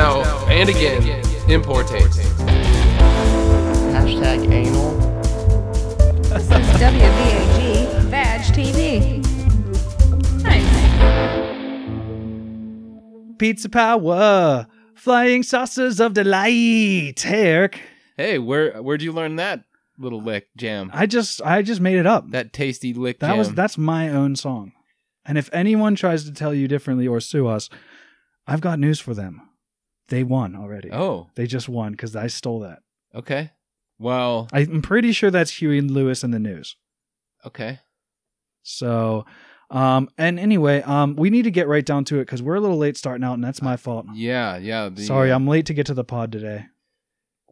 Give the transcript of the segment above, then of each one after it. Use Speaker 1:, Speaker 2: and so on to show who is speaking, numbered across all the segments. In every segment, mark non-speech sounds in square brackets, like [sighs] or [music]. Speaker 1: and again, Importates.
Speaker 2: Hashtag anal.
Speaker 3: This is WVAG Vag TV. Nice.
Speaker 4: Pizza power, flying saucers of delight. Hey, Eric,
Speaker 5: Hey, where where'd you learn that little lick jam?
Speaker 4: I just I just made it up.
Speaker 5: That tasty lick
Speaker 4: That
Speaker 5: jam.
Speaker 4: was that's my own song. And if anyone tries to tell you differently or sue us, I've got news for them. They won already.
Speaker 5: Oh,
Speaker 4: They just won because I stole that.
Speaker 5: okay. Well,
Speaker 4: I'm pretty sure that's Huey and Lewis in the news.
Speaker 5: okay.
Speaker 4: So, um, and anyway, um, we need to get right down to it because we're a little late starting out, and that's my fault.
Speaker 5: Yeah, yeah. the- uh,
Speaker 4: Sorry, I'm late to get to the pod today.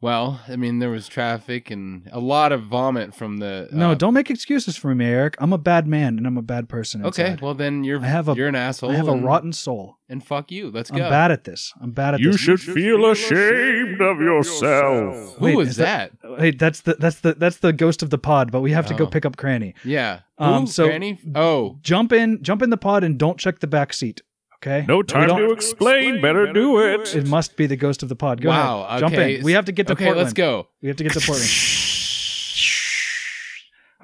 Speaker 5: Well, I mean, there was traffic and a lot of vomit from the.
Speaker 4: No,
Speaker 5: uh,
Speaker 4: don't make excuses for me, Eric. I'm a bad man and I'm a bad person.
Speaker 5: Okay,
Speaker 4: inside.
Speaker 5: well then you're
Speaker 4: I have a-
Speaker 5: you're an asshole.
Speaker 4: I have a
Speaker 5: and,
Speaker 4: rotten soul.
Speaker 5: And fuck you. Let's
Speaker 4: I'm
Speaker 5: go.
Speaker 4: bad at this. I'm bad at this.
Speaker 6: feel ashamed of yourself.
Speaker 5: Who
Speaker 4: Wait,
Speaker 5: was
Speaker 4: is
Speaker 5: that?
Speaker 4: Wait, that's the that's the that's the ghost of the pod, but we have to go
Speaker 5: Oh.
Speaker 4: pick up Cranny.
Speaker 5: Yeah. Who?
Speaker 4: Um, so-
Speaker 5: Granny? Oh,
Speaker 4: Jump in, jump in the pod, and don't check the back seat. Okay.
Speaker 6: No
Speaker 4: We
Speaker 6: time
Speaker 4: don't-
Speaker 6: to explain. Better do it.
Speaker 4: It must be the ghost of the pod. Go
Speaker 5: wow.
Speaker 4: ahead. Jump
Speaker 5: Okay.
Speaker 4: in. We have to get to
Speaker 5: okay,
Speaker 4: Portland.
Speaker 5: let's go.
Speaker 4: We have to
Speaker 5: [laughs]
Speaker 4: get to Portland.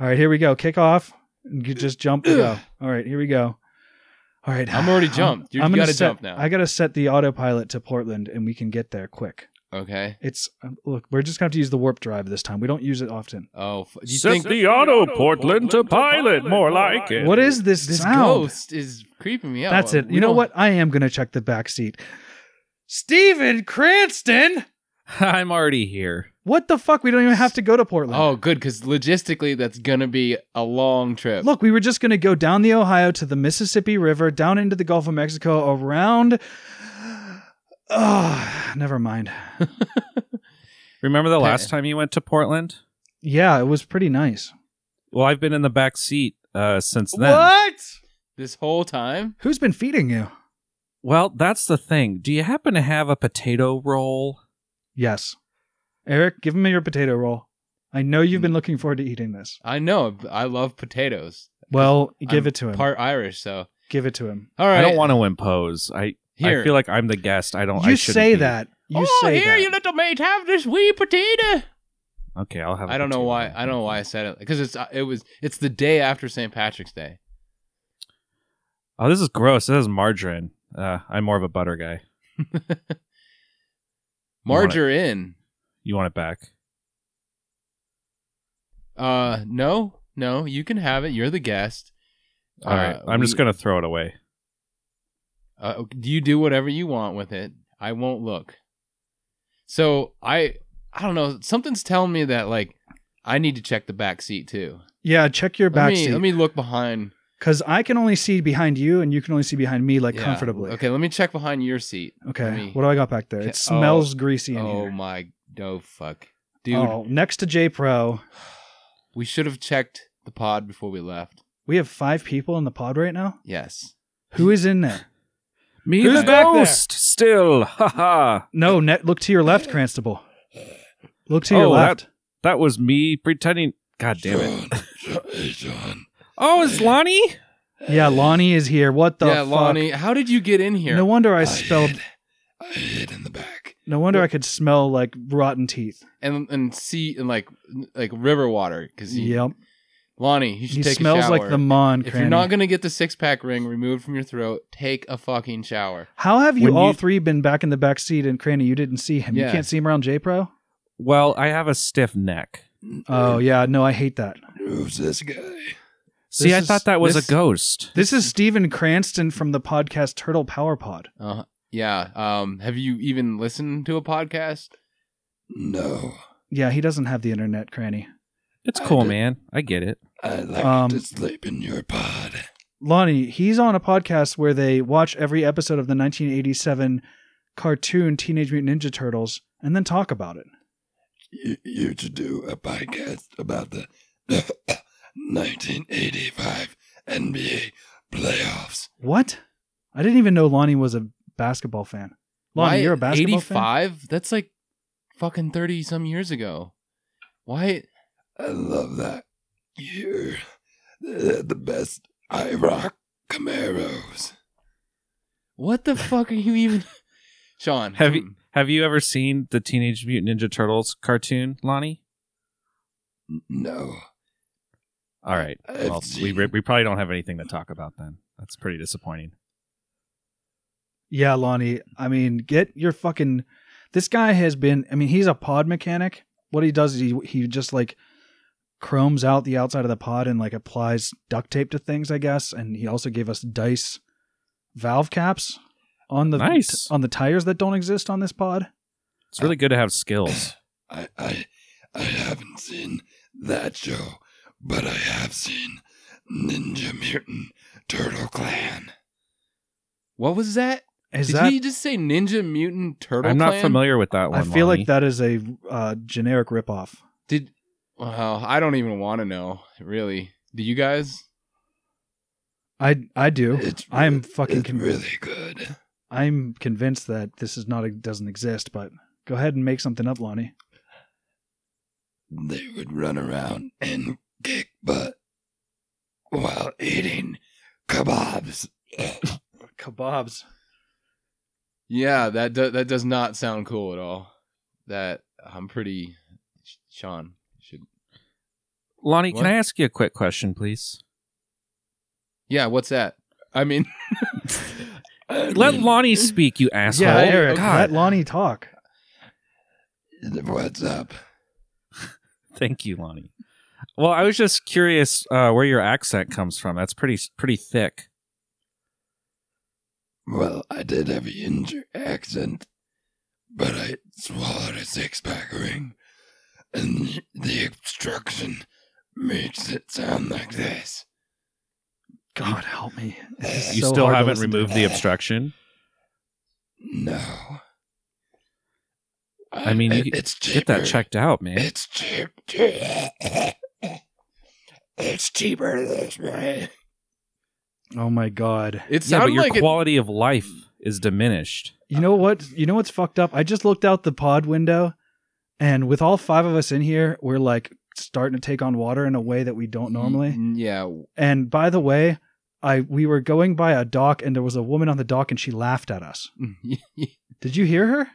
Speaker 4: All right, here we go. Kick off. You just jump. and go. All right, here we go. All right.
Speaker 5: I'm
Speaker 4: [sighs]
Speaker 5: already jumped. You- you
Speaker 4: gonna
Speaker 5: gotta
Speaker 4: set-
Speaker 5: jump now.
Speaker 4: I got to set the autopilot to Portland and we can get there quick.
Speaker 5: Okay.
Speaker 4: It's um, look, we're just going to have to use the warp drive this time. We don't use it often.
Speaker 5: Oh, f- you
Speaker 6: Set
Speaker 5: think
Speaker 6: the auto Portland to pilot, more like it.
Speaker 4: What is this,
Speaker 5: this
Speaker 4: sound?
Speaker 5: ghost is creeping me out?
Speaker 4: That's it.
Speaker 5: We
Speaker 4: You know
Speaker 5: don't-
Speaker 4: what? I am going to check the back seat. Steven Cranston?
Speaker 7: [laughs] I'm already here.
Speaker 4: What the fuck? We don't even have to go to Portland.
Speaker 5: Oh, good, because logistically, that's gonna be a long trip.
Speaker 4: Look, we were just going to go down the Ohio to the Mississippi River, down into the Gulf of Mexico, around. [sighs] Oh, never mind.
Speaker 7: Remember the last time you went to Portland?
Speaker 4: Yeah, it was pretty nice.
Speaker 7: Well, I've been in the back seat uh, since then.
Speaker 5: this whole time.
Speaker 4: Who's been feeding you?
Speaker 7: Well, that's the thing. Do you happen to have a potato roll?
Speaker 4: Yes. Eric, give me your potato roll. I know you've
Speaker 5: Hmm.
Speaker 4: been looking forward to eating this.
Speaker 5: I know. I love potatoes.
Speaker 4: Well, give
Speaker 5: I'm
Speaker 4: it to him.
Speaker 5: Part Irish, so
Speaker 4: give it to him.
Speaker 5: all right.
Speaker 7: I don't want to impose. I
Speaker 5: Here.
Speaker 7: I feel like I'm the guest. I don't. I
Speaker 4: you
Speaker 7: shouldn't
Speaker 4: say
Speaker 7: be.
Speaker 4: that. You
Speaker 5: oh,
Speaker 4: say
Speaker 5: here,
Speaker 4: that.
Speaker 5: you little mate, have this wee potato.
Speaker 7: Okay, I'll have. I
Speaker 5: I don't know why. I don't know why I said it because it's uh, it was it's the day after St. Patrick's Day.
Speaker 7: Oh, this is gross. This is margarine. Uh, I'm more of a butter guy. want it?
Speaker 5: [laughs] Margarine.
Speaker 7: You want it back?
Speaker 5: Uh, no, no, you can have it. You're the guest.
Speaker 7: All right. I'm just gonna throw it away.
Speaker 5: Uh, you do whatever you want with it. I won't look. So I, I don't know. Something's telling me that like I need to check the back seat too.
Speaker 4: yeah, check your
Speaker 5: Let
Speaker 4: back
Speaker 5: me
Speaker 4: seat.
Speaker 5: let me look behind.
Speaker 4: Because I can only see behind you, and you can only see behind me, like
Speaker 5: Yeah.
Speaker 4: comfortably.
Speaker 5: Okay, let me check behind your seat.
Speaker 4: Okay,
Speaker 5: Let me-
Speaker 4: What do I got back there?
Speaker 5: Okay, oh,
Speaker 4: It smells greasy in
Speaker 5: Oh
Speaker 4: here.
Speaker 5: my, no fuck, dude.
Speaker 4: Oh, next to J Pro,
Speaker 5: [sighs] We should have checked the pod before we left.
Speaker 4: we have five people in the pod right now.
Speaker 5: Yes. [laughs]
Speaker 4: Who is in there?
Speaker 7: Me the
Speaker 4: Who's back there?
Speaker 7: ghost still. [laughs] Ha ha.
Speaker 4: No, net. Look to your left, Cranstable. Look to your
Speaker 7: Oh, that-
Speaker 4: left.
Speaker 7: That was me pretending. God damn it.
Speaker 1: [laughs]
Speaker 7: Oh, is Lonnie?
Speaker 4: Yeah, Lonnie is here. What the
Speaker 5: yeah,
Speaker 4: fuck?
Speaker 5: Lonnie, how did you get in here?
Speaker 4: No wonder I spelled.
Speaker 5: I hid in the back.
Speaker 4: No wonder I could smell like rotten teeth.
Speaker 5: And and see and like like river water because
Speaker 4: Yep.
Speaker 5: Lonnie, you should
Speaker 4: He
Speaker 5: take a
Speaker 4: smells
Speaker 5: shower.
Speaker 4: like the mon.
Speaker 5: If
Speaker 4: Cranny.
Speaker 5: you're not gonna get the six pack ring removed from your throat, take a fucking shower.
Speaker 4: How have you
Speaker 7: When
Speaker 4: all
Speaker 7: you-
Speaker 4: three been back in the back seat and Cranny? You didn't see him. You
Speaker 5: Yeah.
Speaker 4: can't see him around J Pro.
Speaker 7: Well, I have a stiff neck.
Speaker 4: Oh yeah, no, I hate that.
Speaker 1: Who's this guy?
Speaker 7: See,
Speaker 4: This
Speaker 7: I
Speaker 4: is-
Speaker 7: thought that was
Speaker 5: this-
Speaker 7: a ghost.
Speaker 4: This is Steven Cranston from the podcast Turtle Power Pod.
Speaker 5: Uh, yeah. Um, have you even listened to a podcast?
Speaker 1: No,
Speaker 4: Yeah, he doesn't have the internet, Cranny.
Speaker 7: It's
Speaker 1: I
Speaker 7: cool,
Speaker 1: did-
Speaker 7: man. I get it.
Speaker 1: I like
Speaker 4: Um,
Speaker 1: to sleep in your pod.
Speaker 4: Lonnie, he's on a podcast where they watch every episode of the 1987 cartoon Teenage Mutant Ninja Turtles and then talk about it.
Speaker 1: You, you should do a podcast about the [coughs] 1985 NBA playoffs.
Speaker 4: What? I didn't even know Lonnie was a basketball fan.
Speaker 5: Why
Speaker 4: Lonnie, you're a basketball fan.
Speaker 5: 85? That's like fucking 30 some years ago. Why?
Speaker 1: I love that. You're the, the best I rock Camaros.
Speaker 5: What the fuck are you even. [laughs] Sean. hmm.
Speaker 7: Have
Speaker 5: come-
Speaker 7: you Have you ever seen the Teenage Mutant Ninja Turtles cartoon, Lonnie?
Speaker 1: No.
Speaker 7: All right.
Speaker 1: I've
Speaker 7: well, we,
Speaker 1: seen-
Speaker 7: we probably don't have anything to talk about then. That's pretty disappointing.
Speaker 4: Yeah, Lonnie. I mean, get your fucking. This guy has been. I mean, he's a pod mechanic. What he does is he he just like chromes out the outside of the pod and like applies duct tape to things, I guess. And he also gave us dice valve caps on the
Speaker 7: Nice.
Speaker 4: on the tires that don't exist on this pod.
Speaker 7: It's really good to have skills.
Speaker 1: [coughs] I, I, I haven't seen that show, but I have seen Ninja Mutant Turtle Clan.
Speaker 5: What was that?
Speaker 4: Is
Speaker 5: Did
Speaker 4: that?
Speaker 5: he just say Ninja Mutant Turtle?
Speaker 7: I'm not
Speaker 5: Clan?
Speaker 7: familiar with that one.
Speaker 4: I feel
Speaker 7: Lonnie.
Speaker 4: like that is a uh, generic ripoff.
Speaker 5: Did well, I don't even want to know. Really, do you guys?
Speaker 4: I I do.
Speaker 1: It's
Speaker 4: I'm
Speaker 1: re-
Speaker 4: fucking
Speaker 1: it's
Speaker 4: convinced.
Speaker 1: really good.
Speaker 4: I'm convinced that this is not a, doesn't exist. But go ahead and make something up, Lonnie.
Speaker 1: They would run around and kick butt while eating kebabs.
Speaker 4: [laughs] Kebabs.
Speaker 5: Yeah, that do, that does not sound cool at all. That I'm pretty. Sean should.
Speaker 7: Lonnie,
Speaker 5: What?
Speaker 7: can I ask you a quick question, please?
Speaker 5: Yeah, what's that? I mean, [laughs]
Speaker 7: Let Lonnie speak, you asshole.
Speaker 4: Yeah,
Speaker 5: Oh,
Speaker 4: Eric,
Speaker 5: God.
Speaker 4: let Lonnie talk.
Speaker 1: What's
Speaker 6: [laughs]
Speaker 1: up?
Speaker 7: Thank you, Lonnie. Well, I was just curious uh, where your accent comes from. That's pretty pretty thick.
Speaker 1: Well, I did have a ginger accent, but I swallowed a six pack ring, and the obstruction makes it sound like this.
Speaker 4: God help me. This is
Speaker 7: You
Speaker 4: so
Speaker 7: still
Speaker 4: hard to
Speaker 7: haven't
Speaker 4: listen to.
Speaker 7: removed the obstruction.
Speaker 1: No.
Speaker 7: I mean, you
Speaker 1: It- it's cheaper.
Speaker 7: Get that checked out, man.
Speaker 1: It's cheap. [coughs] It's cheaper this way.
Speaker 4: Oh my god.
Speaker 5: it
Speaker 7: Yeah, but
Speaker 5: sounded
Speaker 7: your
Speaker 5: like it-
Speaker 7: quality of life Mm. is diminished.
Speaker 4: You know what? You know what's fucked up? I just looked out the pod window and with all five of us in here, we're like starting to take on water in a way that we don't [laughs] normally.
Speaker 7: Mm-hmm.
Speaker 5: Yeah,
Speaker 4: And by the way, I we were going by a dock and there was a woman on the dock and she laughed
Speaker 7: [laughs]
Speaker 4: at us. Did you hear her?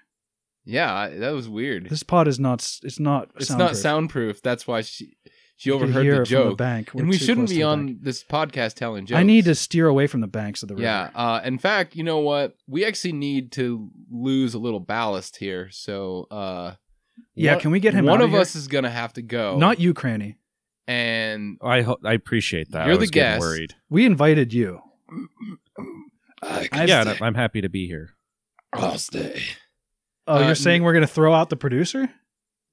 Speaker 5: yeah, I- that was weird.
Speaker 4: This pod is not s- it's not
Speaker 5: it's
Speaker 4: soundproof.
Speaker 5: not soundproof. That's why she she
Speaker 4: You could
Speaker 5: overheard
Speaker 4: hear
Speaker 5: the
Speaker 4: it from
Speaker 5: joke.
Speaker 4: bank. We're
Speaker 5: and we
Speaker 4: too
Speaker 5: shouldn't
Speaker 4: close
Speaker 5: be
Speaker 4: to the
Speaker 5: on
Speaker 4: bank.
Speaker 5: this podcast telling jokes.
Speaker 4: I need to steer away from the banks of the river.
Speaker 5: Yeah. Uh, in fact, you know what? We actually need to lose a little ballast here. So, uh,
Speaker 4: Yeah,
Speaker 5: one-
Speaker 4: can we get him
Speaker 5: One of
Speaker 4: out of here?
Speaker 5: us is gonna have to go.
Speaker 4: Not you, Cranny.
Speaker 5: and
Speaker 7: I ho- I appreciate that.
Speaker 5: You're
Speaker 7: I
Speaker 5: the
Speaker 7: was getting
Speaker 5: guest.
Speaker 7: Worried.
Speaker 4: We invited you.
Speaker 1: I
Speaker 4: I've
Speaker 1: can
Speaker 7: yeah,
Speaker 1: yeah,
Speaker 7: and I'm happy to be here.
Speaker 1: I'll stay.
Speaker 4: Oh,
Speaker 5: Uh,
Speaker 4: you're saying we're going to throw out the producer?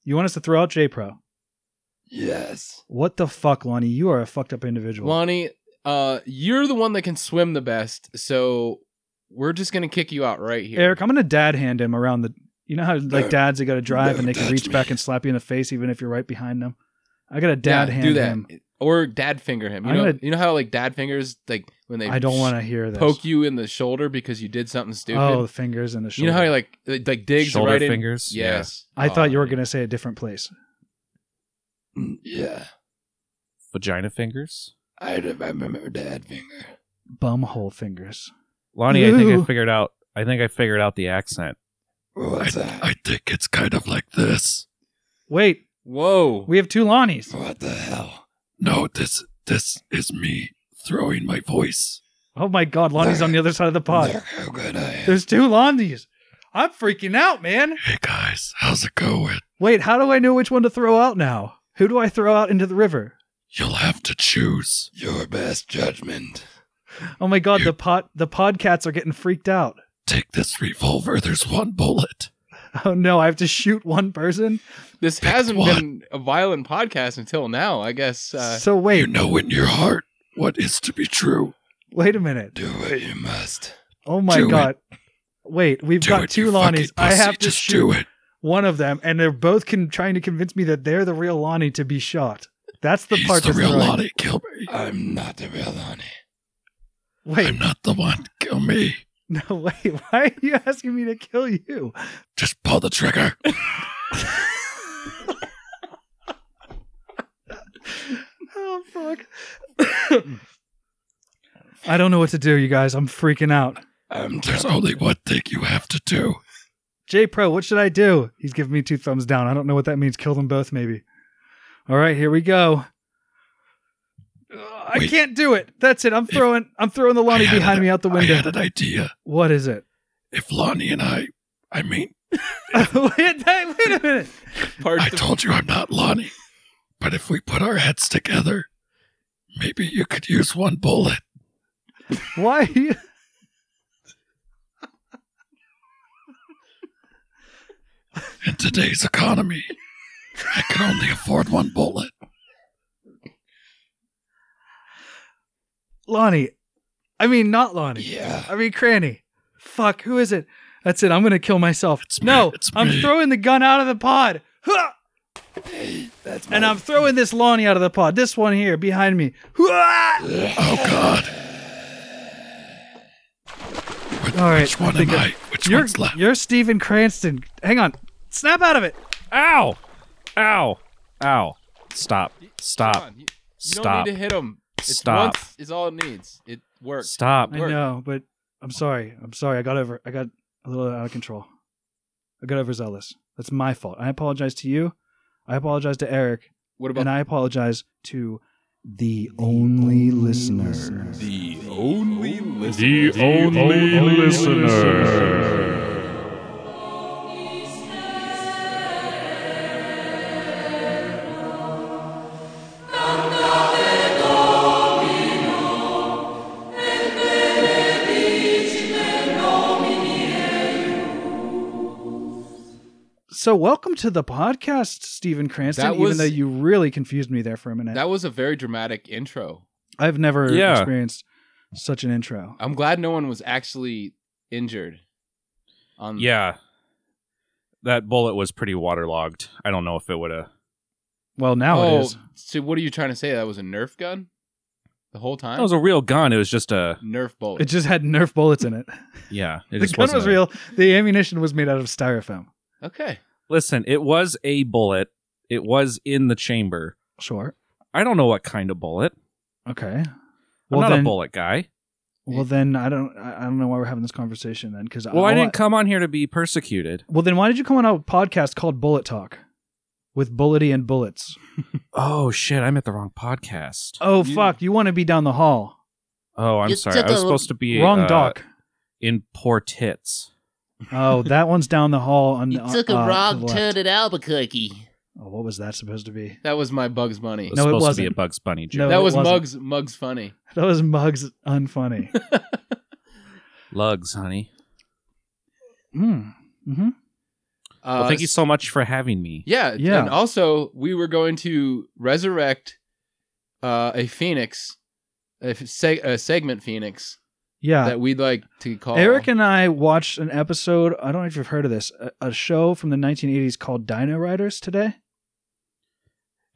Speaker 4: You want us to throw out J Pro?
Speaker 1: Yes.
Speaker 4: What the fuck, Lonnie? You are a fucked up individual.
Speaker 5: Lonnie, uh, you're the one that can swim the best. So we're just gonna kick you out right here.
Speaker 4: Eric, I'm going to dad hand him around the. You know how like
Speaker 1: No.
Speaker 4: dads they got to drive
Speaker 1: No,
Speaker 4: and they can
Speaker 1: touch
Speaker 4: reach
Speaker 1: me.
Speaker 4: back and slap you in the face even if you're right behind them. I got to
Speaker 5: Yeah,
Speaker 4: dad hand
Speaker 5: do that.
Speaker 4: him.
Speaker 5: Or dad finger him. You
Speaker 4: I'm
Speaker 5: know,
Speaker 4: gonna-
Speaker 5: you know how like dad fingers like when they
Speaker 4: I don't want to hear this.
Speaker 5: poke you in the shoulder because you did something stupid.
Speaker 4: Oh, the fingers and the
Speaker 5: you
Speaker 4: shoulder.
Speaker 5: know how he like like like digs
Speaker 7: Shoulder
Speaker 5: right in-
Speaker 7: fingers.
Speaker 5: Yes.
Speaker 4: I thought you were
Speaker 5: Uh,
Speaker 4: going to say a different place.
Speaker 1: Mm, Yeah.
Speaker 7: Yeah. Vagina fingers.
Speaker 1: I remember dad finger.
Speaker 4: Bumhole fingers.
Speaker 7: Lonnie, I think
Speaker 4: Ew.
Speaker 7: I figured out. I think I figured out the accent.
Speaker 1: What's that?
Speaker 6: think it's kind of like this.
Speaker 4: Wait,
Speaker 5: Whoa.
Speaker 4: we have two Lonnies.
Speaker 1: What the hell?
Speaker 6: No, this this is me throwing my voice.
Speaker 4: Oh my God, Lonnie's on the other side of the pod.
Speaker 1: Look how good I am.
Speaker 4: There's two Lonnies. I'm freaking out, man.
Speaker 6: Hey guys, how's it going?
Speaker 4: Wait, how do I know which one to throw out now? Who do I throw out into the river?
Speaker 6: You'll have to choose.
Speaker 1: Your best judgment.
Speaker 4: Oh my god, the pot the podcats are getting freaked out.
Speaker 6: Take this revolver. There's one bullet.
Speaker 4: Oh no, I have to shoot one person.
Speaker 5: This hasn't
Speaker 6: one.
Speaker 5: been a violent podcast until now, I guess. Uh,
Speaker 4: so wait,
Speaker 6: You know in your heart what is to be true.
Speaker 4: wait a minute.
Speaker 1: Do what you must.
Speaker 4: Oh my
Speaker 6: do it.
Speaker 4: god. Wait, we've
Speaker 6: Do
Speaker 4: got
Speaker 6: it,
Speaker 4: two
Speaker 6: you fucking
Speaker 4: Lonnies. I
Speaker 6: pussy.
Speaker 4: have to
Speaker 6: Just
Speaker 4: shoot
Speaker 6: do it.
Speaker 4: one of them, and they're both con- trying to convince me that they're the real Lonnie to be shot. That's the
Speaker 6: He's
Speaker 4: part
Speaker 6: the
Speaker 4: that's
Speaker 6: real
Speaker 4: throwing-
Speaker 6: Lonnie. Kill me.
Speaker 1: I'm not the real honey.
Speaker 4: Wait,
Speaker 6: I'm not the one. Kill me.
Speaker 4: [laughs] no, wait. Why are you asking me to kill you?
Speaker 6: Just pull the
Speaker 4: [laughs]
Speaker 6: trigger.
Speaker 4: Oh fuck. [coughs] I don't know what to do, you guys. I'm freaking out.
Speaker 1: I'm
Speaker 6: Um, There's
Speaker 1: just.
Speaker 6: only one thing you have to do.
Speaker 4: J Pro, what should I do? He's giving me two thumbs down. I don't know what that means. Kill them both, maybe. All right, here we go. Ugh, I
Speaker 6: Wait.
Speaker 4: can't do it. That's it. I'm throwing. I'm throwing the Lonnie
Speaker 6: I had
Speaker 4: behind
Speaker 6: an-
Speaker 4: me out the window.
Speaker 6: I had an idea.
Speaker 4: What is it?
Speaker 6: If Lonnie and I, I mean,
Speaker 5: [laughs]
Speaker 4: wait, that- wait a minute.
Speaker 5: Part
Speaker 6: I
Speaker 5: the-
Speaker 6: told you I'm not Lonnie, but if we put our heads together, maybe you could use one bullet.
Speaker 4: Why? [laughs] are you-
Speaker 6: In today's economy, I can only afford one bullet.
Speaker 4: Lonnie? I mean, not Lonnie.
Speaker 1: Yeah.
Speaker 4: I mean, Cranny. Fuck. Who is it? That's it. I'm gonna kill myself.
Speaker 6: It's me,
Speaker 4: no,
Speaker 6: it's
Speaker 4: I'm
Speaker 6: me.
Speaker 4: throwing the gun out of the pod. Huh!
Speaker 1: Hey, that's my
Speaker 4: And I'm throwing this Lonnie out of the pod. This one here behind me. Hua!
Speaker 6: Oh God! Which,
Speaker 4: All right,
Speaker 6: which one
Speaker 4: I think
Speaker 6: am
Speaker 4: I-
Speaker 6: I? Which
Speaker 4: You're
Speaker 6: one's left?
Speaker 4: you're Steven Cranston. Hang on. Snap out of it.
Speaker 7: Ow! Ow! Ow! Stop!
Speaker 5: Come
Speaker 7: Stop!
Speaker 5: on, you- You don't
Speaker 7: Stop!
Speaker 5: need to hit him. It's
Speaker 7: Stop.
Speaker 5: Once is all it needs. It works.
Speaker 7: Stop!
Speaker 4: I
Speaker 5: Work.
Speaker 4: know, but I'm sorry. I'm sorry. I got over. I got a little out of control. I got overzealous. That's my fault. I apologize to you. I apologize to Eric,
Speaker 5: What about
Speaker 4: and I apologize to the only listener.
Speaker 2: The only listener.
Speaker 7: The only listener.
Speaker 4: So, welcome to the podcast, Stephen Cranston.
Speaker 5: That
Speaker 4: even
Speaker 5: was-
Speaker 4: though you really confused me there for a minute,
Speaker 5: That was a very dramatic intro.
Speaker 4: I've never
Speaker 7: Yeah.
Speaker 4: experienced such an intro.
Speaker 5: I'm glad no one was actually injured. On
Speaker 7: Yeah, that bullet was pretty waterlogged. I don't know if it would have.
Speaker 4: Well, now
Speaker 5: Oh,
Speaker 4: it is.
Speaker 5: so what are you trying to say? That was a Nerf gun the whole time.
Speaker 7: That was a real gun. It was just a
Speaker 5: Nerf bullet.
Speaker 4: It just had Nerf bullets in it.
Speaker 7: yeah. It
Speaker 4: [laughs] the
Speaker 7: just
Speaker 4: gun
Speaker 7: wasn't
Speaker 4: was
Speaker 7: a-
Speaker 4: real. The ammunition was made out of styrofoam.
Speaker 5: okay.
Speaker 7: Listen, it was a bullet. It was in the chamber.
Speaker 4: Sure.
Speaker 7: I don't know what kind of bullet.
Speaker 4: Okay.
Speaker 7: I'm
Speaker 4: Well,
Speaker 7: not
Speaker 4: then,
Speaker 7: a bullet guy.
Speaker 4: Well, then I don't. I I don't know why we're having this conversation then. Because
Speaker 7: Well, I didn't come on here to be persecuted.
Speaker 4: well, then why did you come on a podcast called Bullet Talk with bullety and bullets?
Speaker 7: [laughs] Oh shit! I'm at the wrong podcast.
Speaker 4: Oh
Speaker 5: You-
Speaker 4: fuck! You want to be down the hall?
Speaker 7: Oh, I'm
Speaker 8: You
Speaker 7: sorry.
Speaker 8: took
Speaker 7: I was
Speaker 8: a-
Speaker 7: supposed to be
Speaker 4: Wrong
Speaker 7: uh,
Speaker 4: doc.
Speaker 7: in poor tits. [laughs]
Speaker 4: Oh, that one's down the hall. On
Speaker 8: You
Speaker 4: uh,
Speaker 8: took a
Speaker 4: uh, to
Speaker 8: wrong
Speaker 4: the left.
Speaker 8: turn at Albuquerque.
Speaker 4: Oh, what was that supposed to be?
Speaker 5: That was my Bugs Bunny.
Speaker 7: It was
Speaker 4: No, it
Speaker 7: supposed to be
Speaker 4: wasn't.
Speaker 7: a Bugs Bunny
Speaker 4: No,
Speaker 7: joke.
Speaker 5: that
Speaker 4: it
Speaker 5: was
Speaker 4: wasn't.
Speaker 5: Mugs Mugs Funny.
Speaker 4: That was Mugs
Speaker 7: [laughs]
Speaker 4: unfunny.
Speaker 7: Lugs, honey.
Speaker 4: mm. hmm
Speaker 5: Uh,
Speaker 7: Well, thank you so much for having me.
Speaker 5: Yeah,
Speaker 4: Yeah.
Speaker 5: And also, we were going to resurrect uh, a phoenix, a, f- seg- a segment phoenix
Speaker 4: Yeah.
Speaker 5: that we'd like to call
Speaker 4: Eric and I watched an episode. I don't know if you've heard of this. A, a show from the 1980s called Dino Riders today.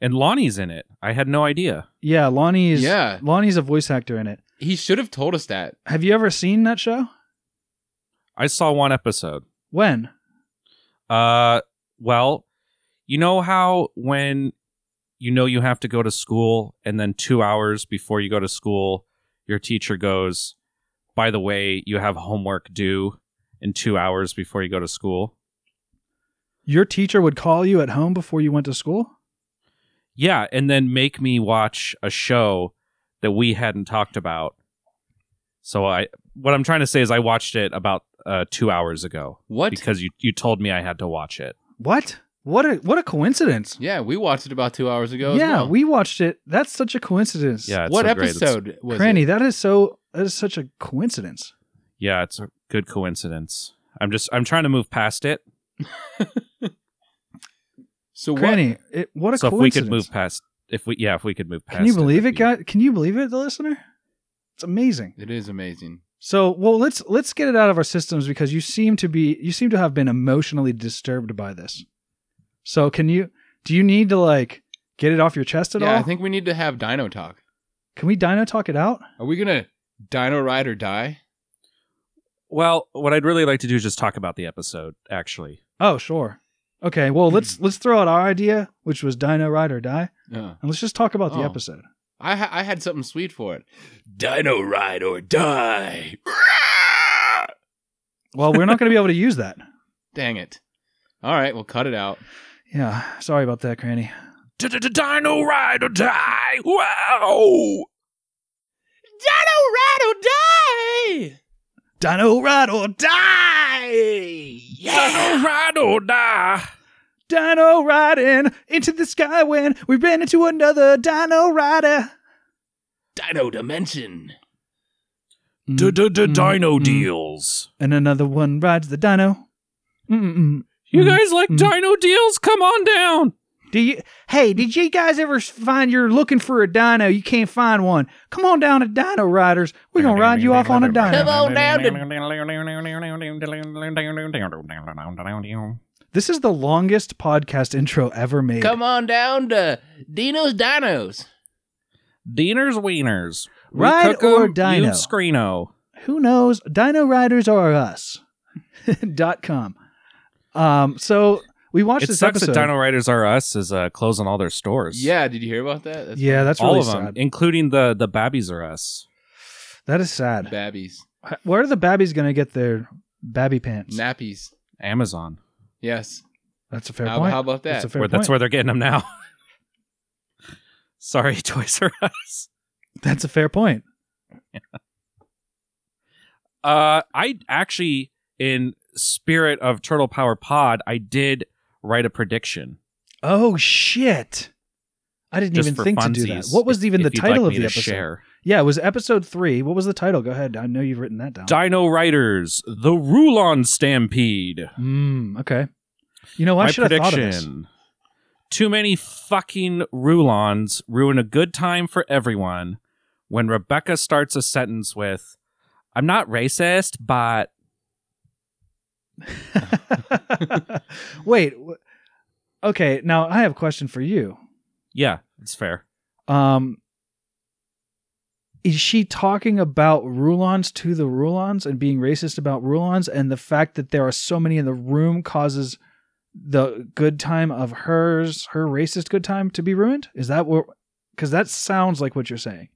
Speaker 7: And Lonnie's in it. I had no idea.
Speaker 4: Yeah, Lonnie's.
Speaker 5: Yeah.
Speaker 4: Lonnie's a voice actor in it.
Speaker 5: He should have told us that.
Speaker 4: Have you ever seen that show?
Speaker 7: I saw one episode.
Speaker 4: When?
Speaker 7: Uh, well, you know how when you know you have to go to school, and then two hours before you go to school, your teacher goes, "By the way, you have homework due in two hours before you go to school."
Speaker 4: Your teacher would call you at home before you went to school?
Speaker 7: Yeah, and then make me watch a show that we hadn't talked about. So I, what I'm trying to say is, I watched it about uh, two hours ago
Speaker 5: What?
Speaker 7: because you you told me I had to watch it.
Speaker 4: What? What a what a coincidence.
Speaker 5: yeah, we watched it about two hours ago. as
Speaker 4: yeah,
Speaker 5: well.
Speaker 4: we watched it. That's such a coincidence.
Speaker 7: Yeah, it's
Speaker 5: what
Speaker 7: so great. It's-
Speaker 5: episode was
Speaker 4: Cranny,
Speaker 5: it?
Speaker 4: that is so that is such a coincidence.
Speaker 7: Yeah, it's a good coincidence. I'm just I'm trying to move past [laughs] it.
Speaker 5: So
Speaker 4: Cranny, it, what a
Speaker 7: so if we
Speaker 4: coincidence.
Speaker 7: could move past if we yeah, if we could move past
Speaker 4: Can you believe it,
Speaker 7: it'd be-
Speaker 4: guy? Can you believe it, the listener? It's amazing.
Speaker 5: what? It is amazing.
Speaker 4: So, well, let's let's get it out of our systems because you seem to be you seem to have been emotionally disturbed by this. So, can you do you need to like get it off your chest at
Speaker 5: yeah,
Speaker 4: all?
Speaker 5: I think we need to have Dino talk.
Speaker 4: can we dino talk it out?
Speaker 5: Are we gonna Dino ride or die?
Speaker 7: Well, what I'd really like to do is just talk about the episode, actually.
Speaker 4: Oh, sure. Okay,
Speaker 5: [clears throat]
Speaker 4: well, let's let's throw out our idea, which was Dino Ride or Die,
Speaker 5: Uh,
Speaker 4: and let's just talk about the
Speaker 5: Oh.
Speaker 4: episode.
Speaker 5: I ha- I had something sweet for it.
Speaker 2: Dino ride or die.
Speaker 4: Well, we're not going to be able to use that.
Speaker 5: Dang it. All right, we'll cut it out.
Speaker 4: Yeah, sorry about that, Cranny.
Speaker 2: Dino ride or die. Wow.
Speaker 4: Dino ride or
Speaker 9: [laughs]
Speaker 4: die!
Speaker 2: Dino ride
Speaker 9: Oh,
Speaker 2: or die.
Speaker 4: Dino riding into the sky when we ran into another dino rider.
Speaker 5: Dino Dimension.
Speaker 4: Mm,
Speaker 7: Dino deals.
Speaker 4: And another one rides the dino. Mm-mm.
Speaker 7: You
Speaker 4: Mm.
Speaker 7: guys like
Speaker 4: Mm.
Speaker 7: dino deals? Come on down.
Speaker 4: Do you? Hey, did you guys ever find you're looking for a dino? You can't find one. Come on down to Dino Riders. We're gonna ride you off on a dino.
Speaker 5: on down
Speaker 7: [laughs]
Speaker 4: This is the longest podcast intro ever made.
Speaker 5: Come on down to Dino's Dinos.
Speaker 7: Dieners wieners. We
Speaker 4: Ride
Speaker 7: cook
Speaker 4: or
Speaker 7: 'em,
Speaker 4: dino?
Speaker 7: You screeno.
Speaker 4: Who knows? Dino Riders are us. [laughs] dot com. Um. So we watched
Speaker 7: It
Speaker 4: this
Speaker 7: sucks
Speaker 4: episode.
Speaker 7: that Dino Riders R Us is uh, closing all their stores.
Speaker 5: Yeah, did you hear about that? That's
Speaker 4: yeah, that's
Speaker 7: all
Speaker 4: really
Speaker 7: of them,
Speaker 4: sad.
Speaker 7: including the the Babbies R Us.
Speaker 4: That is sad.
Speaker 5: Babbies.
Speaker 4: Where are the babbies gonna get their babby pants?
Speaker 5: Nappies.
Speaker 7: Amazon.
Speaker 5: Yes.
Speaker 4: That's a fair
Speaker 5: how,
Speaker 4: point.
Speaker 5: how about
Speaker 4: That's
Speaker 5: that?
Speaker 4: a fair
Speaker 7: where that's
Speaker 4: point.
Speaker 7: where they're getting them now. [laughs] Sorry, [laughs] Toys R Us.
Speaker 4: That's a fair point.
Speaker 7: Uh, I actually, in spirit of Turtle Power Pod, I did write a prediction.
Speaker 4: Oh shit! I didn't
Speaker 7: Just
Speaker 4: even
Speaker 7: for
Speaker 4: think to do that.
Speaker 7: funsies,
Speaker 4: What was
Speaker 7: if-
Speaker 4: even the
Speaker 7: if you'd
Speaker 4: title
Speaker 7: like
Speaker 4: of
Speaker 7: me
Speaker 4: the
Speaker 7: to
Speaker 4: episode?
Speaker 7: Share.
Speaker 4: Yeah, it was episode three. What was the title? Go ahead. I know you've written that down.
Speaker 7: Dino Riders, the Rulon Stampede.
Speaker 4: Mm, okay. You know, I
Speaker 7: My
Speaker 4: should have thought of this.
Speaker 7: prediction. Too many fucking Rulons ruin a good time for everyone when Rebecca starts a sentence with, I'm not racist, but
Speaker 4: Wait. wh- Okay, now I have a question for you.
Speaker 7: yeah, it's fair.
Speaker 4: Um, is she talking about Rulons to the Rulons and being racist about Rulons, and the fact that there are so many in the room causes the good time of hers, her racist good time, to be ruined? Is that what? Because that sounds like what you're saying.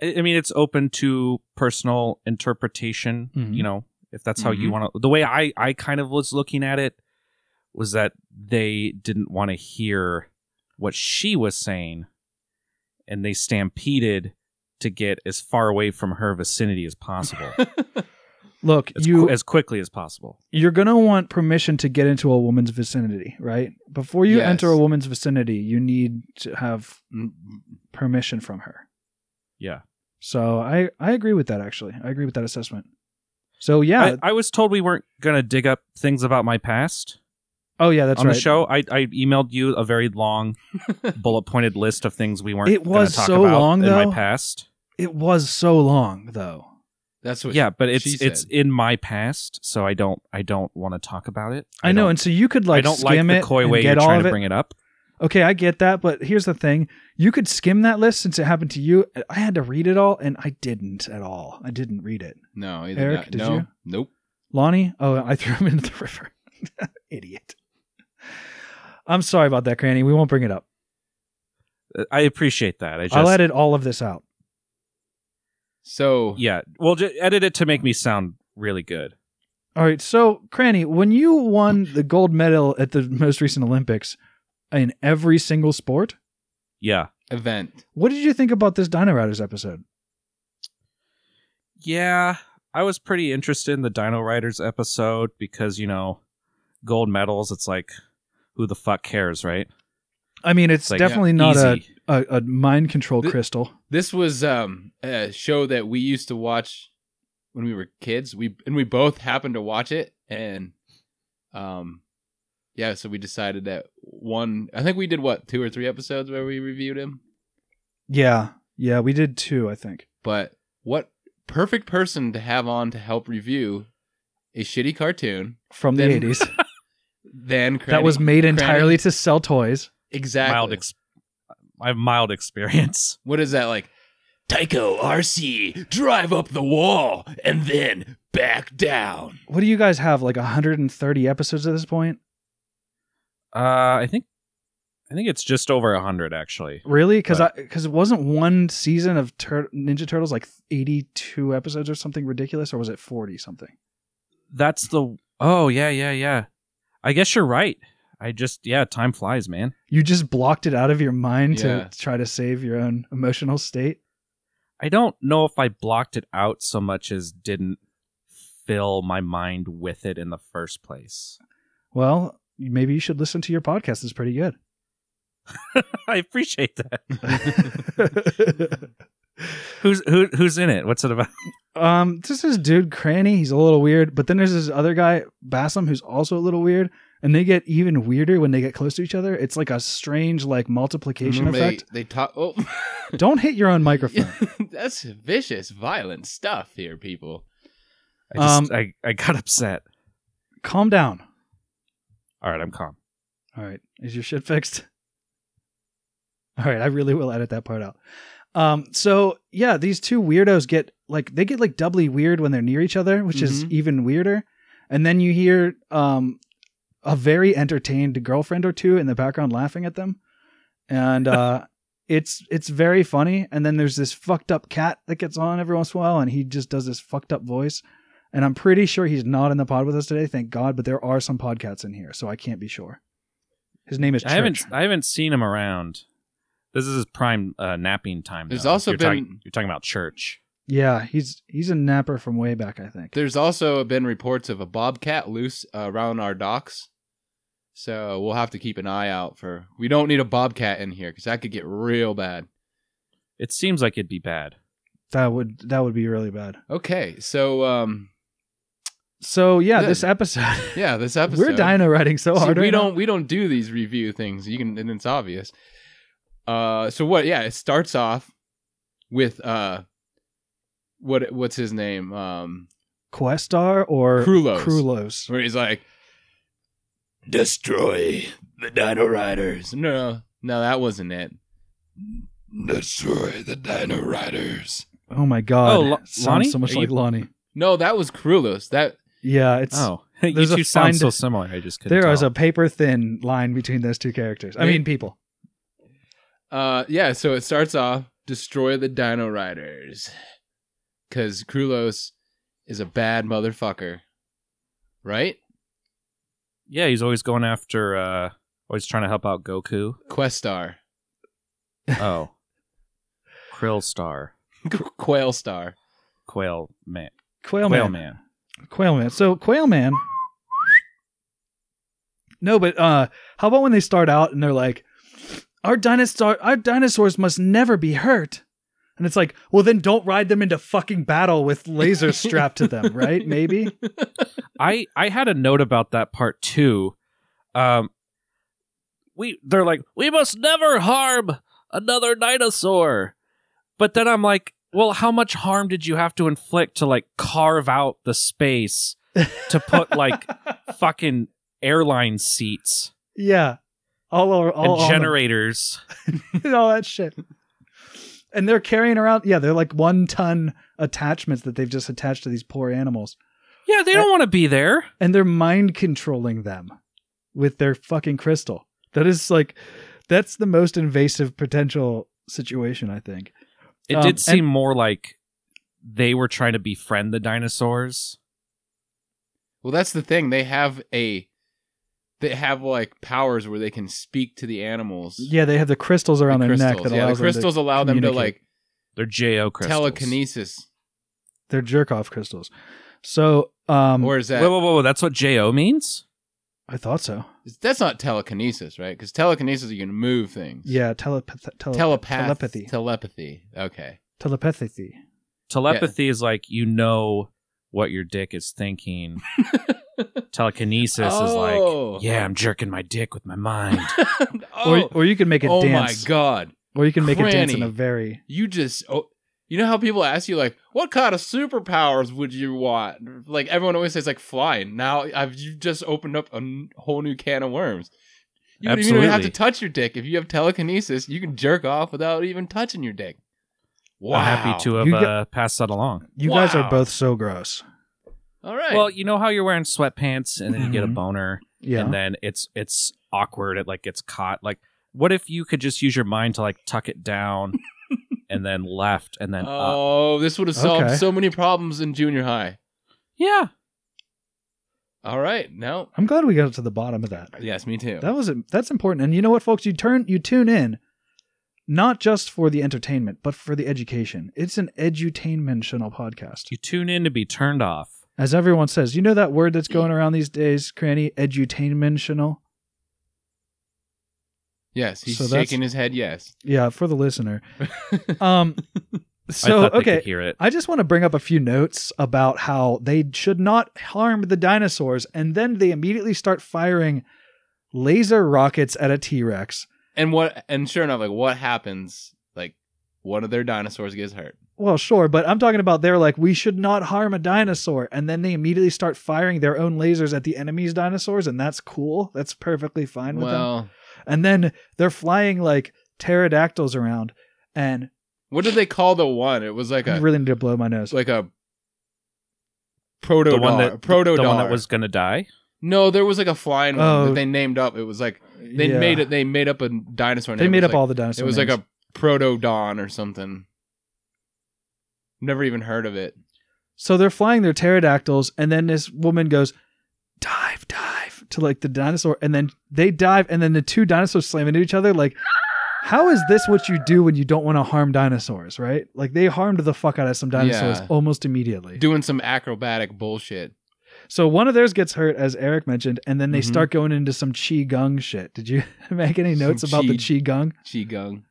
Speaker 7: I I mean, it's open to personal interpretation.
Speaker 4: Mhm.
Speaker 7: You know, if that's how
Speaker 4: Mm-hmm.
Speaker 7: you
Speaker 5: Mhm.
Speaker 7: want to. The way I I kind of was looking at it was that they didn't want to hear what she was saying, and they stampeded to get as far away from her vicinity as possible,
Speaker 4: [laughs] Look,
Speaker 7: as,
Speaker 4: you
Speaker 7: qu- as quickly as possible.
Speaker 4: you're gonna want permission to get into a woman's vicinity, right? Before you
Speaker 5: Yes.
Speaker 4: enter a woman's vicinity, you need to have permission from her.
Speaker 7: Yeah.
Speaker 4: So I I agree with that actually. I agree with that assessment. So yeah.
Speaker 7: I, I was told we weren't gonna dig up things about my past
Speaker 4: oh yeah, that's
Speaker 7: on
Speaker 4: right.
Speaker 7: the show. I, I emailed you a
Speaker 5: [laughs]
Speaker 7: very long, bullet pointed list of things we weren't.
Speaker 4: It was
Speaker 7: gonna talk
Speaker 4: so
Speaker 7: about
Speaker 4: long,
Speaker 7: in
Speaker 4: though.
Speaker 7: my past.
Speaker 4: It was so long though.
Speaker 5: That's what
Speaker 7: yeah, but it's
Speaker 5: she
Speaker 7: it's
Speaker 5: said.
Speaker 7: in my past, so I don't I don't want to talk about it.
Speaker 4: I, know,
Speaker 7: don't-
Speaker 4: and so you could like
Speaker 7: I don't like
Speaker 4: skim
Speaker 7: the
Speaker 4: it
Speaker 7: coy
Speaker 4: and
Speaker 7: way
Speaker 4: get
Speaker 7: you're
Speaker 4: all
Speaker 7: trying
Speaker 4: of
Speaker 7: to
Speaker 4: it.
Speaker 7: bring it up.
Speaker 4: Okay, I get that, but here's the thing: you could skim that list since it happened to you. I had to read it all, and I didn't at all. I didn't read it.
Speaker 5: No, either
Speaker 4: Eric,
Speaker 5: not-
Speaker 4: did
Speaker 5: no,
Speaker 4: you?
Speaker 5: Nope.
Speaker 4: Lonnie? Oh, I threw him [laughs] into the river. Idiot. I'm sorry about that, Cranny. We won't bring it up.
Speaker 7: Uh, I appreciate that. I just
Speaker 4: I'll edit all of this out.
Speaker 5: So
Speaker 7: yeah, well, just edit it to make me sound really good.
Speaker 4: All right. So, Cranny, when you won the gold medal at the most recent Olympics in every single sport,
Speaker 7: Yeah,
Speaker 5: event.
Speaker 4: what did you think about this Dino Riders episode?
Speaker 7: yeah. I was pretty interested in the Dino Riders episode because you know, gold medals. It's like, who the fuck cares, right?
Speaker 4: I mean, it's,
Speaker 7: It's like,
Speaker 4: definitely not a,
Speaker 7: Easy.
Speaker 4: a, a mind control
Speaker 5: Th-
Speaker 4: crystal.
Speaker 5: This was um a show that we used to watch when we were kids. We and we both happened to watch it and um yeah, so we decided that one I think we did what, two or three episodes where we reviewed him.
Speaker 4: Yeah. Yeah. We did two, I think.
Speaker 5: But what perfect person to have on to help review a shitty cartoon
Speaker 4: From the
Speaker 5: Then- [laughs]
Speaker 4: 80s.
Speaker 5: than Cranny.
Speaker 4: that was made
Speaker 5: Cranny-
Speaker 4: entirely to sell toys.
Speaker 5: exactly
Speaker 7: mild. Ex- I have mild experience.
Speaker 5: What is that like?
Speaker 2: Tycho RC, drive up the wall and then back down.
Speaker 4: What do you guys have? Like 130 episodes at this point?
Speaker 7: Uh, I think, I think it's just over a hundred actually.
Speaker 4: Really? Because
Speaker 7: But-
Speaker 4: because it wasn't one season of Tur- Ninja Turtles like 82 episodes or something ridiculous, or was it 40 something?
Speaker 7: that's the Oh, yeah, yeah, yeah. I guess you're right. I just, yeah, time flies, man.
Speaker 4: You just blocked it out of your mind
Speaker 5: Yeah.
Speaker 4: to try to save your own emotional state.
Speaker 7: I don't know if I blocked it out so much as didn't fill my mind with it in the first place. [laughs]
Speaker 4: Well, maybe you should listen to your podcast. It's pretty good.
Speaker 7: I appreciate that. Who's who, who's in it? What's it about? [laughs]
Speaker 4: um, this is dude Cranny. He's a little weird, but then there's this other guy Bassam who's also a little weird, and they get even weirder when they get close to each other. It's like a strange like multiplication
Speaker 7: Mm-hmm.
Speaker 5: They,
Speaker 4: effect.
Speaker 5: they talk. [laughs] Oh,
Speaker 4: Don't hit your own microphone.
Speaker 5: that's vicious, violent stuff here, people.
Speaker 7: I just
Speaker 4: Um,
Speaker 7: I, I got [laughs] upset.
Speaker 4: Calm down.
Speaker 7: All right, I'm calm.
Speaker 4: All right. Is your shit fixed? All right. I really will edit that part out. Um, so yeah, these two weirdos get like they get like doubly weird when they're near each other, which is
Speaker 7: Mm-hmm.
Speaker 5: Mhm.
Speaker 4: even weirder. And then you hear um a very entertained girlfriend or two in the background laughing at them. And
Speaker 7: [laughs]
Speaker 4: uh it's it's very funny. And then there's this fucked up cat that gets on every once in a while and he just does this fucked up voice. And I'm pretty sure he's not in the pod with us today, thank God, but there are some podcasts in here, so I can't be sure. His name is Church.
Speaker 7: I haven't I haven't seen him around. This is his prime uh, napping time.
Speaker 5: There's
Speaker 7: though.
Speaker 5: also
Speaker 7: you're talking-
Speaker 5: been-
Speaker 7: you're talking about church.
Speaker 4: Yeah, he's he's a napper from way back, I think.
Speaker 5: There's also been reports of a bobcat loose uh, around our docks. So we'll have to keep an eye out for. We don't need a bobcat in here because that could get real bad.
Speaker 7: It seems like it'd be bad.
Speaker 4: That would that would be really bad.
Speaker 5: Okay, so um,
Speaker 4: So yeah,
Speaker 5: Good.
Speaker 4: this episode,
Speaker 5: [laughs] yeah, this episode
Speaker 4: [laughs] we're dino riding so
Speaker 5: See,
Speaker 4: hard.
Speaker 5: we
Speaker 4: right now.
Speaker 5: don't we don't do these review things. You can and it's obvious. Uh so what yeah, it starts off with uh what what's his name? Um
Speaker 4: Questar or
Speaker 5: Krulos.
Speaker 4: Krulos.
Speaker 5: where he's like
Speaker 2: Destroy the Dino Riders.
Speaker 5: no no that wasn't it.
Speaker 1: Destroy the Dino Riders.
Speaker 4: Oh my god,
Speaker 7: Oh, Lo-
Speaker 4: sounds
Speaker 7: Lonnie?
Speaker 4: so much
Speaker 7: Are
Speaker 4: like
Speaker 7: you-
Speaker 4: Lonnie.
Speaker 5: No, that was Krulos. That
Speaker 4: Yeah, it's
Speaker 7: Oh, [laughs] you
Speaker 4: there's a
Speaker 7: two sound
Speaker 4: find-
Speaker 7: so similar. I just couldn't.
Speaker 4: there is
Speaker 7: tell.
Speaker 4: a paper thin line between those two characters. I
Speaker 5: Wait.
Speaker 4: mean, people.
Speaker 5: uh yeah, so it starts off destroy the dino riders. Cuz Krulos is a bad motherfucker. Right?
Speaker 7: yeah. He's always going after. uh Always trying to help out Goku.
Speaker 5: Questar,
Speaker 7: [laughs] Oh, Krill Star,
Speaker 5: Quail Star.
Speaker 7: Quail Man,
Speaker 4: Quail
Speaker 7: Quail
Speaker 4: man.
Speaker 7: Man.
Speaker 4: Quail man. So Quail man. No, but uh, how about when they start out and they're like, "Our dinosaur, our dinosaurs must never be hurt," and it's like, "Well, then don't ride them into fucking battle with lasers strapped to them, right? Maybe."
Speaker 7: [laughs] I I had a note about that part too. Um, we they're like we must never harm another dinosaur, but then I'm like, well, how much harm did you have to inflict to like carve out the space to put
Speaker 4: [laughs]
Speaker 7: like fucking airline seats
Speaker 4: Yeah, all over, all all
Speaker 7: and
Speaker 4: the-
Speaker 7: generators?
Speaker 4: [laughs] and all that shit. And they're carrying around, yeah, they're like one ton attachments that they've just attached to these poor animals,
Speaker 7: Yeah, they don't want to be there.
Speaker 4: and they're mind controlling them with their fucking crystal. That is like, that's the most invasive potential situation, I think.
Speaker 7: It
Speaker 4: Um,
Speaker 7: did seem
Speaker 4: and-
Speaker 7: more like they were trying to befriend the dinosaurs.
Speaker 5: Well, that's the thing. They have a they have like powers where they can speak to the animals.
Speaker 4: Yeah, they have the crystals around
Speaker 5: the
Speaker 4: their
Speaker 5: crystals.
Speaker 4: neck that
Speaker 5: yeah,
Speaker 4: allows
Speaker 5: the crystals
Speaker 4: them to
Speaker 5: allow them to
Speaker 4: communicate.
Speaker 5: like
Speaker 7: They're Jo crystals.
Speaker 5: telekinesis.
Speaker 4: they're jerk off crystals. So, um,
Speaker 5: or is that
Speaker 7: Whoa, whoa, whoa, whoa! That's what Jo means.
Speaker 4: I thought so.
Speaker 5: that's not telekinesis, right? Because telekinesis you can move things.
Speaker 4: Yeah, telepath, tele-
Speaker 5: Telepath,
Speaker 4: telepathy,
Speaker 5: Telepathy. Okay.
Speaker 4: telepathy.
Speaker 7: Telepathy is like you know what your dick is
Speaker 5: [laughs]
Speaker 7: thinking. Telekinesis
Speaker 5: Oh.
Speaker 7: is like, yeah, I'm jerking my dick with my mind.
Speaker 5: [laughs] oh,
Speaker 4: Or, or you can make it
Speaker 5: oh my
Speaker 4: dance,
Speaker 5: god.
Speaker 4: or you can make it dance in
Speaker 5: Cranny.
Speaker 4: a very
Speaker 5: You just oh, you know how people ask you like, what kind of superpowers would you want? Like everyone always says like flying. Now I've you just opened up a n- whole new can of worms. You, don't- you don't even have to
Speaker 7: Absolutely.
Speaker 5: touch your dick. If you have telekinesis, you can jerk off without even touching your dick. Wow.
Speaker 7: I'm happy to have
Speaker 4: You got-
Speaker 7: uh, passed that along.
Speaker 4: You guys are
Speaker 5: Wow.
Speaker 4: both so gross.
Speaker 5: All right.
Speaker 7: Well, you know how you're wearing sweatpants and then you get a
Speaker 4: Mhm.
Speaker 7: boner,
Speaker 4: Yeah.
Speaker 7: and then it's it's awkward. It like gets caught. Like, what if you could just use your mind to like tuck it down,
Speaker 5: [laughs]
Speaker 7: and then left, and
Speaker 4: Uh,
Speaker 7: then up?
Speaker 5: oh, this would have solved
Speaker 4: Okay.
Speaker 5: so many problems in junior high.
Speaker 7: Yeah.
Speaker 5: All right. No.
Speaker 4: I'm glad we got to the bottom of that.
Speaker 5: Yes, me too.
Speaker 4: That was that's important. And you know what, folks, you turn you tune in not just for the entertainment, but for the education. It's an edutainmentional podcast.
Speaker 7: You tune in to be turned off.
Speaker 4: As everyone says, you know that word that's going around these days, Cranny, edutainmentional?
Speaker 5: Yes, he's
Speaker 4: So that's-
Speaker 5: shaking his head. Yes.
Speaker 4: Yeah, for
Speaker 7: [laughs]
Speaker 4: the listener. Um so
Speaker 7: I thought they
Speaker 4: okay,
Speaker 7: could hear it.
Speaker 4: I just want to bring up a few notes about how they should not harm the dinosaurs, and then they immediately start firing laser rockets at a T Rex.
Speaker 5: And what? And sure enough, like what happens? Like one of their dinosaurs gets hurt.
Speaker 4: Well, sure, but I'm talking about they're like, we should not harm a dinosaur. And then they immediately start firing their own lasers at the enemy's dinosaurs, and that's cool. That's perfectly fine with them.
Speaker 5: Well,
Speaker 4: And then they're flying like pterodactyls around, and
Speaker 5: what did they call the one? It was like
Speaker 4: I
Speaker 5: a
Speaker 4: really need to blow my
Speaker 5: it's
Speaker 4: nose.
Speaker 5: like a proto
Speaker 7: The one that
Speaker 5: proto
Speaker 7: the one that was gonna die.
Speaker 5: no. There was like a flying one
Speaker 4: Oh.
Speaker 5: that they named up. It was like they
Speaker 4: Yeah.
Speaker 5: made it. They made up a dinosaur.
Speaker 4: They
Speaker 5: name.
Speaker 4: made
Speaker 5: It
Speaker 4: up
Speaker 5: was like-
Speaker 4: all the dinosaurs.
Speaker 5: It was like a proto dawn or something. Never even heard of it.
Speaker 4: So they're flying their pterodactyls, and then this woman goes, dive, dive to like the dinosaur, and then they dive, and then the two dinosaurs slam into each other. Like, how is this what you do when you don't want to harm dinosaurs, right? Like, they harmed the fuck out of some dinosaurs
Speaker 5: Yeah.
Speaker 4: almost immediately.
Speaker 5: Doing some acrobatic bullshit.
Speaker 4: so one of theirs gets hurt, as Eric mentioned, and then they
Speaker 5: Mhm.
Speaker 4: start going into some chi gung shit. Did you [laughs] make any
Speaker 5: Some
Speaker 4: notes about the
Speaker 5: chi-
Speaker 4: chi gung?
Speaker 5: Qigong.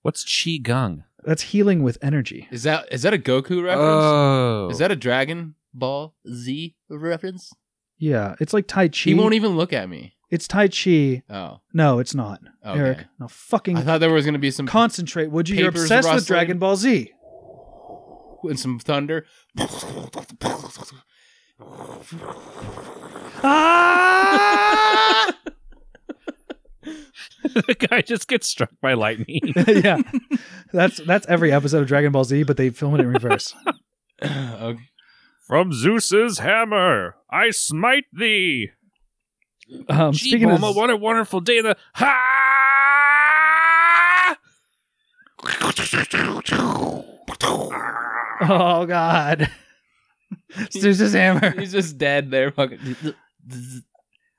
Speaker 7: What's Chi Gung?
Speaker 4: That's healing with energy.
Speaker 5: Is that is that a Goku reference?
Speaker 7: Oh,
Speaker 5: is that a Dragon Ball Z reference?
Speaker 4: Yeah, it's like Tai Chi.
Speaker 5: He won't even look at me.
Speaker 4: it's Tai Chi.
Speaker 5: Oh,
Speaker 4: No, it's not.
Speaker 5: okay.
Speaker 4: Eric, [laughs] no fucking
Speaker 5: I thought there was gonna be some
Speaker 4: Concentrate, would you? You're
Speaker 5: Papers
Speaker 4: obsessed with
Speaker 5: rustling.
Speaker 4: Dragon Ball Z.
Speaker 5: and some thunder.
Speaker 4: Ah!
Speaker 7: [laughs] the guy just gets struck by lightning?
Speaker 4: [laughs] yeah, that's that's every episode of Dragon Ball Z, but they film it in reverse. [laughs]
Speaker 5: okay.
Speaker 7: From Zeus's hammer, I smite thee.
Speaker 4: Um,
Speaker 7: Gee,
Speaker 4: speaking
Speaker 7: Bulma,
Speaker 4: of
Speaker 7: what a wonderful day! The ha.
Speaker 4: oh
Speaker 5: [laughs]
Speaker 4: god, Zeus's hammer.
Speaker 5: He's just dead there. Fucking.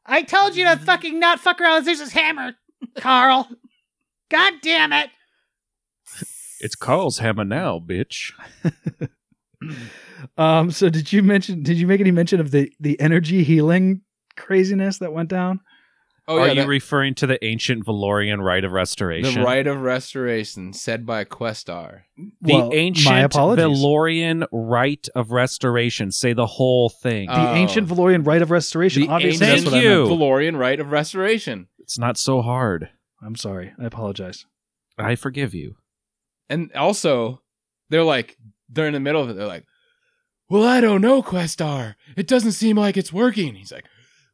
Speaker 8: I told you to fucking not fuck around with Zeus's hammer, Carl. God damn it.
Speaker 7: It's Carl's hammer now,
Speaker 4: [laughs]
Speaker 7: bitch.
Speaker 4: Um, so did you mention? Did you make any mention of the the energy healing craziness that went down?
Speaker 5: Oh
Speaker 7: Are
Speaker 5: yeah,
Speaker 7: you
Speaker 5: that-
Speaker 7: referring to the ancient Valorian rite of restoration?
Speaker 5: the rite of restoration said by Questar.
Speaker 7: The
Speaker 4: Well,
Speaker 7: ancient
Speaker 4: my apologies.
Speaker 7: Valorian rite of restoration. Say the whole thing.
Speaker 5: Uh,
Speaker 4: the
Speaker 5: Oh.
Speaker 4: ancient Valorian rite of restoration.
Speaker 5: The
Speaker 4: Obviously,
Speaker 5: ancient
Speaker 4: that's what I
Speaker 7: Thank you.
Speaker 4: meant.
Speaker 5: Valorian rite of restoration.
Speaker 7: it's not so hard.
Speaker 4: I'm sorry. I apologize.
Speaker 7: I forgive you.
Speaker 5: And also, they're like, they're in the middle of it. They're like, well, I don't know, Questar. It doesn't seem like it's working. He's like,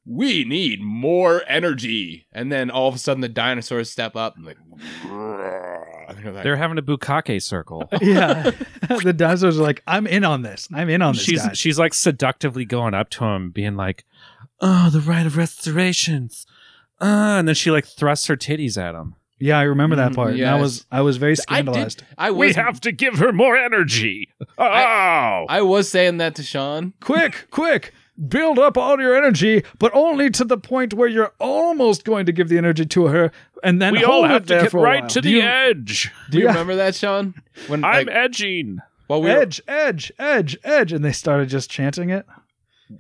Speaker 5: we need more energy. And then all of a sudden, the dinosaurs step up and like, [laughs] and they're like,
Speaker 7: They're having a bukkake circle.
Speaker 4: [laughs] Yeah, the dinosaurs are like, I'm in on this. I'm in on this.
Speaker 7: she's
Speaker 4: guys."
Speaker 7: she's like seductively going up to him, being like, "Oh, the rite of restorations," uh, and then she like thrusts her titties at him.
Speaker 4: yeah, I remember that
Speaker 5: Mhm,
Speaker 4: part. And I
Speaker 5: yes.
Speaker 4: was I was very
Speaker 5: I
Speaker 4: scandalized.
Speaker 5: did. I was.
Speaker 7: to give her more energy. Oh,
Speaker 5: I was saying that to Sean.
Speaker 4: quick, quick, build up all your energy, but only to the point where you're almost going to give the energy to her, and then hold it there for a while. Do you-
Speaker 7: edge.
Speaker 5: Do you
Speaker 4: Yeah.
Speaker 5: remember that, Sean? When like,
Speaker 7: edging.
Speaker 5: while we were,
Speaker 4: Edge, edge, edge, edge, and they started just chanting it.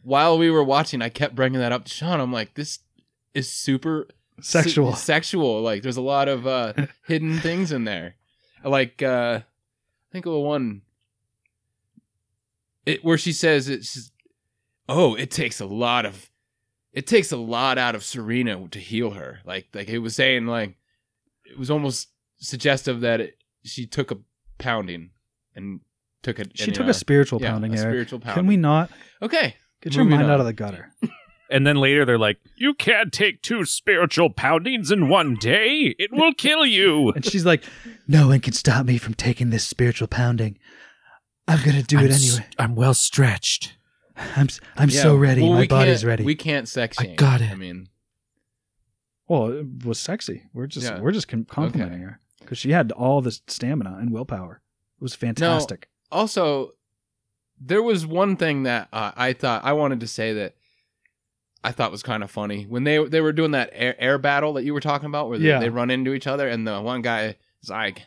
Speaker 5: while we were watching, I kept bringing that up to Sean. I'm like, this is super
Speaker 4: Sexual.
Speaker 5: Se- sexual. Like there's a lot of uh
Speaker 4: [laughs]
Speaker 5: hidden things in there. Like uh I think of one it where she says it's just- oh, it takes a lot of it takes a lot out of Serena to heal her. Like like it was saying like it was almost suggestive that it, she took a pounding and took it
Speaker 4: She
Speaker 5: and,
Speaker 4: took
Speaker 5: uh,
Speaker 4: a spiritual
Speaker 5: yeah,
Speaker 4: pounding,
Speaker 5: a
Speaker 4: Eric.
Speaker 5: spiritual pounding.
Speaker 4: Can we not
Speaker 5: Okay.
Speaker 4: get your
Speaker 5: Moving
Speaker 4: mind
Speaker 5: on.
Speaker 4: out of the gutter?
Speaker 7: And then later they're like, "You can't take two spiritual poundings in one day. It will kill you."
Speaker 4: [laughs] And she's like, "No one can stop me from taking this spiritual pounding. I'm gonna do
Speaker 7: I'm
Speaker 4: it
Speaker 7: s-
Speaker 4: anyway.
Speaker 7: I'm well stretched.
Speaker 4: I'm s- I'm
Speaker 5: Yeah.
Speaker 4: so ready.
Speaker 5: Well,
Speaker 4: My
Speaker 5: we
Speaker 4: body's
Speaker 5: can't-
Speaker 4: ready."
Speaker 5: We can't sex
Speaker 7: I
Speaker 5: shame.
Speaker 7: got it.
Speaker 5: I mean,
Speaker 4: well, it was sexy. We're just
Speaker 5: Yeah.
Speaker 4: we're just com- complimenting her because she had all this stamina and willpower. It was fantastic.
Speaker 5: also there was one thing that uh, i thought i wanted to say that I thought was kind of funny when they they were doing that air, air battle that you were talking about, where they,
Speaker 4: Yeah.
Speaker 5: they run into each other, and the one guy is like,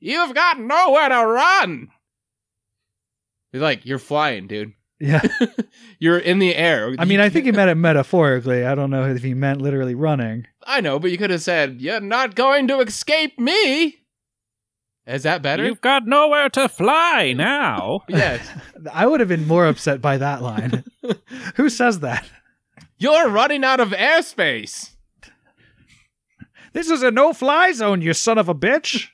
Speaker 5: "You've got nowhere to run." He's like, "You're flying, dude.
Speaker 4: Yeah.
Speaker 5: [laughs] You're in the air."
Speaker 4: I
Speaker 5: [laughs]
Speaker 4: mean, I think he meant it metaphorically. I don't know if he meant literally running.
Speaker 5: I know, but you could have said, "You're not going to escape me." Is that better?
Speaker 7: You've got nowhere to fly now.
Speaker 4: [laughs]
Speaker 5: yes.
Speaker 4: I would have been more upset by
Speaker 5: [laughs]
Speaker 4: that line. Who says that?
Speaker 5: You're running out of airspace.
Speaker 4: This is a no-fly zone, you son of a bitch.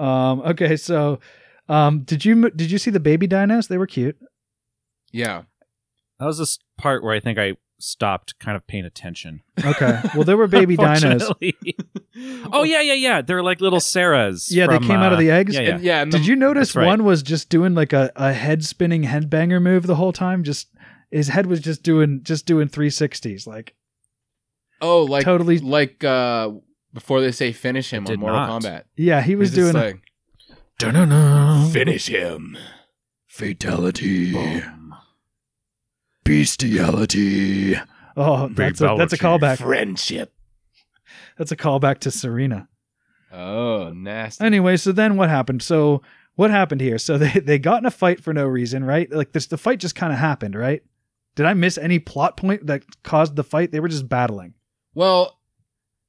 Speaker 4: um. Okay. So, um. Did you did you see the baby dinos? They were cute.
Speaker 5: Yeah.
Speaker 7: That was this part where I think I stopped kind of paying attention.
Speaker 4: Okay. Well, there
Speaker 7: [laughs]
Speaker 4: were baby dinos.
Speaker 7: Unfortunately.
Speaker 5: [laughs]
Speaker 7: oh yeah, yeah, yeah. They're like little Sarahs.
Speaker 4: Yeah, they
Speaker 7: from,
Speaker 4: came out of
Speaker 7: uh,
Speaker 4: the eggs.
Speaker 7: Yeah, yeah.
Speaker 5: And yeah. And
Speaker 4: Did
Speaker 5: the-
Speaker 4: you notice
Speaker 7: That's right.
Speaker 4: one was just doing like a, a head spinning headbanger move the whole time? Just his head was just doing just doing three sixties, like
Speaker 5: Oh, like
Speaker 4: Totally-
Speaker 5: like uh before they say finish him
Speaker 7: It
Speaker 5: on
Speaker 7: did
Speaker 5: Mortal
Speaker 7: not.
Speaker 5: Kombat.
Speaker 4: yeah, he was doing.
Speaker 5: like,
Speaker 6: Dun-dun-dun.
Speaker 2: Finish him.
Speaker 1: Fatality. Bestiality.
Speaker 4: oh,
Speaker 7: Big
Speaker 4: that's a, that's a callback.
Speaker 2: Friendship.
Speaker 4: That's a callback to Serena.
Speaker 5: oh, nasty.
Speaker 4: Anyway, so then what happened? So what happened here? So [laughs] they they got in a fight for no reason, right? Like this, the fight just kind of happened, right? Did I miss any plot point that caused the fight? They were just battling.
Speaker 5: Well,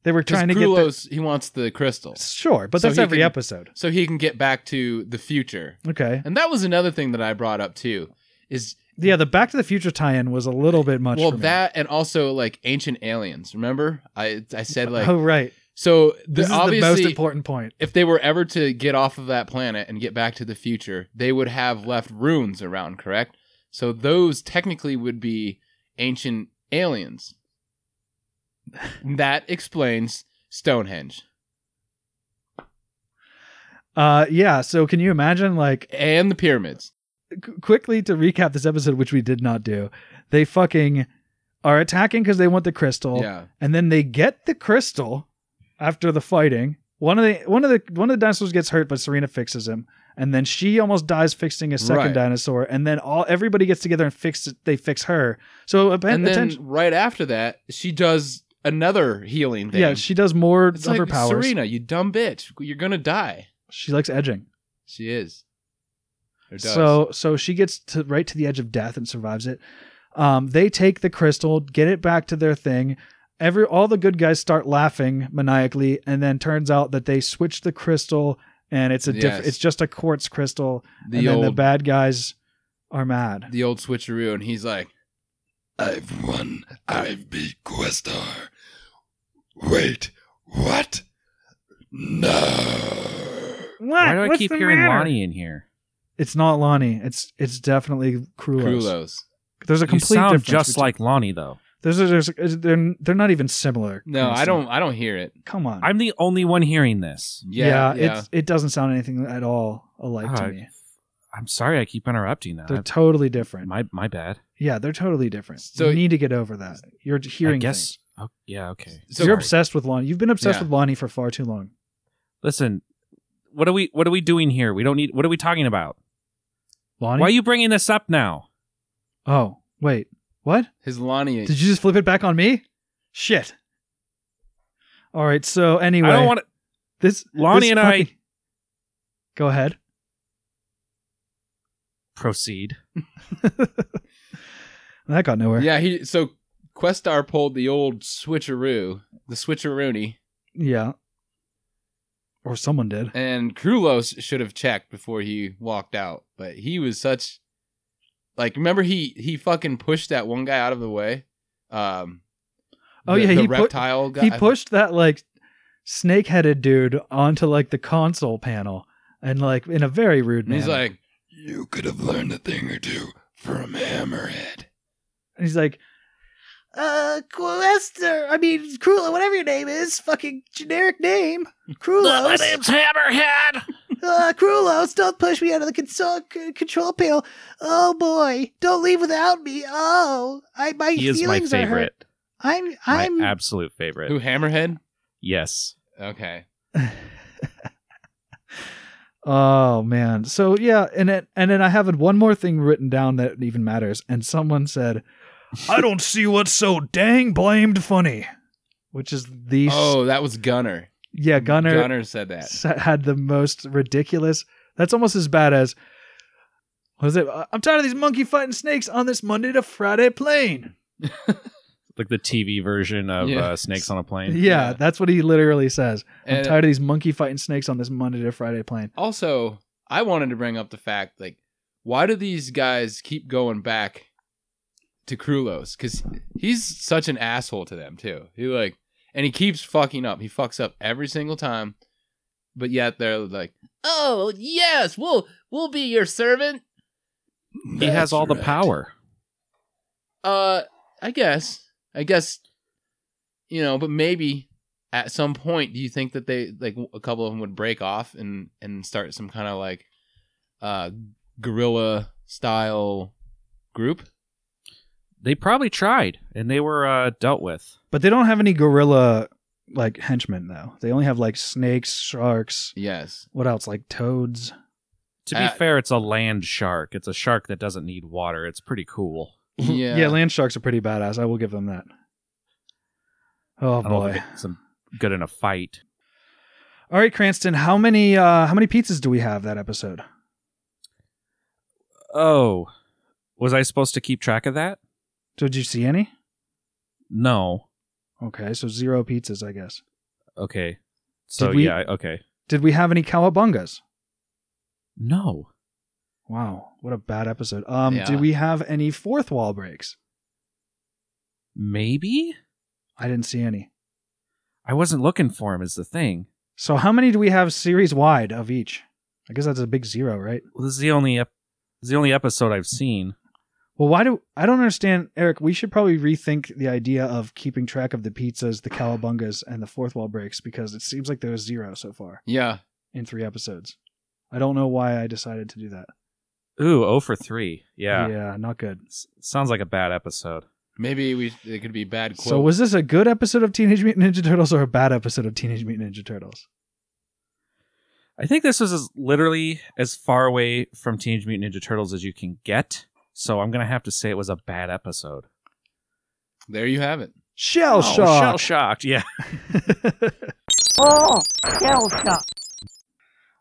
Speaker 4: They were trying to get the,
Speaker 5: Krulos, he wants the crystal
Speaker 4: sure, but
Speaker 5: So
Speaker 4: that's
Speaker 5: he
Speaker 4: every
Speaker 5: can-
Speaker 4: episode.
Speaker 5: so he can get back to the future.
Speaker 4: Okay.
Speaker 5: And that was another thing that I brought up too. Is
Speaker 4: Yeah, the Back to the Future tie-in was a little bit much.
Speaker 5: well
Speaker 4: for me.
Speaker 5: that and also like ancient aliens. Remember, I I said like
Speaker 4: oh right.
Speaker 5: so. The,
Speaker 4: This is the
Speaker 5: obviously,
Speaker 4: most important point.
Speaker 5: if they were ever to get off of that planet and get back to the future, they would have left runes around, correct? So those technically would be ancient aliens. that explains Stonehenge.
Speaker 4: Uh, yeah. So can you imagine, like,
Speaker 5: And the pyramids.
Speaker 4: qu- quickly to recap this episode, which we did not do. They fucking are attacking because they want the crystal,
Speaker 5: Yeah.
Speaker 4: and then they get the crystal after the fighting. One of the one of the one of the dinosaurs gets hurt, but Serena fixes him, and then she almost dies fixing a second
Speaker 5: Right.
Speaker 4: dinosaur, and then all everybody gets together and fix they fix her. So atten-
Speaker 5: And then
Speaker 4: attention,
Speaker 5: right after that, she does another healing thing.
Speaker 4: yeah, she does more
Speaker 5: it's
Speaker 4: of
Speaker 5: like
Speaker 4: her powers.
Speaker 5: Serena, you dumb bitch. You're gonna die.
Speaker 4: She likes edging.
Speaker 5: She is. Or does.
Speaker 4: So so she gets to right to the edge of death and survives it. Um, they take the crystal, get it back to their thing. Every all the good guys start laughing maniacally, and then turns out that they switched the crystal, and it's a diff-
Speaker 5: Yes.
Speaker 4: it's just a quartz crystal, and
Speaker 5: the
Speaker 4: then the
Speaker 5: old
Speaker 4: bad guys are mad.
Speaker 5: the old switcheroo, and he's like,
Speaker 1: I've won. I've beat Questar. Wait, what? No.
Speaker 7: Why do I keep hearing Lonnie in here?
Speaker 4: It's not Lonnie. It's it's definitely Krulos.
Speaker 5: Krulos.
Speaker 4: There's a
Speaker 7: You
Speaker 4: complete
Speaker 7: sound
Speaker 4: difference.
Speaker 7: just
Speaker 4: between-
Speaker 7: like Lonnie, though.
Speaker 4: there's, a, there's a- they're they're not even similar.
Speaker 5: No, I
Speaker 4: honestly.
Speaker 5: don't I don't hear it.
Speaker 4: Come on.
Speaker 7: I'm the only one hearing this.
Speaker 5: Yeah, yeah.
Speaker 4: It's, it doesn't sound anything at all alike
Speaker 7: Ah,
Speaker 4: to me.
Speaker 7: I'm sorry, I keep interrupting that.
Speaker 4: They're totally different.
Speaker 7: my my bad.
Speaker 4: Yeah, they're totally different.
Speaker 5: So-
Speaker 4: you need to get over that. You're hearing
Speaker 7: I guess.
Speaker 4: things.
Speaker 7: Oh, yeah. Okay.
Speaker 5: So-
Speaker 4: You're
Speaker 5: Sorry.
Speaker 4: obsessed with Lonnie. You've been obsessed
Speaker 5: Yeah.
Speaker 4: with Lonnie for far too long.
Speaker 7: Listen, what are we what are we doing here? We don't need. What are we talking about?
Speaker 4: Lonnie?
Speaker 7: Why are you bringing this up now?
Speaker 4: oh, wait. What?
Speaker 5: His Lonnie.
Speaker 4: Did you just flip it back on me? Shit. All right, so anyway,
Speaker 7: I don't want to.
Speaker 4: this
Speaker 7: Lonnie
Speaker 4: this
Speaker 7: and I-
Speaker 4: fucking- Go ahead.
Speaker 7: Proceed.
Speaker 4: [laughs] That got nowhere.
Speaker 5: yeah, he so Questar pulled the old switcheroo, the switcheroony,
Speaker 4: Yeah. Or someone did.
Speaker 5: and Krulos should have checked before he walked out, but he was such like remember he he fucking pushed that one guy out of the way. Um
Speaker 4: Oh,
Speaker 5: the-
Speaker 4: yeah,
Speaker 5: the
Speaker 4: he pu-
Speaker 5: reptile guy.
Speaker 4: he pushed that like snake-headed dude onto like the console panel and like in a very rude
Speaker 5: And
Speaker 4: manner.
Speaker 5: he's like,
Speaker 1: You could have learned a thing or two from Hammerhead.
Speaker 4: And he's like,
Speaker 8: Uh, Quester, I mean, Krula, whatever your name is, fucking generic name. Krulos. My name's Hammerhead. uh, Krulos, don't push me out of the console, c- control panel. Oh boy, don't leave without me. Oh, I my
Speaker 7: He is my
Speaker 8: feelings are hurt.
Speaker 7: favorite.
Speaker 8: I'm
Speaker 7: My
Speaker 8: I'm
Speaker 7: absolute favorite.
Speaker 5: "Who Hammerhead?"
Speaker 7: Yes.
Speaker 5: Okay.
Speaker 4: Oh man. So yeah, and it, and then I have one more thing written down that even matters. And someone said, "I don't see what's so dang blamed funny," which is the
Speaker 5: Oh, that was Gunner.
Speaker 4: yeah Gunner,
Speaker 5: Gunner said that.
Speaker 4: s- had the most ridiculous. That's almost as bad as was it? "I- I'm tired of these monkey fighting snakes on this Monday to Friday plane.
Speaker 7: like the TV version of
Speaker 5: Yeah.
Speaker 7: uh, Snakes on a
Speaker 4: Yeah,
Speaker 7: Plane.
Speaker 5: Yeah.
Speaker 4: that's what he literally says. I'm
Speaker 5: And
Speaker 4: tired of these monkey fighting snakes on this Monday to Friday plane.
Speaker 5: also, I wanted to bring up the fact like, why do these guys keep going back to Krulos? Because he's such an asshole to them too. He like, and he keeps fucking up. He fucks up every single time. But yet they're like, oh yes, we'll we'll be your servant.
Speaker 7: He has all the power.
Speaker 5: Uh, I guess. I guess. You know, but maybe at some point, do you think that they like a couple of them would break off and and start some kind of like, uh, guerrilla style group?
Speaker 7: They probably tried, and they were uh, dealt with.
Speaker 4: But they don't have any gorilla like henchmen though. They only have like snakes, sharks.
Speaker 5: Yes.
Speaker 4: What else? Like toads.
Speaker 7: To be
Speaker 5: Uh,
Speaker 7: fair, it's a land shark. It's a shark that doesn't need water. It's pretty cool.
Speaker 5: [laughs] Yeah.
Speaker 4: [laughs] yeah, land sharks are pretty badass. I will give them that. Oh
Speaker 7: I don't know if
Speaker 4: boy.
Speaker 7: it's a good enough fight.
Speaker 4: All right, Cranston, how many uh how many pizzas do we have that episode?
Speaker 7: Oh, was I supposed to keep track of that?
Speaker 4: Did you see any?
Speaker 7: No.
Speaker 4: Okay, so zero pizzas, I guess.
Speaker 7: Okay. So
Speaker 4: Did we-
Speaker 7: yeah. Okay.
Speaker 4: Did we have any cowabungas?
Speaker 7: No.
Speaker 4: Wow, what a bad episode. Um,
Speaker 5: Yeah.
Speaker 4: do we have any fourth wall breaks?
Speaker 7: Maybe
Speaker 4: I didn't see any.
Speaker 7: I wasn't looking for him. Is the thing.
Speaker 4: So how many do we have series wide of each? I guess that's a big zero, right?
Speaker 7: Well, this is the only ep- this is the only episode I've seen.
Speaker 4: Well, why do I don't understand, Eric? We should probably rethink the idea of keeping track of the pizzas, the cowabungas, and the fourth wall breaks because it seems like there was zero so far
Speaker 5: Yeah.
Speaker 4: in three episodes. I don't know why I decided to do that.
Speaker 7: Ooh, oh for three. Yeah.
Speaker 4: yeah, not good.
Speaker 7: S- sounds like a bad episode.
Speaker 5: Maybe we. It could be bad quote.
Speaker 4: So was this a good episode of Teenage Mutant Ninja Turtles or a bad episode of Teenage Mutant Ninja Turtles?
Speaker 7: I think this was as, literally as far away from Teenage Mutant Ninja Turtles as you can get. So I'm gonna have to say it was a bad episode.
Speaker 5: there you have it.
Speaker 4: Shell
Speaker 7: Oh,
Speaker 4: shock.
Speaker 7: Shell shocked. Yeah.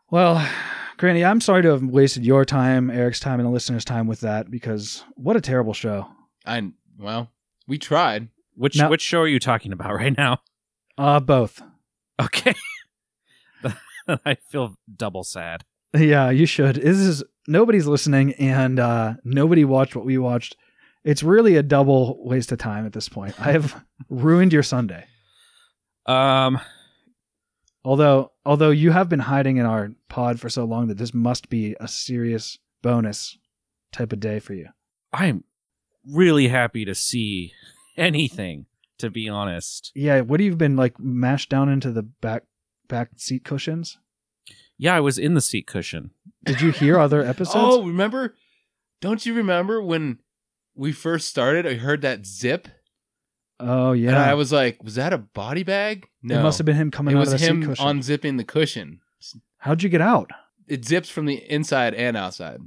Speaker 4: Well, Granny, I'm sorry to have wasted your time, Eric's time, and the listeners' time with that because what a terrible show.
Speaker 5: [laughs] I well, we tried.
Speaker 7: Which
Speaker 4: Now-
Speaker 7: which show are you talking about right now? [laughs]
Speaker 4: Uh, both.
Speaker 7: Okay. I feel double sad.
Speaker 4: Yeah, you should. This is nobody's listening and uh, nobody watched what we watched. It's really a double waste of time at this point. I have ruined your Sunday.
Speaker 7: Um,
Speaker 4: Although, although you have been hiding in our pod for so long that this must be a serious bonus type of day for you.
Speaker 7: I'm really happy to see anything. To be honest,
Speaker 4: Yeah, what have you been like mashed down into the back back seat cushions?
Speaker 7: yeah, I was in the seat cushion.
Speaker 4: Did you hear other
Speaker 5: [laughs]
Speaker 4: episodes?
Speaker 5: Oh, remember? Don't you remember when we first started? I heard that zip,
Speaker 4: Oh, yeah.
Speaker 5: and I was like, "Was that a body bag?" No,
Speaker 4: It must have been him coming
Speaker 5: it
Speaker 4: out
Speaker 5: was
Speaker 4: of the
Speaker 5: him
Speaker 4: seat cushion.
Speaker 5: unzipping the cushion.
Speaker 4: How'd you get out?
Speaker 5: It zips from the inside and outside.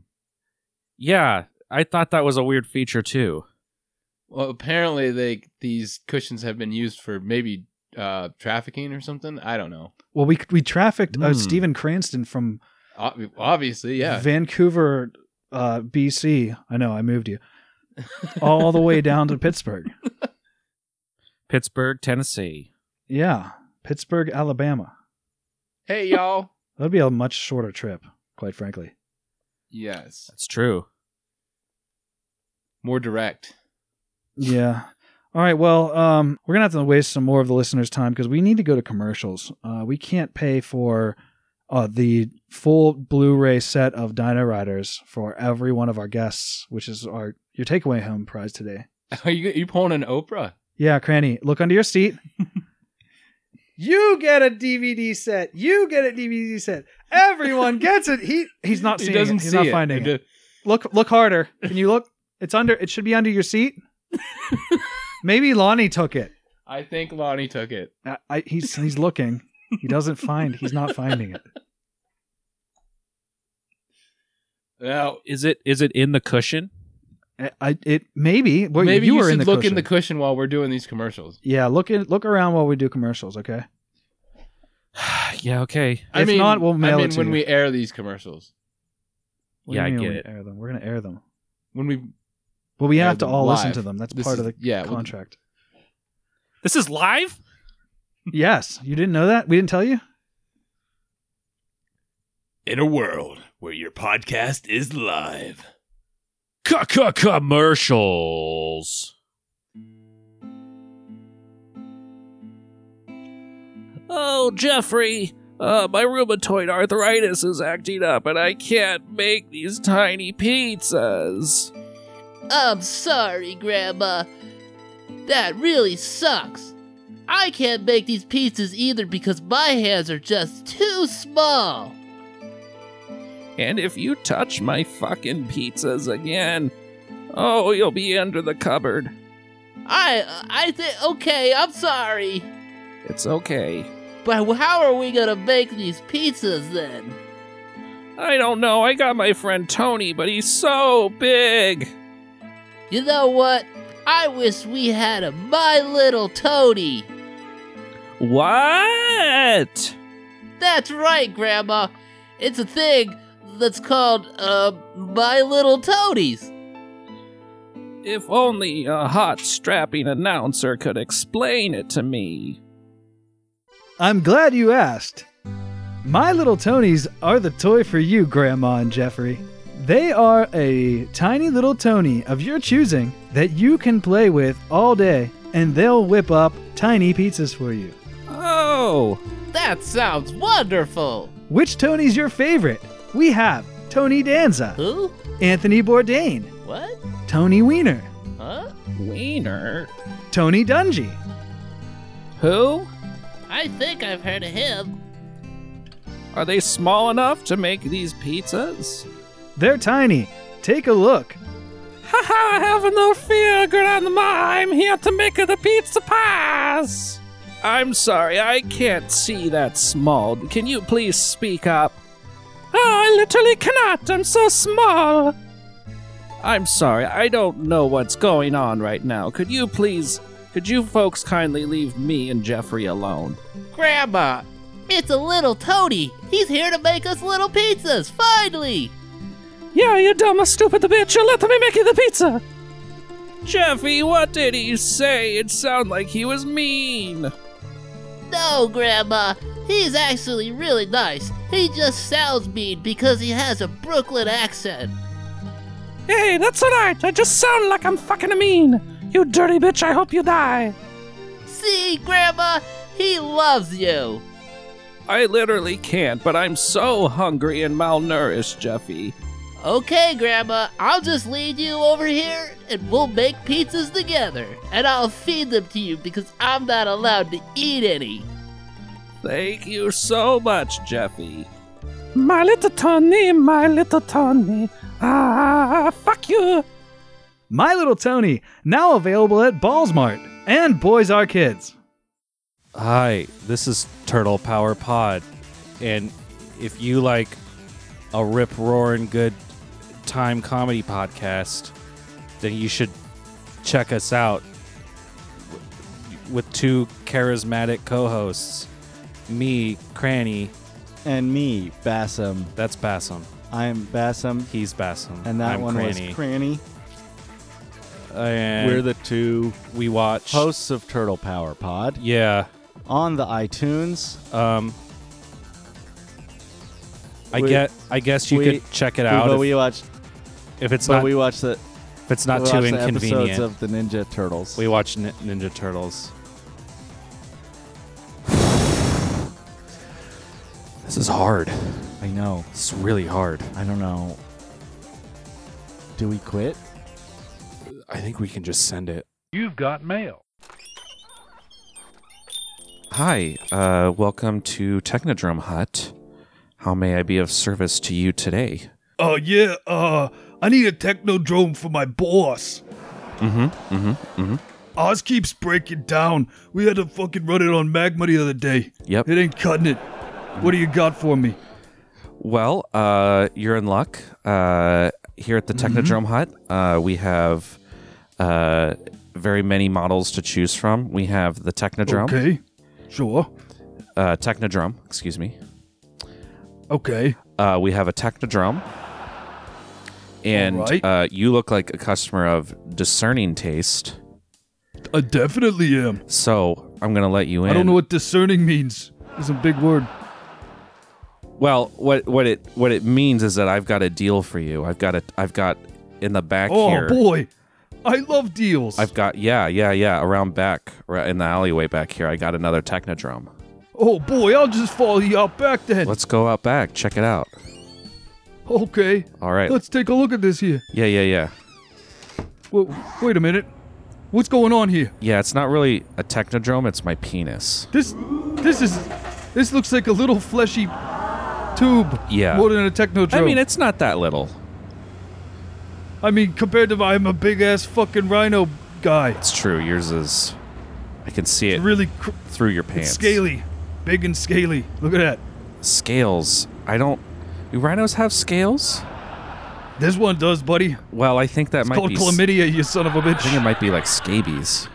Speaker 7: Yeah, I thought that was a weird feature too.
Speaker 5: Well, apparently they these cushions have been used for maybe uh, trafficking or something. I don't know.
Speaker 4: Well, we we trafficked uh,
Speaker 7: Hmm.
Speaker 4: Stephen Cranston from
Speaker 5: Ob- Obviously, yeah.
Speaker 4: Vancouver, uh, BC. I know I moved you all the way down to Pittsburgh.
Speaker 7: Pittsburgh, Tennessee.
Speaker 4: Yeah, Pittsburgh, Alabama.
Speaker 5: hey, y'all.
Speaker 4: That'd be a much shorter trip, quite frankly.
Speaker 5: Yes,
Speaker 7: That's true.
Speaker 5: more direct. [laughs]
Speaker 4: Yeah. All right. Well, um, we're gonna have to waste some more of the listeners' time because we need to go to commercials. Uh, we can't pay for uh, the full Blu-ray set of Dino Riders for every one of our guests, which is our your takeaway home prize today.
Speaker 5: Are you you pulling an Oprah?
Speaker 4: Yeah, Cranny, look under your seat. you get a DVD set. You get a DVD set. Everyone gets it. He he's not
Speaker 5: He
Speaker 4: seeing
Speaker 5: doesn't
Speaker 4: it. He's
Speaker 5: see
Speaker 4: not
Speaker 5: it.
Speaker 4: finding
Speaker 5: He
Speaker 4: it. Look look harder. Can you look? It's under. It should be under
Speaker 5: [laughs]
Speaker 4: your seat. Maybe Lonnie took it.
Speaker 5: do- I think Lonnie took it.
Speaker 4: I, I, he's he's looking. He doesn't find. He's not finding it.
Speaker 5: Now,
Speaker 10: Is it is it in the cushion?
Speaker 4: I- Eh, I it maybe well,
Speaker 5: maybe
Speaker 4: you,
Speaker 5: you,
Speaker 4: were
Speaker 5: should
Speaker 4: in the
Speaker 5: look in
Speaker 4: cushion.
Speaker 5: the cushion while we're doing these commercials.
Speaker 4: yeah look in look around while we do commercials okay
Speaker 10: yeah. Okay.
Speaker 5: I
Speaker 4: Ah, If
Speaker 5: mean,
Speaker 4: not, we'll mail
Speaker 5: I
Speaker 4: it
Speaker 5: mean
Speaker 4: to
Speaker 5: when
Speaker 4: you.
Speaker 5: we air these commercials,
Speaker 4: What do
Speaker 10: Yeah, I
Speaker 4: you mean
Speaker 10: get
Speaker 4: we
Speaker 10: it.
Speaker 4: air them we're gonna air them
Speaker 5: when we
Speaker 4: but we
Speaker 5: Air
Speaker 4: have to
Speaker 5: them
Speaker 4: all listen
Speaker 5: live.
Speaker 4: to them that's
Speaker 5: This
Speaker 4: part of
Speaker 5: is-
Speaker 4: the
Speaker 5: yeah, well,
Speaker 4: contract
Speaker 10: This is live.
Speaker 4: yes you didn't know that we didn't tell you
Speaker 11: In a world where your podcast is live.
Speaker 10: Commercials. Oh, Jeffrey, uh, my rheumatoid arthritis is acting up, and I can't make these tiny pizzas.
Speaker 12: I'm sorry, Grandma. That really sucks. I can't make these pizzas either because my hands are just too small.
Speaker 10: And if you touch my fucking pizzas again, oh, you'll be under the cupboard.
Speaker 12: I I think okay, I'm sorry.
Speaker 10: It's okay.
Speaker 12: But how are we gonna make these pizzas then?
Speaker 10: I don't know. I got my friend Tony, but he's so big.
Speaker 12: You know what? I wish we had a My Little Tony.
Speaker 10: What?
Speaker 12: That's right, Grandma. It's a thing that's called uh My Little Tonies.
Speaker 10: If only a hot, strapping announcer could explain it to me.
Speaker 4: I'm glad you asked. My Little Tonys are the toy for you, Grandma and Jeffrey. They are a tiny little Tony of your choosing that you can play with all day, and they'll whip up tiny pizzas for you.
Speaker 10: Oh,
Speaker 12: That sounds wonderful.
Speaker 4: Which Tony's your favorite? We have Tony Danza,
Speaker 12: Who?
Speaker 4: Anthony Bourdain,
Speaker 12: What?
Speaker 4: Tony Weiner,
Speaker 12: Huh?
Speaker 10: Wiener.
Speaker 4: Tony Dungy,
Speaker 10: Who?
Speaker 12: I think I've heard of him.
Speaker 10: Are they small enough to make these pizzas?
Speaker 4: They're tiny. Take a look.
Speaker 10: Haha, have no fear, Grandma. I'm here to make the pizza pies. I'm sorry, I can't see that small. Can you please speak up? Oh, I literally cannot. I'm so small. I'm sorry, I don't know what's going on right now. Could you please, could you folks kindly leave me and Jeffrey alone?
Speaker 12: Grandma, it's a little toady. He's here to make us little pizzas, finally.
Speaker 10: Yeah, you dumb, stupid bitch. You let me make you the pizza. Jeffy, what did he say? It sounded like he was mean.
Speaker 12: No, Grandma, he's actually really nice. He just sounds mean because he has a Brooklyn accent.
Speaker 10: Hey, that's alright. I just sound like I'm fucking mean. You dirty bitch, I hope you die.
Speaker 12: See, Grandma, he loves you.
Speaker 10: I literally can't, but I'm so hungry and malnourished, Jeffy.
Speaker 12: Okay, Grandma, I'll just lead you over here and we'll make pizzas together. And I'll feed them to you because I'm not allowed to eat any.
Speaker 10: Thank you so much, Jeffy. My little Tony, my little Tony. Ah, fuck you.
Speaker 4: My Little Tony, now available at Ballsmart and Boys Are Kids.
Speaker 10: Hi, this is Turtle Power Pod. And if you like a rip roaring good time comedy podcast, then you should check us out w- with two charismatic co hosts me, Cranny,
Speaker 7: And me, Bassam.
Speaker 10: that's Bassam.
Speaker 7: I'm Bassam,
Speaker 10: He's Bassam.
Speaker 7: and that
Speaker 10: I'm
Speaker 7: one
Speaker 10: Cranny.
Speaker 7: was Cranny.
Speaker 10: and
Speaker 7: We're the two
Speaker 10: we watch.
Speaker 7: hosts of Turtle Power Pod
Speaker 10: Yeah.
Speaker 7: on the iTunes.
Speaker 10: Um, I
Speaker 7: We-
Speaker 10: get. I guess you
Speaker 7: we-
Speaker 10: could check it out
Speaker 7: but
Speaker 10: if,
Speaker 7: we watch,
Speaker 10: if it's
Speaker 7: but
Speaker 10: not
Speaker 7: we watch the
Speaker 10: if it's not
Speaker 7: we
Speaker 10: too
Speaker 7: watch the
Speaker 10: inconvenient.
Speaker 7: episodes of the Ninja Turtles.
Speaker 10: We watch Nin- Ninja Turtles. This is hard.
Speaker 7: I know.
Speaker 10: This is really hard.
Speaker 7: I don't know. Do we quit?
Speaker 10: I think we can just send it.
Speaker 6: You've got mail.
Speaker 10: Hi, uh, welcome to Technodrome Hut. How may I be of service to you today?
Speaker 11: Oh, yeah. Uh, I need a technodrome for my boss.
Speaker 10: Mm-hmm. Mm-hmm. Mm-hmm.
Speaker 11: Oz keeps breaking down. We had to fucking run it on magma the other day.
Speaker 10: Yep.
Speaker 11: mm-hmm. It ain't cutting it. What do you got for me?
Speaker 7: Well, uh, you're in luck. Uh, here at the
Speaker 11: Mm-hmm.
Speaker 7: Technodrome Hut, uh, we have uh, very many models to choose from. We have the Technodrome,
Speaker 11: Okay. Sure.
Speaker 7: uh, Technodrome, excuse me.
Speaker 11: Okay.
Speaker 7: Uh, we have a Technodrome, and
Speaker 11: Alright.
Speaker 7: uh, you look like a customer of discerning taste.
Speaker 11: I definitely am.
Speaker 7: So I'm gonna let you in.
Speaker 11: I don't know what discerning means. It's a big word.
Speaker 7: Well, what what it what it means is that I've got a deal for you. I've got a I've got in the back
Speaker 11: oh
Speaker 7: here.
Speaker 11: boy, I love deals.
Speaker 7: I've got yeah yeah yeah around back right in the alleyway back here. I got another Technodrome.
Speaker 11: oh boy, I'll just follow you out back then.
Speaker 7: Let's go out back. Check it out.
Speaker 11: Okay.
Speaker 7: All right.
Speaker 11: Let's take a look at this here.
Speaker 7: yeah yeah yeah
Speaker 11: Wait, wait a minute. What's going on here?
Speaker 7: yeah. It's not really a Technodrome. It's my penis.
Speaker 11: This, this is, this looks like a little fleshy tube.
Speaker 7: Yeah.
Speaker 11: More than a technodrome.
Speaker 7: I mean, it's not that little.
Speaker 11: I mean, compared to I'm a big ass fucking rhino guy.
Speaker 7: It's true. Yours is. I can see it
Speaker 11: Really cr-
Speaker 7: through your pants.
Speaker 11: scaly, big and scaly. Look at that.
Speaker 7: Scales. I don't. Do rhinos have scales?
Speaker 11: This one does, buddy.
Speaker 7: Well, I think that
Speaker 11: It's
Speaker 7: might
Speaker 11: called
Speaker 7: be.
Speaker 11: chlamydia, you son of a
Speaker 7: I think it
Speaker 11: bitch.
Speaker 7: might be like scabies.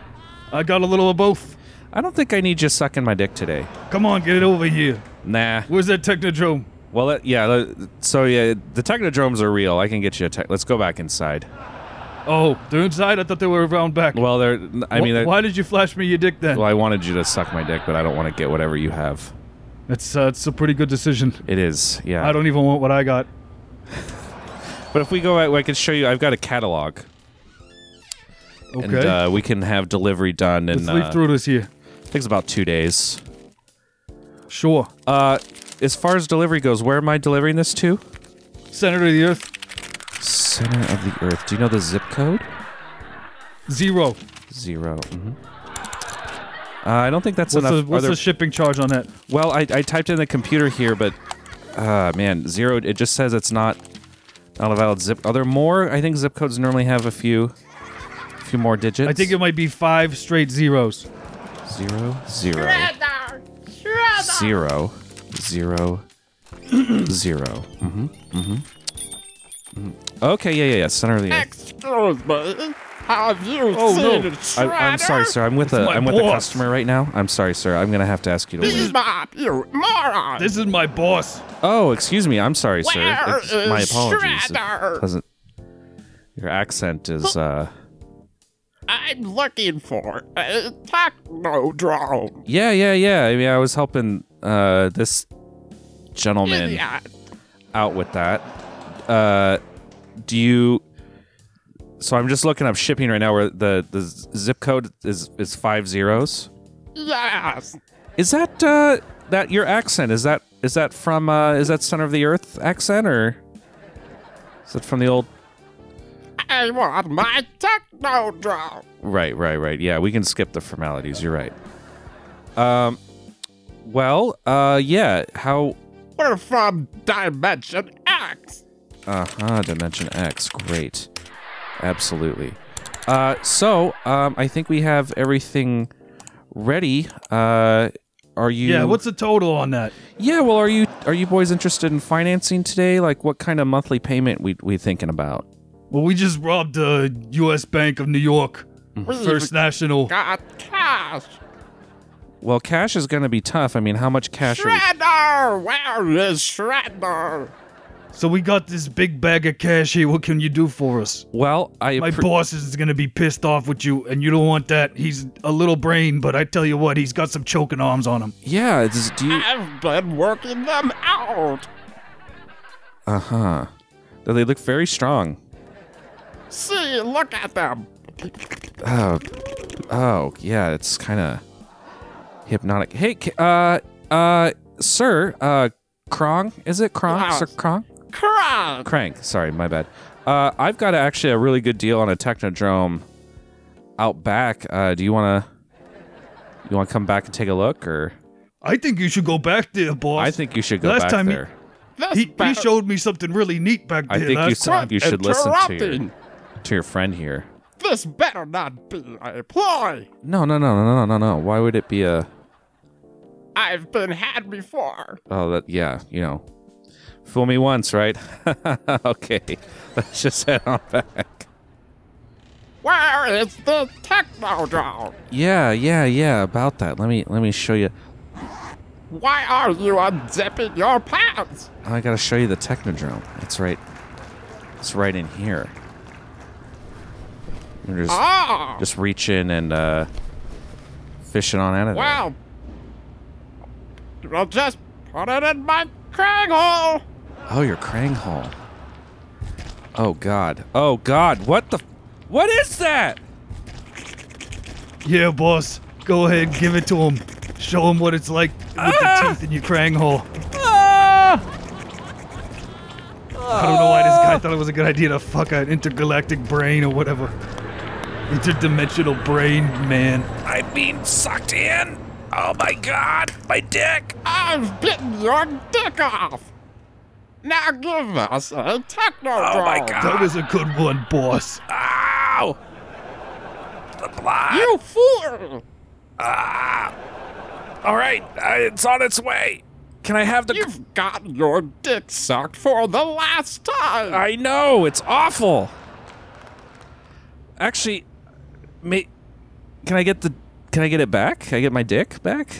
Speaker 11: I got a little of both.
Speaker 7: I don't think I need you sucking my dick today.
Speaker 11: Come on, get it over here.
Speaker 7: Nah.
Speaker 11: Where's that technodrome?
Speaker 7: Well, it- yeah. the- So yeah, the technodromes are real. I can get you a tech. Let's go back inside.
Speaker 11: Oh, they're inside. I thought they were around back.
Speaker 7: Well, they're. I
Speaker 11: Wh-
Speaker 7: mean, they're-
Speaker 11: why did you flash me your dick then?
Speaker 7: well, I wanted you to suck my dick, but I don't want to get whatever you have.
Speaker 11: That's uh, it's a pretty good decision.
Speaker 7: It is. Yeah.
Speaker 11: I don't even want what
Speaker 10: [laughs]
Speaker 11: I got.
Speaker 7: But if we go, out, I can show you. I've got a catalog,
Speaker 11: Okay,
Speaker 7: and uh, we can have delivery done. And
Speaker 11: let's leaf
Speaker 7: uh,
Speaker 11: through this here.
Speaker 7: takes about two days.
Speaker 11: Sure.
Speaker 7: Uh, as far as delivery goes, where am I delivering this to?
Speaker 11: Center of the Earth,
Speaker 7: Center of the Earth. Do you know the zip code?
Speaker 11: zero.
Speaker 7: 0 Mm-hmm. Uh, I don't think that's
Speaker 11: What's,
Speaker 7: enough.
Speaker 11: the,
Speaker 7: Are
Speaker 11: what's
Speaker 7: there-
Speaker 11: the shipping charge on that?
Speaker 7: well, I, I typed in the computer here, but uh, man, zero. It just says it's not not a valid zip. Are there more? I think zip codes normally have a few, a few more digits.
Speaker 11: I think it might be five straight zeros.
Speaker 7: zero zero. zero zero [coughs] zero. Mm-hmm. Mm-hmm. Okay, yeah, yeah, Oh, yeah. Center of the earth.
Speaker 9: Excuse me. Have you
Speaker 11: Oh,
Speaker 9: seen
Speaker 11: no.
Speaker 9: a shredder?
Speaker 7: I, I'm sorry, sir. I'm with a
Speaker 11: my
Speaker 7: I'm with a
Speaker 11: boss.
Speaker 7: customer right now. I'm sorry, sir. I'm gonna have to ask you to
Speaker 9: This is
Speaker 7: leave.
Speaker 9: my you moron.
Speaker 11: This is my boss.
Speaker 7: Oh, excuse me. I'm sorry, sir.
Speaker 9: Where
Speaker 7: Ex- my
Speaker 9: is
Speaker 7: apologies. It
Speaker 9: Shredder?
Speaker 7: doesn't your accent is uh
Speaker 9: I'm looking for a technodrome.
Speaker 7: yeah yeah yeah. I mean, I was helping uh this gentleman
Speaker 9: Yeah.
Speaker 7: out with that. Uh, do you? So I'm just looking up shipping right now. Where the the zip code is is five zeros.
Speaker 9: Yes.
Speaker 7: Is that uh that your accent? Is that is that from uh is that center of the earth accent or is that from the old
Speaker 9: I want my technodrome.
Speaker 7: Right, right, right. Yeah, we can skip the formalities. You're right. Um well, uh yeah, how
Speaker 9: We're from Dimension X.
Speaker 7: uh-huh, Dimension X. Great. Absolutely. Uh so, um I think we have everything ready. Uh are you
Speaker 11: Yeah. What's the total on that?
Speaker 7: Yeah, well, are you are you boys interested in financing today? Like what kind of monthly payment we we thinking about?
Speaker 11: Well, we just robbed the U.S. Bank of New York,
Speaker 9: We've
Speaker 11: First National.
Speaker 9: got cash.
Speaker 7: Well, cash is going to be tough. I mean, how much cash are we?
Speaker 9: Shredder, where is Shredder?
Speaker 11: So we got this big bag of cash here. What can you do for us?
Speaker 7: Well, I
Speaker 11: My
Speaker 7: appre-
Speaker 11: boss is gonna be pissed off with you, and you don't want that. He's a little brain, but I tell you what, he's got some choking arms on him.
Speaker 7: yeah. Does, do you?
Speaker 9: I've been working them out.
Speaker 7: Uh huh. They look very strong.
Speaker 9: See, look at them.
Speaker 7: Oh, oh yeah. It's kind of hypnotic. Hey, ca- uh, uh, sir, uh, Krong, is it Krong?
Speaker 9: Ah.
Speaker 7: Sir Krong?
Speaker 9: Crap.
Speaker 7: Crank. Sorry, my bad. Uh, I've got actually a really good deal on a Technodrome out back. Uh, do you wanna? You want to come back and take a look, or
Speaker 11: I think you should go back there, boss.
Speaker 7: I think you should go
Speaker 11: Last
Speaker 7: back
Speaker 11: time he-
Speaker 7: there.
Speaker 9: This
Speaker 11: he, he
Speaker 9: bat-
Speaker 11: showed me something really neat back
Speaker 7: I
Speaker 11: there
Speaker 7: think you
Speaker 11: last time.
Speaker 7: should, you should listen to your,
Speaker 9: interrupting.
Speaker 7: to your friend here.
Speaker 9: This better not be a ploy.
Speaker 7: No, no, no, no, no, no, no. Why would it be a?
Speaker 9: I've been had before.
Speaker 7: Oh, that yeah, you know, Fool me once, right? [laughs] okay, let's just head on back.
Speaker 9: Where is the technodrome?
Speaker 7: Yeah, yeah, yeah. About that, let me let me show you.
Speaker 9: Why are you unzipping your pants?
Speaker 7: I gotta show you the technodrome. It's right. It's right in here. You just,
Speaker 9: Ah.
Speaker 7: just reach in and uh, fishing on out of there.
Speaker 9: Well, I'll just put it in my crang hole.
Speaker 7: Oh, your Krang Hall. Oh God. Oh God. What the? What is that?
Speaker 4: Yeah, boss. Go ahead and give it to him. Show him what it's like with the teeth in your crang hole. Ah! I don't know why this guy thought it was a good idea to fuck an intergalactic brain or whatever. Interdimensional brain, man.
Speaker 9: I've been sucked in. Oh my god, my dick. I've bitten your dick off. Now
Speaker 7: Oh
Speaker 9: give us a technodrome.
Speaker 4: Oh my God. That was a good one, boss.
Speaker 9: Ow! The blood. You fool!
Speaker 13: All right, uh, it's on its way. Can I have the?
Speaker 9: You've got your dick sucked for the last time.
Speaker 7: I know it's awful. Actually, may, can I get the? Can I get it back? Can I get my dick back?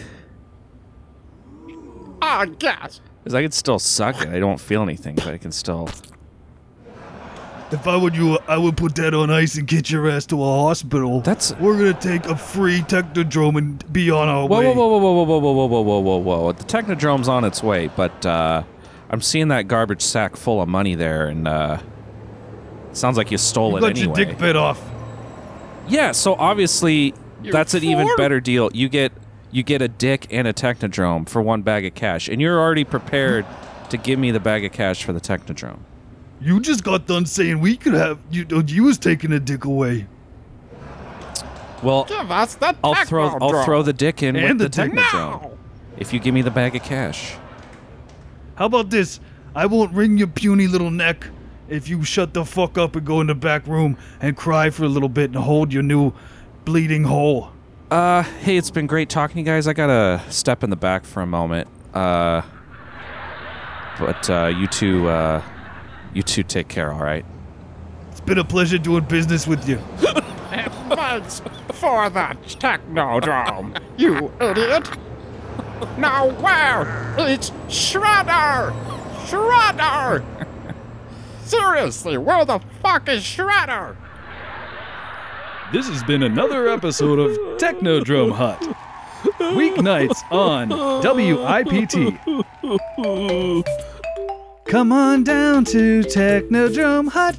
Speaker 9: I guess.
Speaker 7: Because I can still suck it. I don't feel anything, but I can still.
Speaker 4: If I were you, I would put that on ice and get your ass to a hospital.
Speaker 7: That's.
Speaker 4: We're gonna take a free technodrome and be on our
Speaker 7: Whoa,
Speaker 4: way.
Speaker 7: whoa, whoa, whoa, whoa, whoa, whoa, whoa, whoa, whoa, whoa, whoa! The technodrome's on its way, but uh, I'm seeing that garbage sack full of money there, and uh, sounds like you stole
Speaker 4: You
Speaker 7: it
Speaker 4: got
Speaker 7: anyway.
Speaker 4: your dick bit off.
Speaker 7: Yeah, so obviously
Speaker 4: You're
Speaker 7: that's an even
Speaker 4: four?
Speaker 7: better deal. You get you get a dick and a technodrome for one bag of cash, and you're already prepared to give me the bag of cash for the technodrome.
Speaker 4: You just got done saying we could have you. You was taking a dick away.
Speaker 7: Well,
Speaker 9: Give us the
Speaker 7: I'll throw I'll
Speaker 4: technodrome.
Speaker 7: throw the dick in
Speaker 4: And
Speaker 7: with the
Speaker 4: the tech-
Speaker 7: technodrome if you give me the bag of cash.
Speaker 4: How about this? I won't wring your puny little neck if you shut the fuck up and go in the back room and cry for a little bit and hold your new bleeding hole.
Speaker 7: Uh, hey, it's been great talking to you guys. I gotta step in the back for a moment. Uh, but uh, you two, uh, you two take care. All right.
Speaker 4: It's been a pleasure doing business with you.
Speaker 9: And thanks for the technodrome, you idiot. Now where? It's Shredder! Shredder! Seriously, where the fuck is Shredder?
Speaker 14: This has been another episode of Technodrome Hut. Weeknights on WIPT.
Speaker 4: Come on down to Technodrome Hut.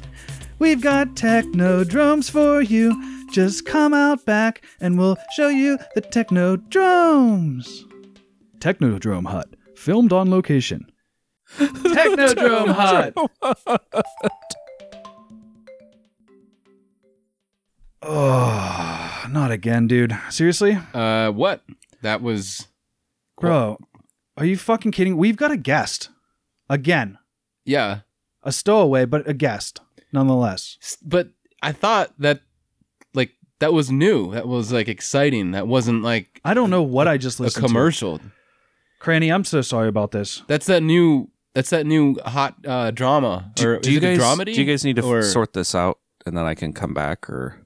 Speaker 4: We've got technodromes for you. Just come out back and we'll show you the technodromes.
Speaker 14: Technodrome Hut, filmed on location.
Speaker 4: Technodrome
Speaker 10: [laughs]
Speaker 4: Hut. Oh, not again, dude. Seriously?
Speaker 5: Uh, what? That was
Speaker 4: Bro, are you fucking kidding? We've got a guest. Again.
Speaker 5: Yeah.
Speaker 4: A stowaway, but a guest, nonetheless.
Speaker 5: But I thought that like that was new. That was like exciting. That wasn't like
Speaker 4: I don't know what I just
Speaker 5: a
Speaker 4: listened to.
Speaker 5: commercial.
Speaker 4: Cranny, I'm so sorry about this.
Speaker 5: That's that new. That's that new hot uh, drama.
Speaker 7: Do,
Speaker 5: or
Speaker 7: do
Speaker 5: is
Speaker 7: you
Speaker 5: it a
Speaker 7: guys
Speaker 5: dramedy?
Speaker 7: do you guys need to f-
Speaker 5: Or-
Speaker 7: sort this out and then I can come back or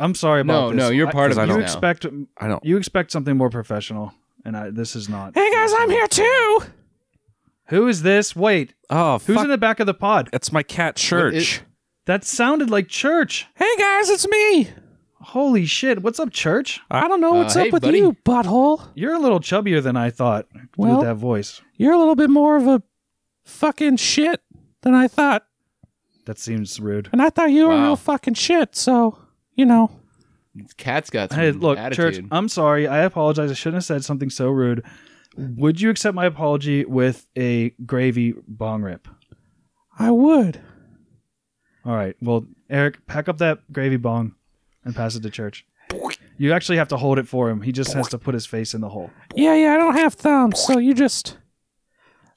Speaker 4: I'm sorry about
Speaker 5: No,
Speaker 4: this.
Speaker 5: no, you're
Speaker 4: I-
Speaker 5: part of
Speaker 4: you
Speaker 5: it now.
Speaker 4: expect
Speaker 7: I don't.
Speaker 4: you expect something more professional, and I, this is not.
Speaker 7: Hey guys, I'm here too.
Speaker 4: Who is this? Wait.
Speaker 7: Oh,
Speaker 4: Who's
Speaker 7: fuck.
Speaker 4: in the back of the pod?
Speaker 7: It's my cat Church.
Speaker 4: that sounded like Church.
Speaker 7: Hey guys, it's me.
Speaker 4: Holy shit! What's up, Church?
Speaker 7: I don't know
Speaker 4: Uh,
Speaker 7: what's
Speaker 4: hey,
Speaker 7: up with
Speaker 4: buddy.
Speaker 7: you, butthole.
Speaker 4: You're a little chubbier than I thought
Speaker 7: Well-
Speaker 4: with that voice.
Speaker 7: You're a little bit more of a fucking shit than I thought,
Speaker 4: That seems rude.
Speaker 7: and I thought you were
Speaker 4: Wow.
Speaker 7: real fucking shit. So you know.
Speaker 5: Cat's got some
Speaker 4: Hey, look,
Speaker 5: attitude.
Speaker 4: Church. I'm sorry. I apologize. I shouldn't have said something so rude. Would you accept my apology with a gravy bong rip?
Speaker 7: I would.
Speaker 4: All right. Well, Eric, pack up that gravy bong and pass it to Church. You actually have to hold it for him. He just has to put his face in the hole.
Speaker 7: Yeah, yeah. I don't have thumbs, so you just.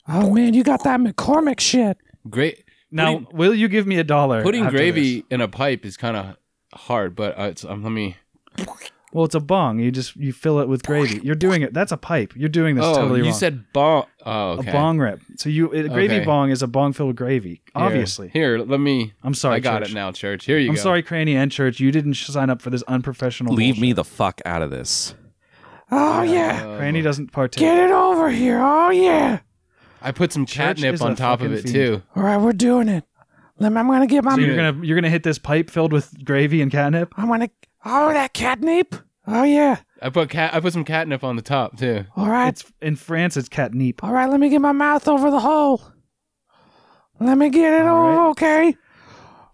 Speaker 7: Oh man, you got that McCormick shit.
Speaker 5: Great.
Speaker 4: Now,
Speaker 5: Putting-
Speaker 4: will you give me a dollar?
Speaker 5: Putting
Speaker 4: after
Speaker 5: gravy in a pipe is kind of hard, but uh, it's, um, let me.
Speaker 4: Well, it's a bong. You just you fill it with gravy. You're doing it. That's a pipe. You're doing this
Speaker 5: oh,
Speaker 4: totally
Speaker 5: you
Speaker 4: wrong.
Speaker 5: said bong. Oh, okay.
Speaker 4: A bong rip. So you a gravy
Speaker 5: Okay.
Speaker 4: bong is a bong filled with gravy.
Speaker 5: Here.
Speaker 4: Obviously.
Speaker 5: Here, let me.
Speaker 4: I'm sorry,
Speaker 5: I got
Speaker 4: Church.
Speaker 5: it now, Church. Here you
Speaker 4: I'm
Speaker 5: go.
Speaker 4: sorry, Cranny and Church. You didn't sh- sign up for this unprofessional.
Speaker 15: Leave
Speaker 4: bullshit.
Speaker 15: me the fuck out of this. Oh yeah.
Speaker 4: Cranny doesn't partake.
Speaker 15: Get it over here. Oh yeah.
Speaker 5: I put some catnip
Speaker 4: is
Speaker 5: on
Speaker 4: a
Speaker 5: top of
Speaker 4: fucking
Speaker 5: it
Speaker 4: fiend.
Speaker 5: too.
Speaker 15: All right, we're doing it. Lem, I'm gonna get my.
Speaker 4: So you're gonna you're gonna hit this pipe filled with gravy and catnip.
Speaker 15: I'm gonna. Oh, that catnip. Oh yeah.
Speaker 5: I put cat. I put some catnip on the top too.
Speaker 15: All right.
Speaker 4: It's in France. It's catnip.
Speaker 15: All right, let me get my mouth over the hole. Let me get it over, okay?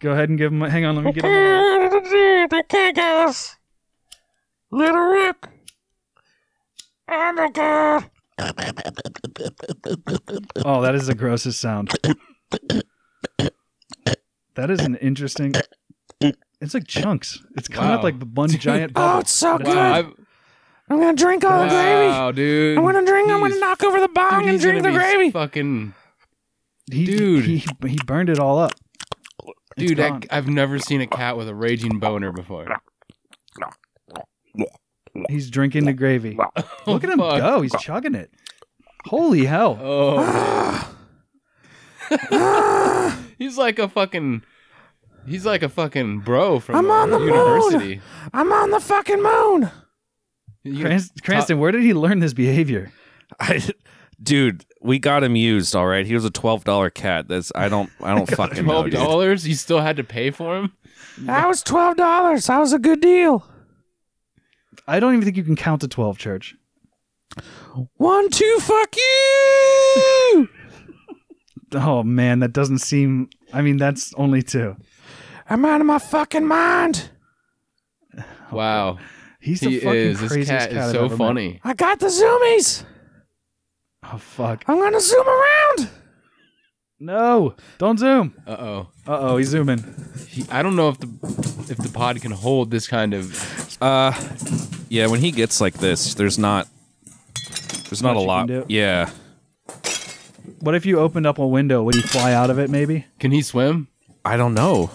Speaker 4: Go ahead and give him. Hang on. Let me
Speaker 15: [laughs]
Speaker 4: get him.
Speaker 9: the Kegos. Little Rip. Oh my god.
Speaker 4: Oh, that is the grossest sound. That is an interesting. It's like chunks. It's coming up
Speaker 5: Wow.
Speaker 4: like one giant
Speaker 15: Oh,
Speaker 4: bubble.
Speaker 15: it's so
Speaker 4: But
Speaker 15: good.
Speaker 4: not.
Speaker 15: I'm gonna drink all the gravy.
Speaker 5: Wow, dude.
Speaker 15: I'm gonna drink. I'm gonna
Speaker 5: He's-
Speaker 15: knock over the bong
Speaker 5: dude,
Speaker 15: and
Speaker 5: he's
Speaker 15: drink the
Speaker 5: gonna be
Speaker 15: gravy.
Speaker 5: Fucking
Speaker 4: He,
Speaker 5: Dude.
Speaker 4: He, he burned it all up. It's
Speaker 5: dude, I,
Speaker 4: gone.
Speaker 5: I've never seen a cat with a raging boner before.
Speaker 4: He's drinking the
Speaker 5: [laughs]
Speaker 4: gravy. Look at him
Speaker 5: Oh, fuck.
Speaker 4: go. He's chugging it. Holy hell. [sighs]
Speaker 5: Oh. [laughs] he's like a fucking. He's like a fucking bro from
Speaker 15: I'm
Speaker 5: uh,
Speaker 15: on the
Speaker 5: university.
Speaker 15: moon.
Speaker 4: Oh,
Speaker 15: I'm on the fucking moon.
Speaker 5: You-
Speaker 4: Cran- Cranston, where did he learn this behavior?
Speaker 15: [laughs] I, dude, we got him used. All right, he was a twelve dollar cat. That's I don't I
Speaker 7: [laughs]
Speaker 15: don't fucking know.
Speaker 5: Twelve
Speaker 15: dude.
Speaker 5: dollars? You still had to pay for him?
Speaker 15: That was twelve dollars. That was a good deal.
Speaker 4: I don't even think you can count to 12, Church.
Speaker 15: One, two, fuck you.
Speaker 4: [laughs] Oh, man. That doesn't seem. I mean, that's only two.
Speaker 15: I'm out of my fucking mind.
Speaker 5: Wow.
Speaker 4: He's the fucking
Speaker 5: This
Speaker 4: craziest
Speaker 5: cat
Speaker 4: cat
Speaker 5: is
Speaker 4: I've
Speaker 5: so
Speaker 4: ever met.
Speaker 5: funny.
Speaker 15: I got the zoomies.
Speaker 4: Oh, fuck.
Speaker 15: I'm gonna zoom around.
Speaker 4: No. Don't zoom.
Speaker 5: Uh oh.
Speaker 4: Uh oh. He's zooming.
Speaker 5: I don't know if the if the pod can hold this kind of.
Speaker 15: Uh,
Speaker 7: yeah. When he gets like this, there's not. There's not
Speaker 4: Much
Speaker 7: a
Speaker 4: you can
Speaker 7: lot.
Speaker 4: do.
Speaker 7: Yeah.
Speaker 4: What if you opened up a window? Would he fly out of it, maybe?
Speaker 5: Can he swim?
Speaker 15: I don't know.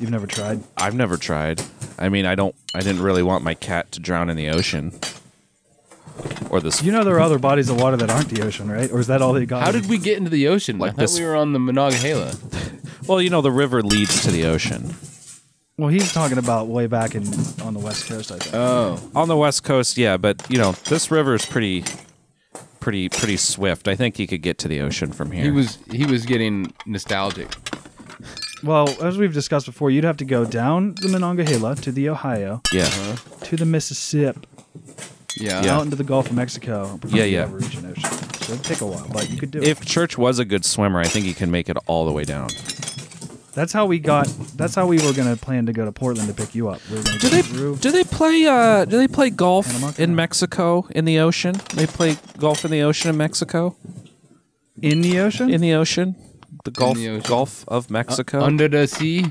Speaker 4: You've never tried.
Speaker 15: I've
Speaker 7: never tried. I mean, I don't. I didn't really want my cat to drown in the ocean. Or this.
Speaker 4: You know there are other bodies of water that aren't the ocean, right? Or is that all they got?
Speaker 5: How did we get into the ocean? I
Speaker 7: Like
Speaker 5: thought
Speaker 7: this-
Speaker 5: we were on the Monongahela. Uh,
Speaker 7: Well, you know the river leads to the ocean.
Speaker 4: Well, he's talking about way back in on the west coast, I think.
Speaker 5: Oh.
Speaker 7: On the west coast, yeah, but you know this river is pretty, pretty, pretty swift. I think he could get to the ocean from here.
Speaker 5: He was he was getting nostalgic.
Speaker 4: Well, as we've discussed before, you'd have to go down the Monongahela to the Ohio, Uh-huh.
Speaker 7: Yeah.
Speaker 4: to the Mississippi,
Speaker 5: Yeah.
Speaker 4: out into the Gulf of Mexico.
Speaker 7: Yeah, yeah.
Speaker 4: over Region Ocean. So it'd take a while, but you could do
Speaker 7: If
Speaker 4: it.
Speaker 7: Church was a good swimmer, I think he can make it all the way down.
Speaker 4: That's how we got. That's how we were gonna plan to go to Portland to pick you up. We were gonna
Speaker 7: Do
Speaker 4: go
Speaker 7: they
Speaker 4: through.
Speaker 7: do they play uh do they play golf in Mexico in the ocean? They play golf in the ocean in Mexico?
Speaker 4: In the ocean?
Speaker 7: In the ocean? The Gulf
Speaker 5: the ocean.
Speaker 7: Gulf
Speaker 4: Uh,
Speaker 7: of Mexico.
Speaker 5: under the sea.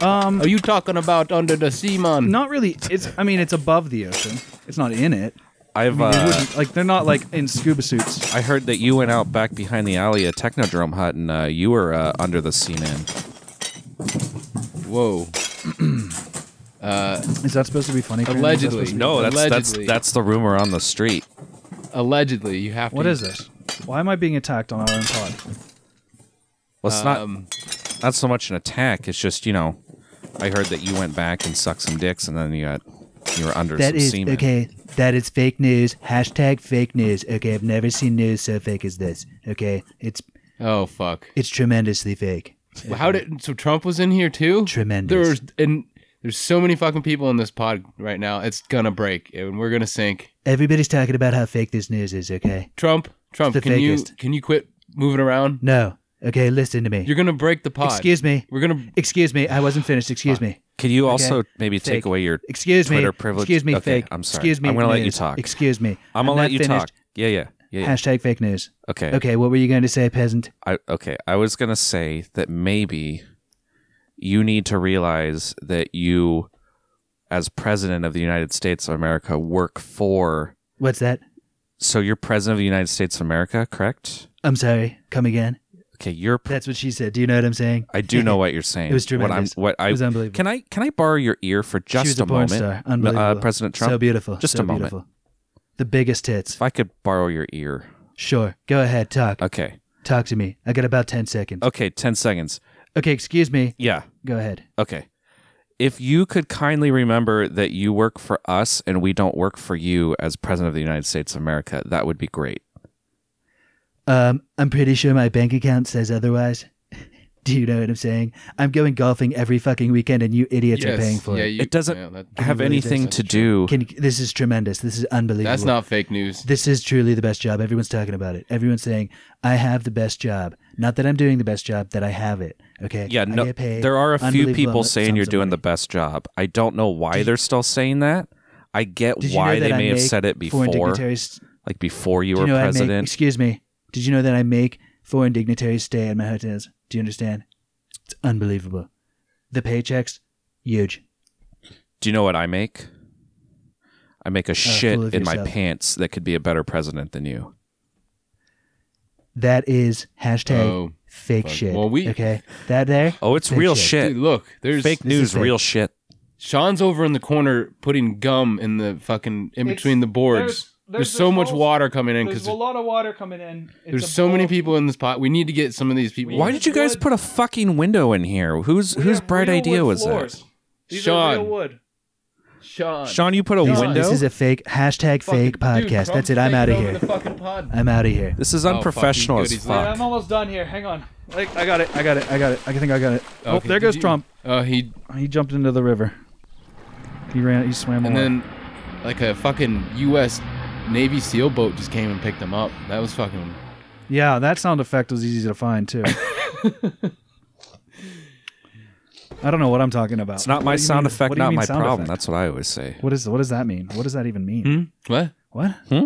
Speaker 4: Um.
Speaker 5: Are you talking about under the sea, man?
Speaker 4: Not really. It's. I mean, it's above the ocean. It's not in it. I
Speaker 7: I've
Speaker 4: mean, they
Speaker 7: uh,
Speaker 4: wouldn't- like they're not like in scuba suits.
Speaker 7: I heard that you went out back behind the alley at Technodrome Hut and uh, you were uh, under the sea man.
Speaker 5: Whoa. [clears throat] uh,
Speaker 4: Is that supposed to be funny? Karen? Is that
Speaker 5: Allegedly.
Speaker 4: supposed to be-
Speaker 7: No, Oh, that's that's
Speaker 5: Allegedly.
Speaker 7: that's the rumor on the street.
Speaker 5: Allegedly, you have to.
Speaker 4: What is this? Why am I being attacked on our own pod?
Speaker 7: Well, it's
Speaker 5: Um,
Speaker 7: not not so much an attack. It's just you know, I heard that you went back and sucked some dicks, and then you got you were under
Speaker 16: That
Speaker 7: some
Speaker 16: is
Speaker 7: semen.
Speaker 16: okay. That is fake news. Hashtag fake news. Okay, I've never seen news so fake as this. Okay, it's
Speaker 5: Oh fuck.
Speaker 16: it's tremendously fake.
Speaker 5: Well, How did so Trump was in here too? Tremendous. There's and there's so many fucking people in this pod right now. It's gonna break and we're gonna sink.
Speaker 16: Everybody's talking about how fake this news is. Okay,
Speaker 5: Trump, Trump,
Speaker 16: It's the
Speaker 5: can you
Speaker 16: fakest.
Speaker 5: can you quit moving around?
Speaker 16: no. Okay, listen to me.
Speaker 5: You're gonna break the pod.
Speaker 16: Excuse me.
Speaker 5: We're gonna.
Speaker 16: Excuse me. I wasn't finished. Excuse me.
Speaker 7: Could Uh, you
Speaker 16: Okay?
Speaker 7: also maybe take
Speaker 16: Fake.
Speaker 7: away your
Speaker 16: excuse me
Speaker 7: Twitter privilege?
Speaker 16: Excuse me.
Speaker 7: Okay,
Speaker 16: fake.
Speaker 7: I'm sorry.
Speaker 16: Excuse me.
Speaker 7: I'm gonna let you
Speaker 16: news.
Speaker 7: talk.
Speaker 16: Excuse me.
Speaker 7: I'm gonna let
Speaker 16: not
Speaker 7: you talk.
Speaker 16: finished.
Speaker 7: Yeah, yeah, yeah. yeah.
Speaker 16: Hashtag fake news.
Speaker 7: Okay.
Speaker 16: Okay. What were you going to say, peasant?
Speaker 7: I okay. I was gonna say that maybe you need to realize that you, as president of the United States of America, work for.
Speaker 16: What's that?
Speaker 7: So you're president of the United States of America, correct?
Speaker 16: I'm sorry. Come again.
Speaker 7: Okay, you're.
Speaker 16: That's what she said. Do you know what I'm saying?
Speaker 7: I do
Speaker 16: [laughs]
Speaker 7: know what you're saying.
Speaker 16: It was
Speaker 7: What I'm,
Speaker 16: tremendous.
Speaker 7: what I,
Speaker 16: It was unbelievable.
Speaker 7: Can I can I borrow your ear for just
Speaker 16: she was
Speaker 7: a,
Speaker 16: a, porn
Speaker 7: moment,
Speaker 16: Star.
Speaker 7: Uh,
Speaker 16: Unbelievable.
Speaker 7: President Trump?
Speaker 16: So beautiful.
Speaker 7: Just a
Speaker 16: so
Speaker 7: moment.
Speaker 16: Beautiful. The biggest tits.
Speaker 7: If I could borrow your ear.
Speaker 16: Sure. Go ahead. Talk.
Speaker 7: Okay.
Speaker 16: Talk to me. I got about 10 seconds.
Speaker 7: Okay, ten seconds.
Speaker 16: Okay. Excuse me.
Speaker 7: Yeah.
Speaker 16: Go ahead.
Speaker 7: Okay. If you could kindly remember that you work for us and we don't work for you as president of the United States of America, that would be great.
Speaker 16: Um, I'm pretty sure my bank account says otherwise. [laughs] Do you know what I'm saying? I'm going golfing every fucking weekend, and you idiots are
Speaker 5: Yes,
Speaker 16: paying for
Speaker 5: yeah,
Speaker 16: it.
Speaker 5: you- It doesn't yeah, that-
Speaker 7: have anything to do-
Speaker 16: Can you- this is tremendous. This is unbelievable.
Speaker 5: That's not fake news.
Speaker 16: This is truly the best job. Everyone's talking about it. Everyone's saying I have the best job. Not that I'm doing the best job, that I have it. Okay.
Speaker 7: Yeah,
Speaker 16: I
Speaker 7: no,
Speaker 16: get paid
Speaker 7: there are a few
Speaker 16: unbelievable
Speaker 7: people
Speaker 16: amount-
Speaker 7: saying you're doing the best job. I don't know why they're still saying that. I get
Speaker 16: Did you
Speaker 7: why
Speaker 16: know
Speaker 7: they
Speaker 16: that I
Speaker 7: may have
Speaker 16: make
Speaker 7: said it
Speaker 16: foreign
Speaker 7: before,
Speaker 16: dignitaries-
Speaker 7: like before you
Speaker 16: Do
Speaker 7: were
Speaker 16: know I make-
Speaker 7: president.
Speaker 16: excuse me. Did you know that I make foreign dignitaries stay at my hotels? Do you understand? It's unbelievable. The paychecks, huge.
Speaker 7: Do you know what I make? I make a shit
Speaker 16: Oh, fool of
Speaker 7: in my
Speaker 16: yourself.
Speaker 7: pants that could be a better president than you.
Speaker 16: That is hashtag
Speaker 7: Oh,
Speaker 16: fake
Speaker 7: fuck.
Speaker 16: shit.
Speaker 7: Well, we-
Speaker 16: okay, that there.
Speaker 7: Oh, it's
Speaker 16: Fake
Speaker 7: real shit.
Speaker 5: Dude, look, there's
Speaker 7: fake
Speaker 5: this is
Speaker 7: news,
Speaker 5: fake.
Speaker 7: real shit.
Speaker 5: Sean's over in the corner putting gum in the fucking in between the boards. There's, so
Speaker 4: this
Speaker 5: much
Speaker 4: whole-
Speaker 5: water coming in
Speaker 4: There's
Speaker 5: because
Speaker 4: a lot of water coming in. It's
Speaker 5: there's
Speaker 4: a
Speaker 5: so many people in this pot. We need to get some of these people.
Speaker 7: Why did you guys put a fucking window in here? Whose whose bright idea was
Speaker 4: floors. These
Speaker 5: Sean.
Speaker 4: are real wood.
Speaker 5: Sean.
Speaker 7: that? [laughs] Sean, you put a
Speaker 16: This-
Speaker 7: window.
Speaker 16: This is a fake hashtag fake podcast.
Speaker 4: Trump's
Speaker 16: That's it. I'm
Speaker 4: taking
Speaker 16: out of
Speaker 4: over
Speaker 16: here.
Speaker 4: the fucking pod.
Speaker 16: I'm out of here.
Speaker 7: This is unprofessional as
Speaker 4: Wait,
Speaker 7: fuck.
Speaker 4: I'm almost done here. Hang on. Like I got it. I got it. I got it. I think I got it. oh,
Speaker 5: Okay,
Speaker 4: there goes
Speaker 5: did you-
Speaker 4: Trump.
Speaker 5: Oh, he
Speaker 4: He jumped into the river. He ran. He swam
Speaker 5: and
Speaker 4: away.
Speaker 5: then like a fucking U.S. Navy SEAL boat just came and picked him up. That was fucking.
Speaker 4: yeah, that sound effect was easy to find too. I don't know what I'm talking about.
Speaker 7: It's not my
Speaker 4: What do you
Speaker 7: sound
Speaker 4: mean-
Speaker 7: effect,
Speaker 4: what do you
Speaker 7: not
Speaker 4: mean
Speaker 7: my
Speaker 4: sound
Speaker 7: problem.
Speaker 4: effect?
Speaker 7: That's what I always say.
Speaker 4: What is? What does that mean? What does that even mean?
Speaker 5: What?
Speaker 4: What?
Speaker 7: Hmm?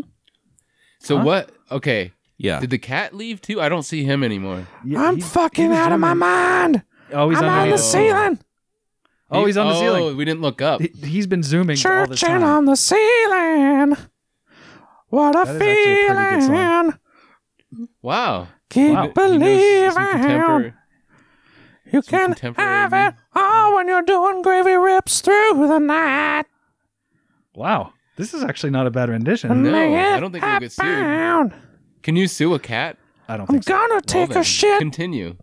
Speaker 5: So
Speaker 4: Huh?
Speaker 5: what? Okay.
Speaker 7: Yeah.
Speaker 5: Did the cat leave too? I don't see him anymore.
Speaker 4: I'm
Speaker 15: fucking out of my mind.
Speaker 4: Oh, he's
Speaker 15: I'm on
Speaker 4: underneath
Speaker 15: the
Speaker 4: it.
Speaker 15: ceiling.
Speaker 4: Oh, he's on the ceiling.
Speaker 5: We didn't look up.
Speaker 4: He, he's been zooming all this
Speaker 15: Churching
Speaker 4: time.
Speaker 15: on the ceiling. What a
Speaker 4: That is actually a pretty good song.
Speaker 15: feeling.
Speaker 5: Wow.
Speaker 15: Can't
Speaker 5: Wow.
Speaker 15: believe
Speaker 5: Contemporary.
Speaker 15: you can have it all when you're doing gravy rips through the night.
Speaker 4: Wow, this is actually not a bad rendition.
Speaker 5: No, I don't think we'll get sued.
Speaker 15: Down.
Speaker 5: Can you sue a cat?
Speaker 4: I don't
Speaker 15: I'm
Speaker 4: think so.
Speaker 15: gonna take
Speaker 5: then,
Speaker 15: a shit.
Speaker 5: Continue.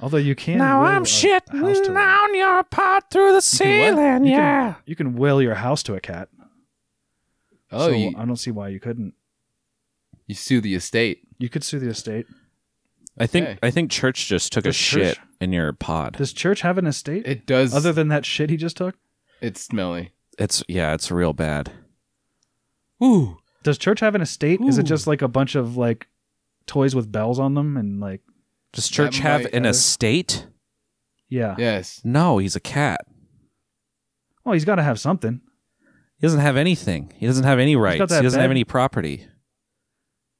Speaker 4: Although you can.
Speaker 15: now
Speaker 4: will
Speaker 15: I'm
Speaker 4: a house to
Speaker 15: shitting
Speaker 4: a-
Speaker 15: down your pot through the
Speaker 4: You can
Speaker 15: ceiling.
Speaker 4: what? You
Speaker 15: yeah.
Speaker 4: Can, you can will your house to a cat.
Speaker 5: Oh,
Speaker 4: so
Speaker 5: you,
Speaker 4: I don't see why you couldn't.
Speaker 5: you sue the estate.
Speaker 4: You could sue the estate.
Speaker 7: I think
Speaker 5: Okay.
Speaker 7: I think Church just took a
Speaker 4: Does Church-
Speaker 7: shit in your pod.
Speaker 4: Does church have an estate
Speaker 5: It does.
Speaker 4: other than that shit he just took?
Speaker 5: it's smelly.
Speaker 7: It's yeah, it's real bad.
Speaker 5: Ooh.
Speaker 4: Does church have an estate? Is it
Speaker 5: Ooh.
Speaker 4: just like a bunch of like toys with bells on them and like
Speaker 7: Does Church
Speaker 5: That
Speaker 7: have
Speaker 5: might-
Speaker 7: an
Speaker 5: uh,
Speaker 7: estate?
Speaker 4: yeah?
Speaker 5: Yes.
Speaker 7: No, he's a cat.
Speaker 4: Well, he's got to have something.
Speaker 7: He doesn't have anything. He doesn't have any rights.
Speaker 4: that
Speaker 7: He doesn't have
Speaker 4: bed.
Speaker 7: any property.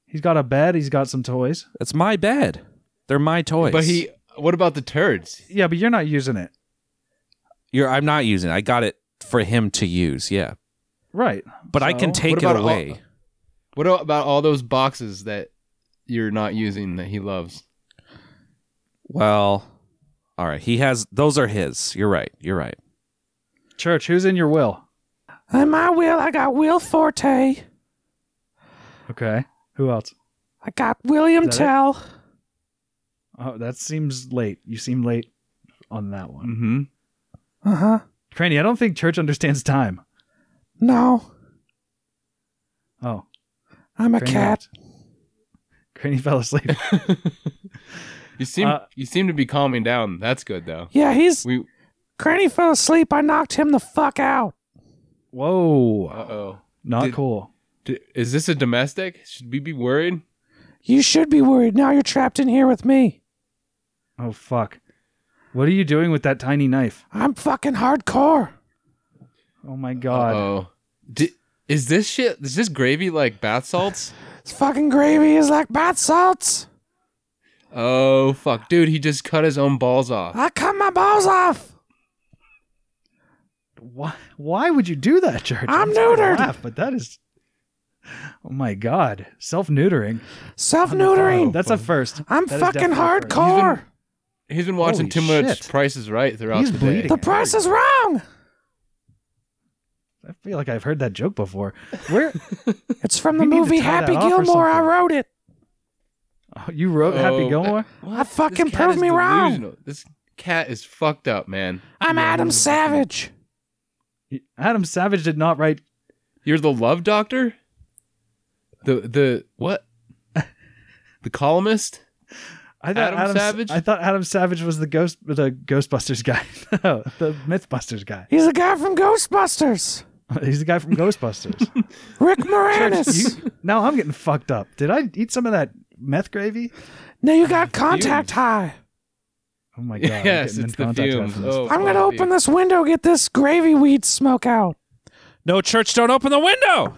Speaker 4: He's got a bed. He's got some toys.
Speaker 7: That's my bed. They're my toys.
Speaker 5: But he. What about the turds?
Speaker 4: Yeah, but you're not using it,
Speaker 7: You're, I'm not using it. I got it for him to use. Yeah.
Speaker 4: right?
Speaker 7: But I can
Speaker 4: So-
Speaker 7: take it
Speaker 5: about all-
Speaker 7: away.
Speaker 5: What about all those boxes that you're not using that he loves?
Speaker 7: well, all right. He has, those are his. You're right. You're right.
Speaker 4: Church, who's in your will?
Speaker 15: In my will, I got Will Forte.
Speaker 4: Okay, who else?
Speaker 15: I got William
Speaker 4: Is that it?
Speaker 15: Tell.
Speaker 4: Oh, that seems late. You seem late on that one.
Speaker 5: Mm-hmm.
Speaker 15: Uh huh.
Speaker 4: Cranny, I don't think church understands time.
Speaker 15: No,
Speaker 4: Oh,
Speaker 15: I'm a
Speaker 4: Cranny
Speaker 15: cat.
Speaker 4: Cranny [laughs]
Speaker 7: [laughs]
Speaker 4: fell asleep.
Speaker 5: You seem
Speaker 4: Uh,
Speaker 5: you seem to be calming down. That's good though.
Speaker 15: Yeah, he's.
Speaker 5: We.
Speaker 15: Granny fell asleep. I knocked him the fuck out.
Speaker 5: Uh
Speaker 4: Whoa,
Speaker 5: oh.
Speaker 4: not
Speaker 5: Did-
Speaker 4: cool.
Speaker 5: Is this a domestic? Should we be worried?
Speaker 15: You should be worried. Now you're trapped in here with me.
Speaker 4: Oh fuck. What are you doing with that tiny knife?
Speaker 15: I'm fucking hardcore.
Speaker 4: Oh my god.
Speaker 5: Oh. Di- is this shit? Is this gravy like bath salts?
Speaker 15: This fucking gravy is like bath salts.
Speaker 5: oh fuck, dude! He just cut his own balls off.
Speaker 15: I cut my balls off.
Speaker 4: Why why would you do that, George?
Speaker 15: I'm
Speaker 4: sorry to
Speaker 15: neutered.
Speaker 4: laugh, but that is Oh my god, self neutering.
Speaker 14: Self neutering.
Speaker 4: That's a first.
Speaker 14: I'm
Speaker 4: That is
Speaker 14: fucking
Speaker 4: definitely a first.
Speaker 14: hardcore.
Speaker 5: He's been watching
Speaker 4: Holy
Speaker 5: too much
Speaker 4: shit.
Speaker 5: Price is Right throughout
Speaker 4: He's
Speaker 5: the
Speaker 4: bleeding.
Speaker 5: day.
Speaker 14: The price is wrong.
Speaker 4: I feel like I've heard that joke before. Where
Speaker 14: [laughs] It's from the
Speaker 4: You need to
Speaker 14: movie
Speaker 4: tie that
Speaker 14: Happy
Speaker 4: off or
Speaker 14: Gilmore. I
Speaker 4: something.
Speaker 14: wrote it.
Speaker 4: Oh, you wrote Happy
Speaker 5: Oh,
Speaker 4: Gilmore?
Speaker 14: I fucking
Speaker 5: Cat
Speaker 14: proved
Speaker 5: is
Speaker 14: me wrong.
Speaker 5: delusional. This cat is fucked up, man.
Speaker 14: I'm Adam Savage.
Speaker 4: Adam Savage did not write
Speaker 5: You're the love doctor? The the what? the columnist?
Speaker 4: I thought
Speaker 5: Adam
Speaker 4: Adam,
Speaker 5: Savage?
Speaker 4: I thought Adam Savage was the ghost the Ghostbusters guy. [laughs] no, the Mythbusters guy.
Speaker 14: He's the guy from Ghostbusters.
Speaker 4: [laughs] He's the guy from Ghostbusters.
Speaker 14: [laughs] Rick
Speaker 4: [laughs] Church,
Speaker 14: Moranis.
Speaker 4: you- now I'm getting fucked up. Did I eat some of that meth gravy?
Speaker 14: now you got contact high.
Speaker 4: Oh my god!
Speaker 5: [laughs]
Speaker 4: I'm
Speaker 5: Yes,
Speaker 4: getting in
Speaker 5: it's the
Speaker 4: contact
Speaker 5: fumes.
Speaker 4: after this.
Speaker 5: Oh,
Speaker 14: I'm gonna
Speaker 5: fuck you.
Speaker 14: open this window, get this gravy weed smoke
Speaker 4: [laughs]
Speaker 14: out.
Speaker 7: No, church, don't open the window.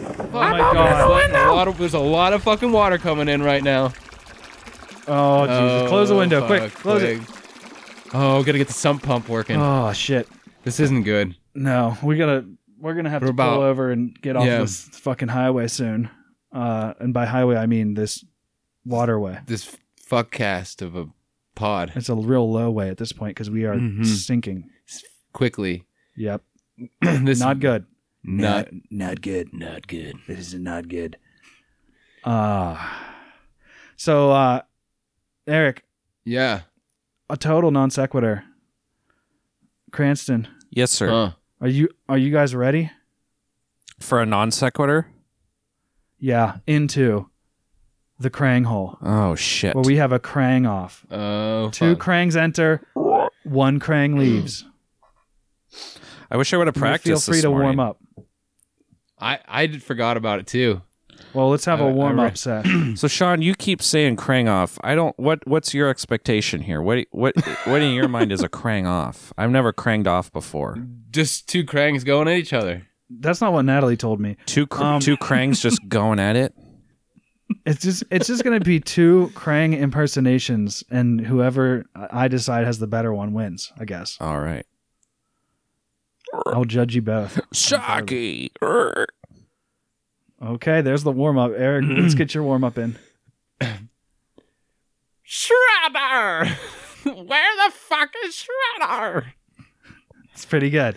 Speaker 5: Oh my god! A lot of, there's a lot of fucking water coming in right now.
Speaker 4: Oh Jesus! Close the window, quick!
Speaker 5: fuck,
Speaker 4: Close it!
Speaker 5: quick. Oh, gotta get the sump pump working.
Speaker 4: Oh shit!
Speaker 5: This isn't good.
Speaker 4: No, we gotta. We're gonna have
Speaker 5: We're
Speaker 4: to
Speaker 5: about-
Speaker 4: pull over and get off
Speaker 5: Yeah.
Speaker 4: this fucking highway soon. Uh, and by highway I mean this waterway.
Speaker 5: This fuck cast of a pod.
Speaker 4: It's a real low way at this point because we are
Speaker 5: Mhm.
Speaker 4: sinking.
Speaker 5: Quickly.
Speaker 4: Yep.
Speaker 5: [clears throat] this
Speaker 4: not good.
Speaker 5: Not
Speaker 16: not good.
Speaker 5: not good.
Speaker 16: This is not good.
Speaker 4: Uh, so, uh, Eric,
Speaker 5: Yeah.
Speaker 4: a total non sequitur. Cranston,
Speaker 7: Yes, sir.
Speaker 5: Huh.
Speaker 4: are you are you guys ready?
Speaker 7: For a non sequitur.
Speaker 4: Yeah, into the Krang hole
Speaker 7: Oh shit.
Speaker 4: where we have a Krang off.
Speaker 5: Oh.
Speaker 4: Two
Speaker 5: fuck.
Speaker 4: Krangs enter, one
Speaker 5: [laughs]
Speaker 4: Krang leaves.
Speaker 7: I wish I would have
Speaker 4: You Feel
Speaker 7: practiced.
Speaker 4: free
Speaker 7: this
Speaker 4: to warm
Speaker 7: morning.
Speaker 4: up.
Speaker 5: I I did- forgot about it too.
Speaker 4: Well, let's have
Speaker 5: I-
Speaker 4: a
Speaker 5: I
Speaker 4: warm
Speaker 5: re-
Speaker 4: up set.
Speaker 7: Uh, [clears throat] So Sean, you keep saying Krang off. I don't. What What's your expectation here? What What What in your mind is a Krang off? I've never cranged off before.
Speaker 5: Just two Krangs going at each other.
Speaker 4: That's not what Natalie told me.
Speaker 7: Two cr-
Speaker 4: Um,
Speaker 7: Two Krangs
Speaker 4: [laughs]
Speaker 7: just going at it.
Speaker 4: It's just it's just gonna be two Krang impersonations, and whoever I I decide has the better one wins. I guess
Speaker 7: All right.
Speaker 4: I'll judge you both.
Speaker 7: Shocky.
Speaker 10: er,
Speaker 4: Okay, there's the warm up, Eric. let's get your warm up in.
Speaker 9: Shredder! Where the fuck is Shredder?
Speaker 4: It's pretty good.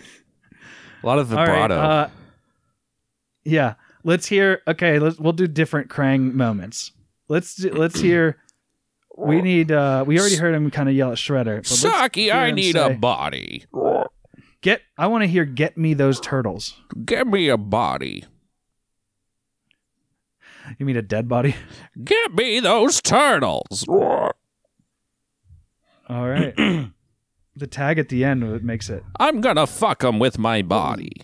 Speaker 7: A lot of vibrato.
Speaker 4: uh, yeah, let's hear. Okay, let's we'll do different Krang moments. Let's do, let's hear. We need. uh We already heard him kind of yell at Shredder. but let's
Speaker 7: Saki,
Speaker 4: hear
Speaker 7: I
Speaker 4: him
Speaker 7: need
Speaker 4: say,
Speaker 7: a body.
Speaker 4: get. I want to hear. Get me those turtles.
Speaker 7: Get me a body.
Speaker 4: You mean a dead
Speaker 7: [clears throat]
Speaker 4: body?
Speaker 7: Get me those turtles.
Speaker 4: All right. the tag at the end that makes it.
Speaker 7: I'm gonna fuck them with my body.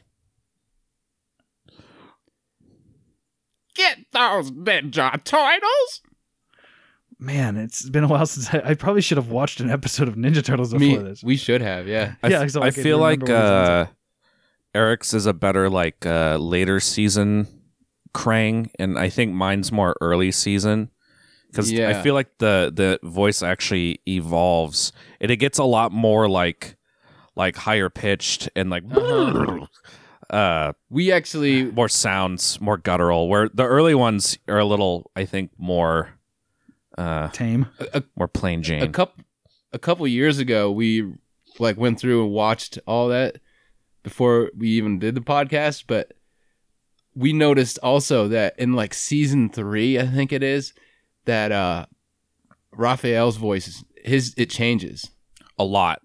Speaker 9: Get those ninja turtles!
Speaker 4: Man, it's been a while since I, I probably should have watched an episode of Ninja Turtles
Speaker 5: Me,
Speaker 4: before this.
Speaker 5: we should have, yeah.
Speaker 7: I,
Speaker 4: Yeah,
Speaker 7: f-
Speaker 4: so,
Speaker 7: I
Speaker 4: like, if you
Speaker 7: feel like
Speaker 4: remember what it
Speaker 7: uh, Eric's is a better like uh, later season Krang, and I think mine's more early season because
Speaker 5: Yeah.
Speaker 7: I feel like the the voice actually evolves and it gets a lot more like like higher pitched and like
Speaker 5: Uh-huh.
Speaker 7: [laughs] uh,
Speaker 5: We actually
Speaker 7: more sounds, more guttural. Where the early ones are a little, I think, more uh,
Speaker 4: Tame.
Speaker 7: more plain Jane.
Speaker 5: a couple a couple years ago we like went through and watched all that before we even did the podcast but we noticed also that in like season three i think it is that uh raphael's voice is- his it changes
Speaker 7: a lot.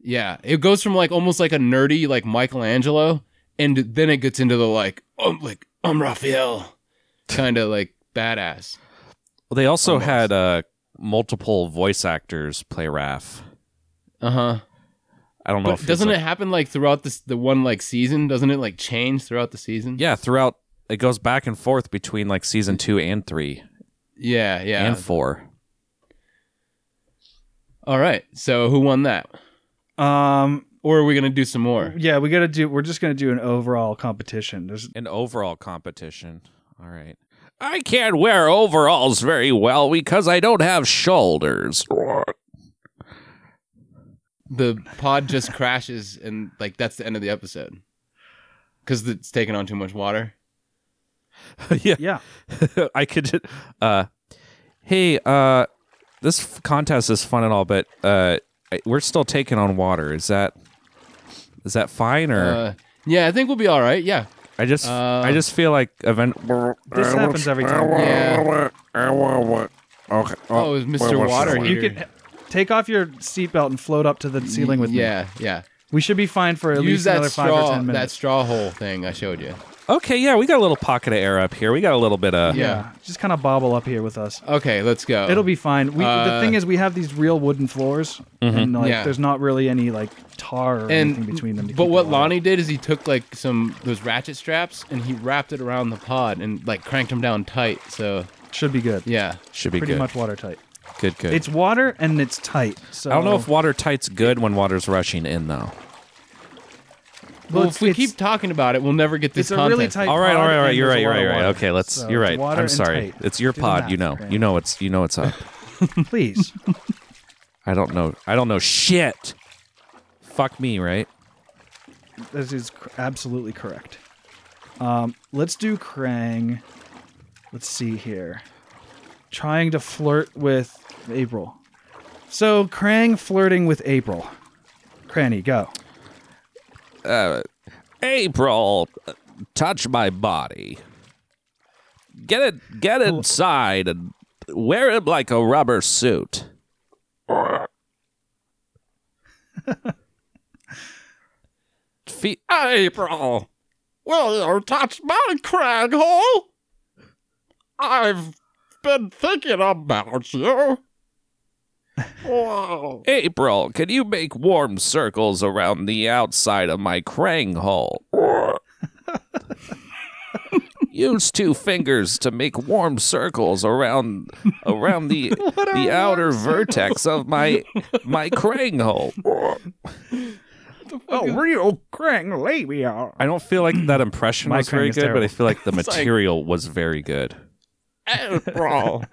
Speaker 5: yeah it goes from like almost like a nerdy like michelangelo and then it gets into the like i'm like i'm raphael kind of like badass
Speaker 7: Well, they also had uh, multiple voice actors play Raph.
Speaker 5: uh-huh
Speaker 7: I don't know.
Speaker 5: But
Speaker 7: if
Speaker 5: doesn't
Speaker 7: it's
Speaker 5: it
Speaker 7: like-
Speaker 5: happen like throughout this the one like season? Doesn't it like change throughout the season?
Speaker 7: Yeah, throughout it goes back and forth between like season two and three
Speaker 5: Yeah, yeah.
Speaker 7: and four.
Speaker 5: All right. So who won that?
Speaker 4: Um.
Speaker 5: Or are we gonna do some more?
Speaker 4: Yeah, we gotta do. We're just gonna do an overall competition. There's
Speaker 7: An overall competition. All right. I can't wear overalls very well because I don't have shoulders.
Speaker 5: The pod just crashes and like that's the end of the episode because it's taking on too much water.
Speaker 7: yeah. Yeah. I could ju- uh hey, uh this f- contest is fun and all, but uh I- we're still taking on water. Is that is that fine or
Speaker 5: Uh, yeah, I think we'll be all right. Yeah. Uh,
Speaker 7: I just I just feel like event
Speaker 4: This happens every time.
Speaker 5: Yeah.
Speaker 15: Okay.
Speaker 5: Oh, it was Mr. Water
Speaker 4: You
Speaker 5: here.
Speaker 4: can take off your seatbelt and float up to the ceiling with me.
Speaker 5: yeah, yeah.
Speaker 4: We should be fine for at
Speaker 5: Use
Speaker 4: least
Speaker 5: that
Speaker 4: another
Speaker 5: straw,
Speaker 4: five or ten
Speaker 5: that
Speaker 4: minutes.
Speaker 5: straw hole thing I showed you.
Speaker 7: Okay, yeah, we got a little pocket of air up here. We got a little bit of
Speaker 5: Yeah.
Speaker 4: Just kind of bobble up here with us.
Speaker 5: Okay, let's go.
Speaker 4: It'll be fine. We, the
Speaker 5: Uh,
Speaker 4: thing is, we have these real wooden floors,
Speaker 5: Mhm.
Speaker 4: and like,
Speaker 5: Yeah.
Speaker 4: there's not really any like tar or anything between them. To
Speaker 5: but
Speaker 4: keep
Speaker 5: what
Speaker 4: it alive.
Speaker 5: Lonnie did is he took like some those ratchet straps and he wrapped it around the pod and like cranked them down tight. So
Speaker 4: should be good.
Speaker 5: Yeah,
Speaker 7: should be
Speaker 4: pretty
Speaker 7: good.
Speaker 4: much watertight.
Speaker 7: Good, good.
Speaker 4: It's water and it's tight. So
Speaker 7: I
Speaker 5: Uh,
Speaker 7: don't know if watertight's good when water's rushing in though.
Speaker 5: Well,
Speaker 4: Well,
Speaker 5: if we keep talking about it, we'll never get this.
Speaker 4: It's a really
Speaker 5: contest.
Speaker 4: tight
Speaker 7: all right, all right, all right.
Speaker 4: and
Speaker 7: You're
Speaker 4: there's
Speaker 7: right,
Speaker 4: a
Speaker 7: you're
Speaker 4: lot
Speaker 7: right,
Speaker 4: of
Speaker 7: you're right.
Speaker 4: water.
Speaker 7: Okay, let's.
Speaker 4: So
Speaker 7: you're
Speaker 4: it's
Speaker 7: right.
Speaker 4: water
Speaker 7: I'm
Speaker 4: and
Speaker 7: sorry.
Speaker 4: tight.
Speaker 7: It's your
Speaker 4: Do the
Speaker 7: pod.
Speaker 4: math,
Speaker 7: you know.
Speaker 4: Graham.
Speaker 7: You know it's. You know it's up.
Speaker 16: [laughs]
Speaker 4: Please.
Speaker 7: I don't know. I don't know shit. Fuck me, right?
Speaker 4: This is cr- absolutely correct. Um, let's do Krang. Let's see here. Trying to flirt with April. So Krang flirting with April. Cranny, go.
Speaker 15: Uh, April, touch my body. Get it, get inside, and wear it like a rubber suit.
Speaker 7: Fe-
Speaker 9: April, will you touch my crag hole? I've been thinking about you. Wow.
Speaker 15: April, can you make warm circles around the outside of my crang
Speaker 4: [laughs]
Speaker 15: hole? Use two fingers to make warm circles around around
Speaker 4: [laughs]
Speaker 15: the the outer vertex of my my crang hole.
Speaker 4: Oh, real Krang labia.
Speaker 7: I don't feel like that impression
Speaker 4: My
Speaker 7: was very
Speaker 4: Krang is
Speaker 7: good, but I
Speaker 4: terrible.
Speaker 7: feel like the
Speaker 4: [laughs]
Speaker 9: It's like-
Speaker 7: material was very good.
Speaker 9: April,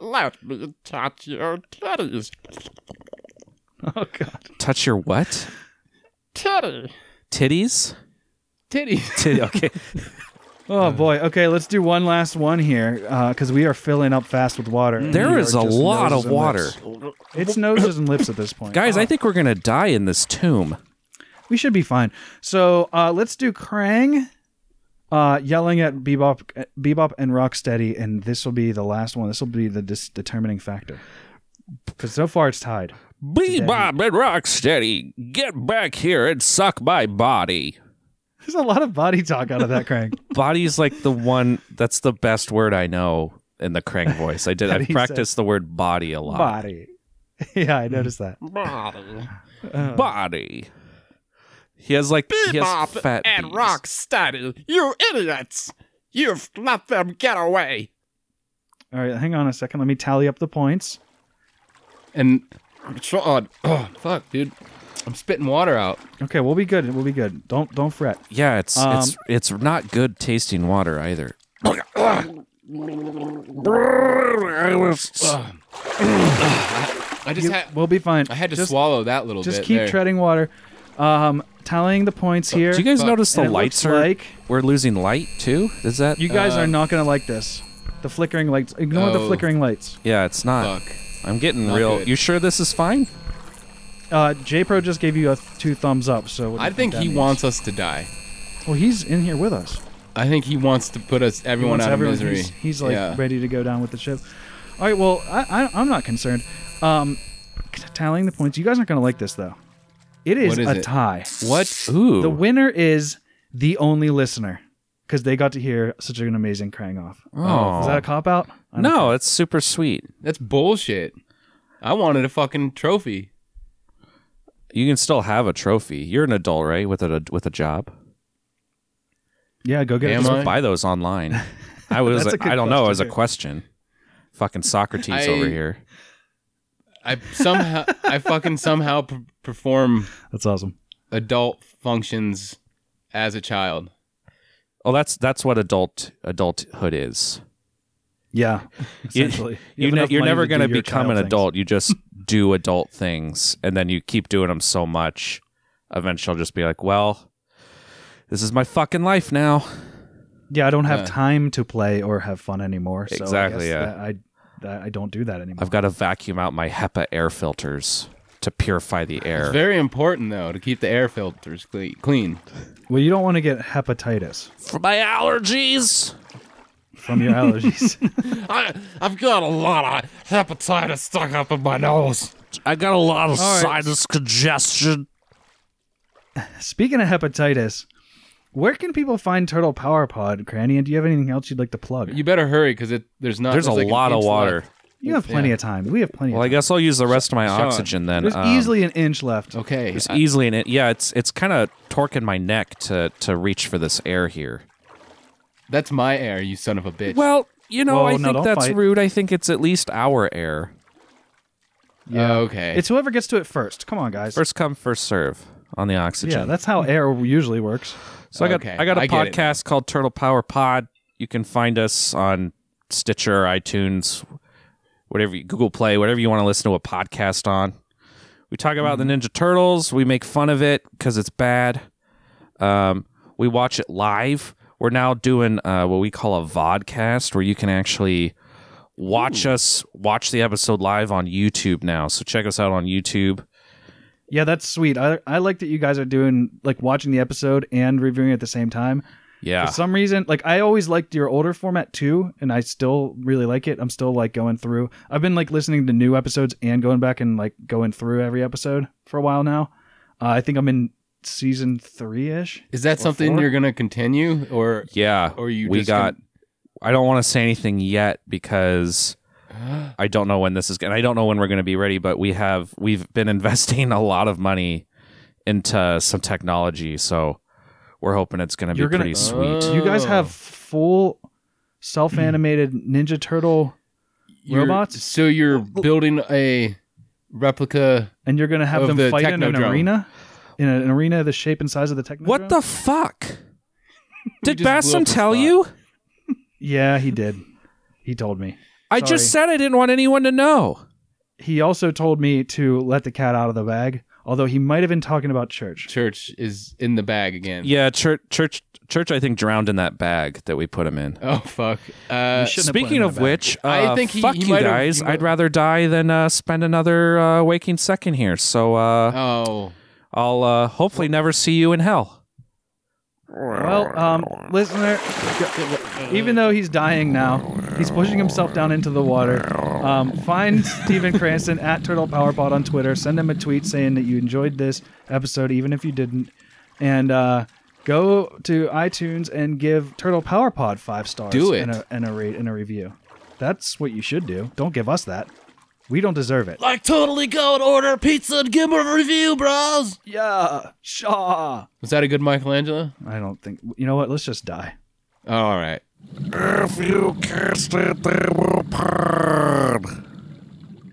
Speaker 9: let me touch your titties.
Speaker 4: Oh god.
Speaker 7: Touch your what?
Speaker 9: Titty.
Speaker 7: Titties?
Speaker 5: Titties.
Speaker 7: Titty. Okay.
Speaker 4: Oh boy. Okay, let's do one last one here because we are filling up fast with water.
Speaker 7: Mm. There
Speaker 4: We are
Speaker 7: is a
Speaker 4: just
Speaker 7: lot
Speaker 4: noses
Speaker 7: of
Speaker 4: and
Speaker 7: water.
Speaker 4: lips. It's noses and lips at this point.
Speaker 7: Guys, I think we're gonna die in this tomb.
Speaker 4: oh. We should be fine. So uh, let's do Krang uh, yelling at Bebop, Bebop and Rocksteady, and this will be the last one. This will be the dis- determining factor because so far it's tied.
Speaker 15: Bebop and Rocksteady, get back here and suck my body.
Speaker 4: There's a lot of body talk out of that Krang.
Speaker 7: [laughs] Body's like the one that's the best word I know in the crank voice. I did
Speaker 4: [laughs] That
Speaker 7: I
Speaker 4: he
Speaker 7: practiced the word body a lot. Mm.
Speaker 4: body. [laughs] Yeah, I noticed that.
Speaker 9: Body.
Speaker 4: Uh,
Speaker 15: Body.
Speaker 7: He has like he has
Speaker 9: Bebop
Speaker 7: fat
Speaker 9: and
Speaker 7: bees.
Speaker 9: Rocksteady, you idiots! You've let them get away.
Speaker 4: All right, hang on a second. Let me tally up the points.
Speaker 5: And oh, oh fuck, dude, I'm spitting water out. [coughs]
Speaker 4: Okay, we'll be good. We'll be good. Don't don't fret.
Speaker 7: Yeah, it's
Speaker 4: Um,
Speaker 7: it's it's not good tasting water either.
Speaker 5: Ugh. I just
Speaker 4: You-
Speaker 5: had
Speaker 4: we'll be fine.
Speaker 5: I had to
Speaker 4: Just-
Speaker 5: swallow that little
Speaker 4: Just
Speaker 5: bit.
Speaker 4: keep
Speaker 5: there.
Speaker 4: treading water. Um, tallying the points here.
Speaker 7: Uh, Do you guys notice the
Speaker 4: And it
Speaker 7: lights
Speaker 4: looks
Speaker 7: are
Speaker 4: like
Speaker 7: we're losing light too? Is that
Speaker 4: You guys
Speaker 7: Uh,
Speaker 4: are not gonna like this. The flickering lights. Ignore the
Speaker 7: Oh.
Speaker 4: flickering lights.
Speaker 7: Yeah, it's not. I'm getting
Speaker 5: Not
Speaker 7: real.
Speaker 5: good.
Speaker 7: You sure this is fine?
Speaker 4: Uh, JPro just gave you a th- two thumbs up. So what do
Speaker 5: I
Speaker 4: you
Speaker 5: think
Speaker 4: that
Speaker 5: he
Speaker 4: means?
Speaker 5: wants us to die.
Speaker 4: Well, he's in here with us.
Speaker 5: I think he wants to put us
Speaker 4: He
Speaker 5: everyone
Speaker 4: wants
Speaker 5: out of
Speaker 4: everyone-
Speaker 5: misery.
Speaker 4: He's, he's, like
Speaker 5: Yeah.
Speaker 4: ready to go down with the ship. All right. Well, I, I I'm not concerned. Um, c- tallying the points. You guys aren't gonna like this though. It is,
Speaker 5: What is
Speaker 4: a
Speaker 5: it?
Speaker 4: tie.
Speaker 7: What? Ooh.
Speaker 4: The winner is the only listener because they got to hear such an amazing Krang off.
Speaker 7: Oh.
Speaker 4: is that a cop out?
Speaker 7: no, it's super sweet.
Speaker 5: That's bullshit. I wanted a fucking trophy.
Speaker 7: You can still have a trophy. You're an adult, right? With a with a job.
Speaker 4: Yeah, go get
Speaker 7: You
Speaker 4: it.
Speaker 7: can
Speaker 4: Just
Speaker 7: just buy those
Speaker 4: [laughs]
Speaker 7: online. I was
Speaker 4: That's a
Speaker 7: I
Speaker 4: good
Speaker 7: I don't know. It was a
Speaker 4: question, too.
Speaker 7: question. Fucking Socrates
Speaker 5: I-
Speaker 7: over here.
Speaker 5: I somehow I fucking somehow p- perform
Speaker 4: That's awesome.
Speaker 5: adult functions as a child.
Speaker 7: Oh, that's that's what adult adulthood is.
Speaker 4: Yeah,
Speaker 7: [laughs] You-
Speaker 4: essentially.
Speaker 7: [laughs] You,
Speaker 4: have
Speaker 7: know,
Speaker 4: enough
Speaker 7: you're
Speaker 4: money
Speaker 7: never
Speaker 4: to
Speaker 7: going to
Speaker 4: do your
Speaker 7: become
Speaker 4: child
Speaker 7: an
Speaker 4: things.
Speaker 7: adult. You
Speaker 4: [laughs]
Speaker 7: just do adult things, and then you keep doing them so much. Eventually, I'll just be like, "Well, this is my fucking life now."
Speaker 4: Yeah, I don't have
Speaker 7: Yeah.
Speaker 4: time to play or have fun anymore. So
Speaker 7: Exactly,
Speaker 4: I guess
Speaker 7: yeah.
Speaker 4: that I that I don't do that anymore.
Speaker 7: I've got to vacuum out my HEPA air filters to purify the air.
Speaker 5: It's very important though to keep the air filters cle- clean.
Speaker 4: Well, you don't want to get hepatitis
Speaker 15: For my allergies.
Speaker 4: from your allergies.
Speaker 9: I, I've got a lot of hepatitis stuck up in my nose.
Speaker 15: I got a lot
Speaker 9: of All right.
Speaker 15: sinus congestion.
Speaker 4: Speaking of hepatitis, where can people find Turtle Power Pod, Cranny? And do you have anything else you'd like to plug?
Speaker 5: [laughs] You better hurry because it there's not.
Speaker 7: There's a
Speaker 5: like an
Speaker 7: lot of
Speaker 5: inch
Speaker 7: water.
Speaker 5: left.
Speaker 4: You have plenty
Speaker 5: Yeah.
Speaker 4: of time. We have plenty.
Speaker 7: Well, I
Speaker 4: of
Speaker 7: guess I'll use the rest of my
Speaker 4: time.
Speaker 7: oxygen then.
Speaker 4: There's
Speaker 7: um,
Speaker 4: easily an inch left.
Speaker 5: Okay.
Speaker 7: There's easily in it. Yeah, it's it's kind of torquing my neck to to reach for this air here.
Speaker 5: That's my air, you son of a bitch.
Speaker 7: Well, you know,
Speaker 5: Whoa,
Speaker 7: I
Speaker 5: no,
Speaker 7: think
Speaker 5: don't
Speaker 7: that's
Speaker 5: fight.
Speaker 7: rude. I think it's at least our air.
Speaker 5: Yeah. okay.
Speaker 4: It's whoever gets to it first. Come on, guys.
Speaker 7: First come, first serve on the oxygen.
Speaker 4: Yeah, that's how air usually works.
Speaker 7: So I got I got a
Speaker 4: a
Speaker 7: podcast called Turtle Power Pod. You can find us on Stitcher, iTunes, whatever you, Google Play, whatever you want to listen to a podcast on. We talk about the
Speaker 5: Mm-hmm.
Speaker 7: Ninja Turtles. We make fun of it because it's bad. Um, we watch it live. We're now doing uh, what we call a vodcast, where you can actually watch us watch the episode live on YouTube now. So check us out on YouTube.
Speaker 4: Yeah, that's sweet. I, I like that you guys are doing like watching the episode and reviewing it at the same time.
Speaker 7: Yeah.
Speaker 4: For some reason, like I always liked your older format too, and I still really like it. I'm still like going through. I've been like listening to new episodes and going back and like going through every episode for a while now. Uh, I think I'm in season three ish.
Speaker 5: Is that something you're gonna continue or
Speaker 7: Yeah.
Speaker 5: Or you
Speaker 7: we
Speaker 5: just
Speaker 7: got
Speaker 5: gonna-
Speaker 7: I don't want to say anything yet because I don't know when this is going I don't know when we're going to be ready, but we have we've been [laughs] investing a lot of money into some technology, so we're hoping it's going to be
Speaker 4: You're gonna-
Speaker 7: pretty sweet.
Speaker 4: You guys have full
Speaker 5: [clears throat]
Speaker 4: self animated Ninja Turtle
Speaker 5: [gasps] you're-
Speaker 4: robots,
Speaker 5: So you're building a replica
Speaker 4: and you're gonna have
Speaker 5: of
Speaker 4: them
Speaker 5: the
Speaker 4: fight in an
Speaker 5: Technodrome.
Speaker 4: arena, in an arena the shape and size of the Technodrome.
Speaker 7: What the
Speaker 4: [laughs]
Speaker 7: fuck? Did
Speaker 4: just blew up
Speaker 7: Bassam
Speaker 4: the
Speaker 7: tell
Speaker 4: spot.
Speaker 7: you?
Speaker 4: Yeah, he did. He told me.
Speaker 7: I just said I didn't want anyone to know.
Speaker 4: He also told me to let the cat out of the bag, although he might have been talking about church.
Speaker 5: Church is in the bag again.
Speaker 7: Yeah, church, church, church. I think drowned in that bag that we put him in.
Speaker 5: Oh fuck! Uh,
Speaker 7: Speaking of which,
Speaker 5: I
Speaker 7: uh,
Speaker 5: think he,
Speaker 7: fuck
Speaker 5: he
Speaker 7: you
Speaker 5: might have-
Speaker 7: guys.
Speaker 5: he
Speaker 7: I'd rather die than uh, spend another uh, waking second here. So, uh,
Speaker 5: oh,
Speaker 7: I'll uh, hopefully never see you in hell.
Speaker 4: Well, um, listener, even though he's dying now, he's pushing himself down into the water. Um, find Stephen Cranston at Turtle PowerPod on Twitter. Send him a tweet saying that you enjoyed this episode, even if you didn't. And uh, go to iTunes and give Turtle PowerPod five stars.
Speaker 5: Do it.
Speaker 4: And a, and a rate and a review. That's what you should do. Don't give us that. We don't deserve it.
Speaker 12: Like, totally go and order pizza and give me a review, bros.
Speaker 4: Yeah, Shaw.
Speaker 5: Was that a good Michelangelo? Oh,
Speaker 4: I don't think. You know what? Let's just die.
Speaker 5: All right.
Speaker 13: If you cast it, they will burn.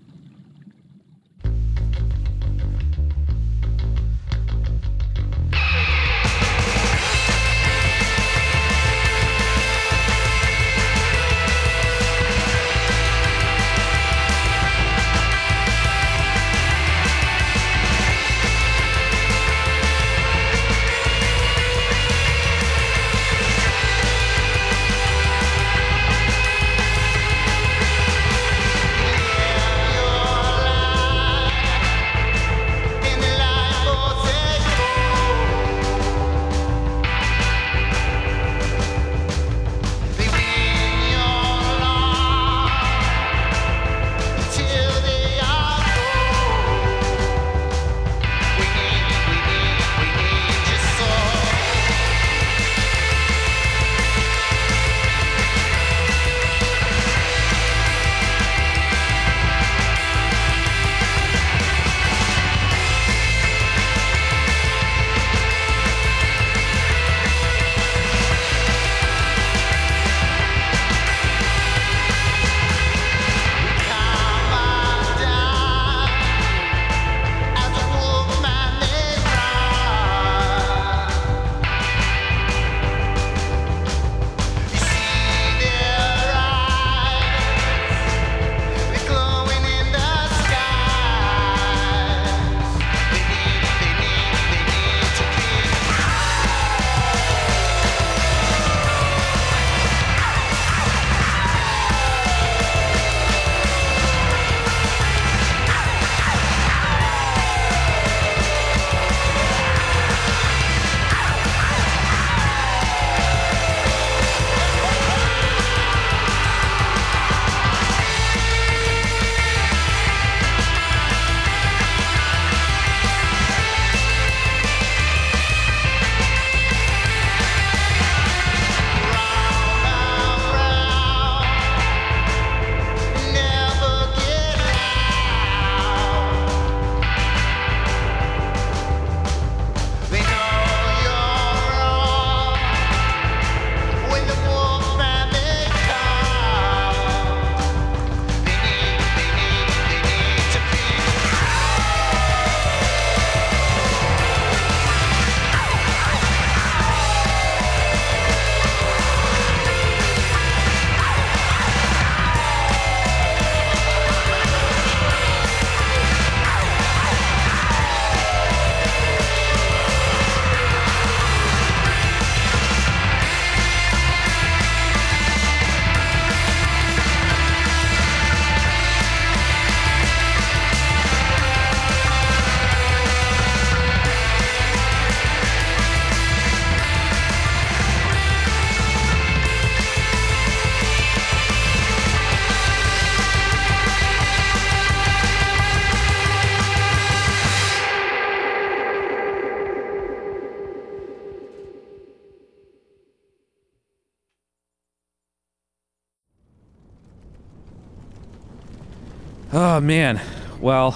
Speaker 7: Oh man. Well,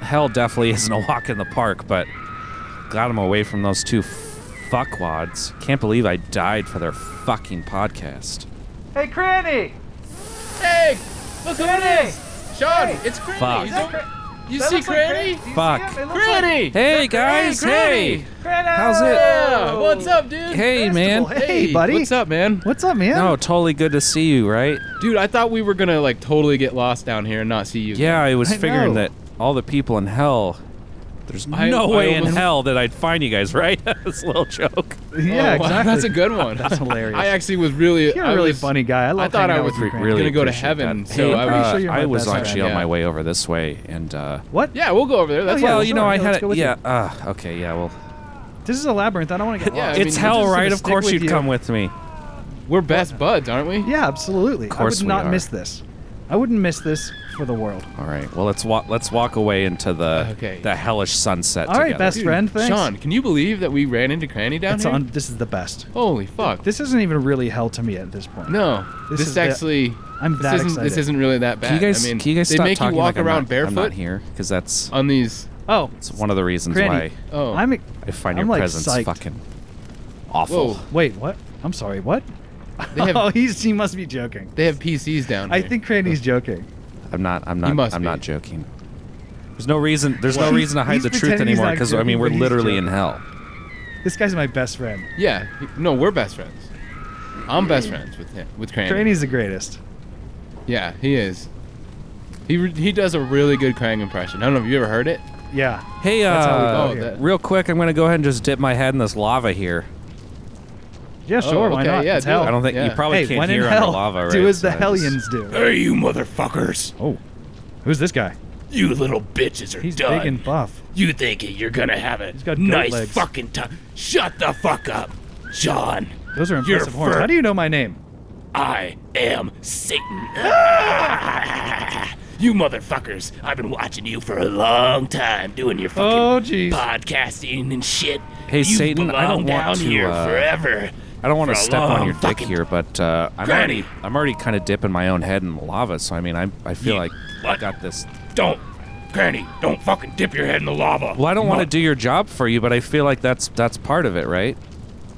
Speaker 7: hell definitely isn't a walk in the park, but got him away from those two fuckwads. Can't believe I died for their fucking podcast.
Speaker 17: Hey, Cranny!
Speaker 5: Hey, look who it
Speaker 17: Cranny!
Speaker 5: is! Sean,
Speaker 17: Hey!
Speaker 5: it's Cranny.
Speaker 7: Fuck.
Speaker 5: You,
Speaker 17: That
Speaker 5: don't- you
Speaker 17: that
Speaker 5: see
Speaker 17: looks like
Speaker 5: Cranny?
Speaker 17: Cranny.
Speaker 7: Fuck.
Speaker 17: It looks like-
Speaker 5: Cranny!
Speaker 7: Hey guys,
Speaker 5: Cranny!
Speaker 7: hey.
Speaker 17: Cranny!
Speaker 7: How's it?
Speaker 5: Yeah, what's up, dude?
Speaker 7: Hey man.
Speaker 4: Hey, buddy.
Speaker 5: What's up, man?
Speaker 4: What's up, man?
Speaker 7: No, totally good to see you, right?
Speaker 5: Dude, I thought we were gonna like totally get lost down here and not see you.
Speaker 7: Yeah, I was
Speaker 5: I
Speaker 7: figuring
Speaker 5: know.
Speaker 7: that all the people in hell. There's
Speaker 5: I-
Speaker 7: no
Speaker 5: I
Speaker 7: way in
Speaker 5: almost-
Speaker 7: hell that I'd find you guys, [laughs] right? That's a little joke.
Speaker 5: Oh, [laughs] wow, That's a good one.
Speaker 4: [laughs] That's hilarious.
Speaker 5: I actually was really.
Speaker 4: You're
Speaker 5: I
Speaker 4: a really
Speaker 5: was-
Speaker 4: funny guy. I love
Speaker 5: thought
Speaker 4: hanging
Speaker 5: I
Speaker 4: out
Speaker 5: was
Speaker 4: with you, Grant.
Speaker 5: gonna go to
Speaker 4: Appreciate
Speaker 5: heaven.
Speaker 4: that.
Speaker 5: So
Speaker 4: Hey,
Speaker 5: I
Speaker 4: I'm pretty
Speaker 5: was,
Speaker 4: sure you're my
Speaker 7: uh, I was
Speaker 4: best
Speaker 7: actually
Speaker 5: friend,
Speaker 7: on my
Speaker 5: yeah.
Speaker 7: way over this way, and uh,
Speaker 4: What? Oh,
Speaker 5: Yeah, we'll go over there. That's
Speaker 7: well,
Speaker 5: fine.
Speaker 7: you know, I had
Speaker 4: go
Speaker 7: a,
Speaker 4: with
Speaker 7: yeah. Uh, okay, yeah. Well,
Speaker 4: This is a labyrinth. I don't want to get
Speaker 5: Yeah, I
Speaker 4: lost.
Speaker 5: mean,
Speaker 7: it's
Speaker 5: I'm
Speaker 7: hell,
Speaker 5: just
Speaker 7: right?
Speaker 5: gonna
Speaker 7: Of
Speaker 5: stick
Speaker 7: course,
Speaker 5: with
Speaker 7: you'd
Speaker 5: you.
Speaker 7: come with me.
Speaker 5: We're best buds, aren't we?
Speaker 4: Yeah, absolutely.
Speaker 7: course
Speaker 4: I would
Speaker 7: we
Speaker 4: not
Speaker 7: are.
Speaker 4: miss this. I wouldn't miss this for the world.
Speaker 7: All right. Well, let's walk. Let's walk away into the
Speaker 5: Okay.
Speaker 7: the hellish sunset.
Speaker 4: All right,
Speaker 7: together.
Speaker 4: best friend. Thanks.
Speaker 5: Sean, can you believe that we ran into Cranny down
Speaker 4: It's
Speaker 5: here?
Speaker 4: on. This is the best.
Speaker 5: Holy fuck!
Speaker 4: This isn't even really hell to me at this point.
Speaker 5: No,
Speaker 4: This
Speaker 5: this,
Speaker 4: is the-
Speaker 5: actually.
Speaker 4: I'm
Speaker 5: this
Speaker 4: that
Speaker 5: isn't,
Speaker 4: excited.
Speaker 5: This isn't really that bad.
Speaker 7: Can you guys?
Speaker 5: I mean,
Speaker 7: can you guys
Speaker 5: they
Speaker 7: stop
Speaker 5: make you
Speaker 7: talking
Speaker 5: walk
Speaker 7: like
Speaker 5: around
Speaker 7: I'm not, I'm
Speaker 5: barefoot
Speaker 7: not here because that's
Speaker 5: on these.
Speaker 4: Oh,
Speaker 7: it's one of the reasons why
Speaker 4: Granny.
Speaker 5: Oh.
Speaker 4: I'm.
Speaker 7: I find
Speaker 4: I'm
Speaker 7: your
Speaker 4: like
Speaker 7: presence
Speaker 4: psyched.
Speaker 7: fucking awful.
Speaker 5: Whoa.
Speaker 4: Wait, what? I'm sorry. What?
Speaker 5: They have-
Speaker 4: [laughs] oh, he's, he must be joking.
Speaker 5: They have PCs down
Speaker 4: I
Speaker 5: here.
Speaker 4: think Cranny's joking.
Speaker 7: I'm not. I'm not.
Speaker 5: must
Speaker 7: I'm
Speaker 5: be.
Speaker 7: not joking. There's no reason. There's
Speaker 4: Well,
Speaker 7: no reason to hide
Speaker 4: he's
Speaker 7: the truth
Speaker 4: pretending he's
Speaker 7: anymore
Speaker 4: not
Speaker 7: because I mean
Speaker 4: joking,
Speaker 7: we're
Speaker 4: but he's
Speaker 7: literally
Speaker 4: joking.
Speaker 7: in hell.
Speaker 4: This guy's my best friend.
Speaker 5: Yeah. No, we're best friends. I'm best friends with him, with Cranny.
Speaker 4: Cranny's the greatest.
Speaker 5: Yeah, he is. He re- he does a really good Krang impression. I don't know if you ever heard it.
Speaker 4: Yeah.
Speaker 7: Hey,
Speaker 4: That's how we
Speaker 7: uh,
Speaker 4: got here.
Speaker 7: real quick, I'm gonna go ahead and just dip my head in this lava here.
Speaker 4: Yeah, sure. why
Speaker 5: okay,
Speaker 4: not?
Speaker 5: yeah,
Speaker 4: it's
Speaker 5: do
Speaker 4: hell.
Speaker 5: it.
Speaker 7: I don't think you
Speaker 5: Yeah.
Speaker 7: probably
Speaker 4: hey,
Speaker 7: can't
Speaker 4: when in
Speaker 7: hear
Speaker 4: hell,
Speaker 7: under lava, right?
Speaker 4: do as
Speaker 7: So
Speaker 4: the
Speaker 7: I just-
Speaker 4: hellions do.
Speaker 2: Hey, you motherfuckers!
Speaker 4: Oh, who's this guy?
Speaker 2: You little bitches are
Speaker 4: He's
Speaker 2: done.
Speaker 4: big and buff.
Speaker 2: You think you're gonna have a
Speaker 4: got goat
Speaker 2: nice
Speaker 4: legs.
Speaker 2: fucking time? Shut the fuck up, Sean.
Speaker 4: Those are
Speaker 2: Your
Speaker 4: impressive horns.
Speaker 2: fur-
Speaker 4: How do you know my name?
Speaker 2: I am Satan. Ah! you motherfuckers! I've been watching you for a long time, doing your fucking
Speaker 4: Oh, jeez.
Speaker 2: podcasting and shit.
Speaker 7: Hey,
Speaker 2: you
Speaker 7: Satan, I
Speaker 2: belong
Speaker 7: don't
Speaker 2: down
Speaker 7: want to.
Speaker 2: here
Speaker 7: uh,
Speaker 2: forever.
Speaker 7: I don't want to
Speaker 2: For a
Speaker 7: step on
Speaker 2: long
Speaker 7: your dick
Speaker 2: fucking
Speaker 7: here, but uh, I'm
Speaker 2: Granny.
Speaker 7: already, I'm already kind of dipping my own head in the lava, so I mean, I I feel
Speaker 2: You-
Speaker 7: like I
Speaker 2: what?
Speaker 7: got this.
Speaker 2: Don't, Granny, don't fucking dip your head in the lava.
Speaker 7: Well, I don't want to
Speaker 2: Mother-
Speaker 7: do your job for you, but I feel like that's that's part of it, right?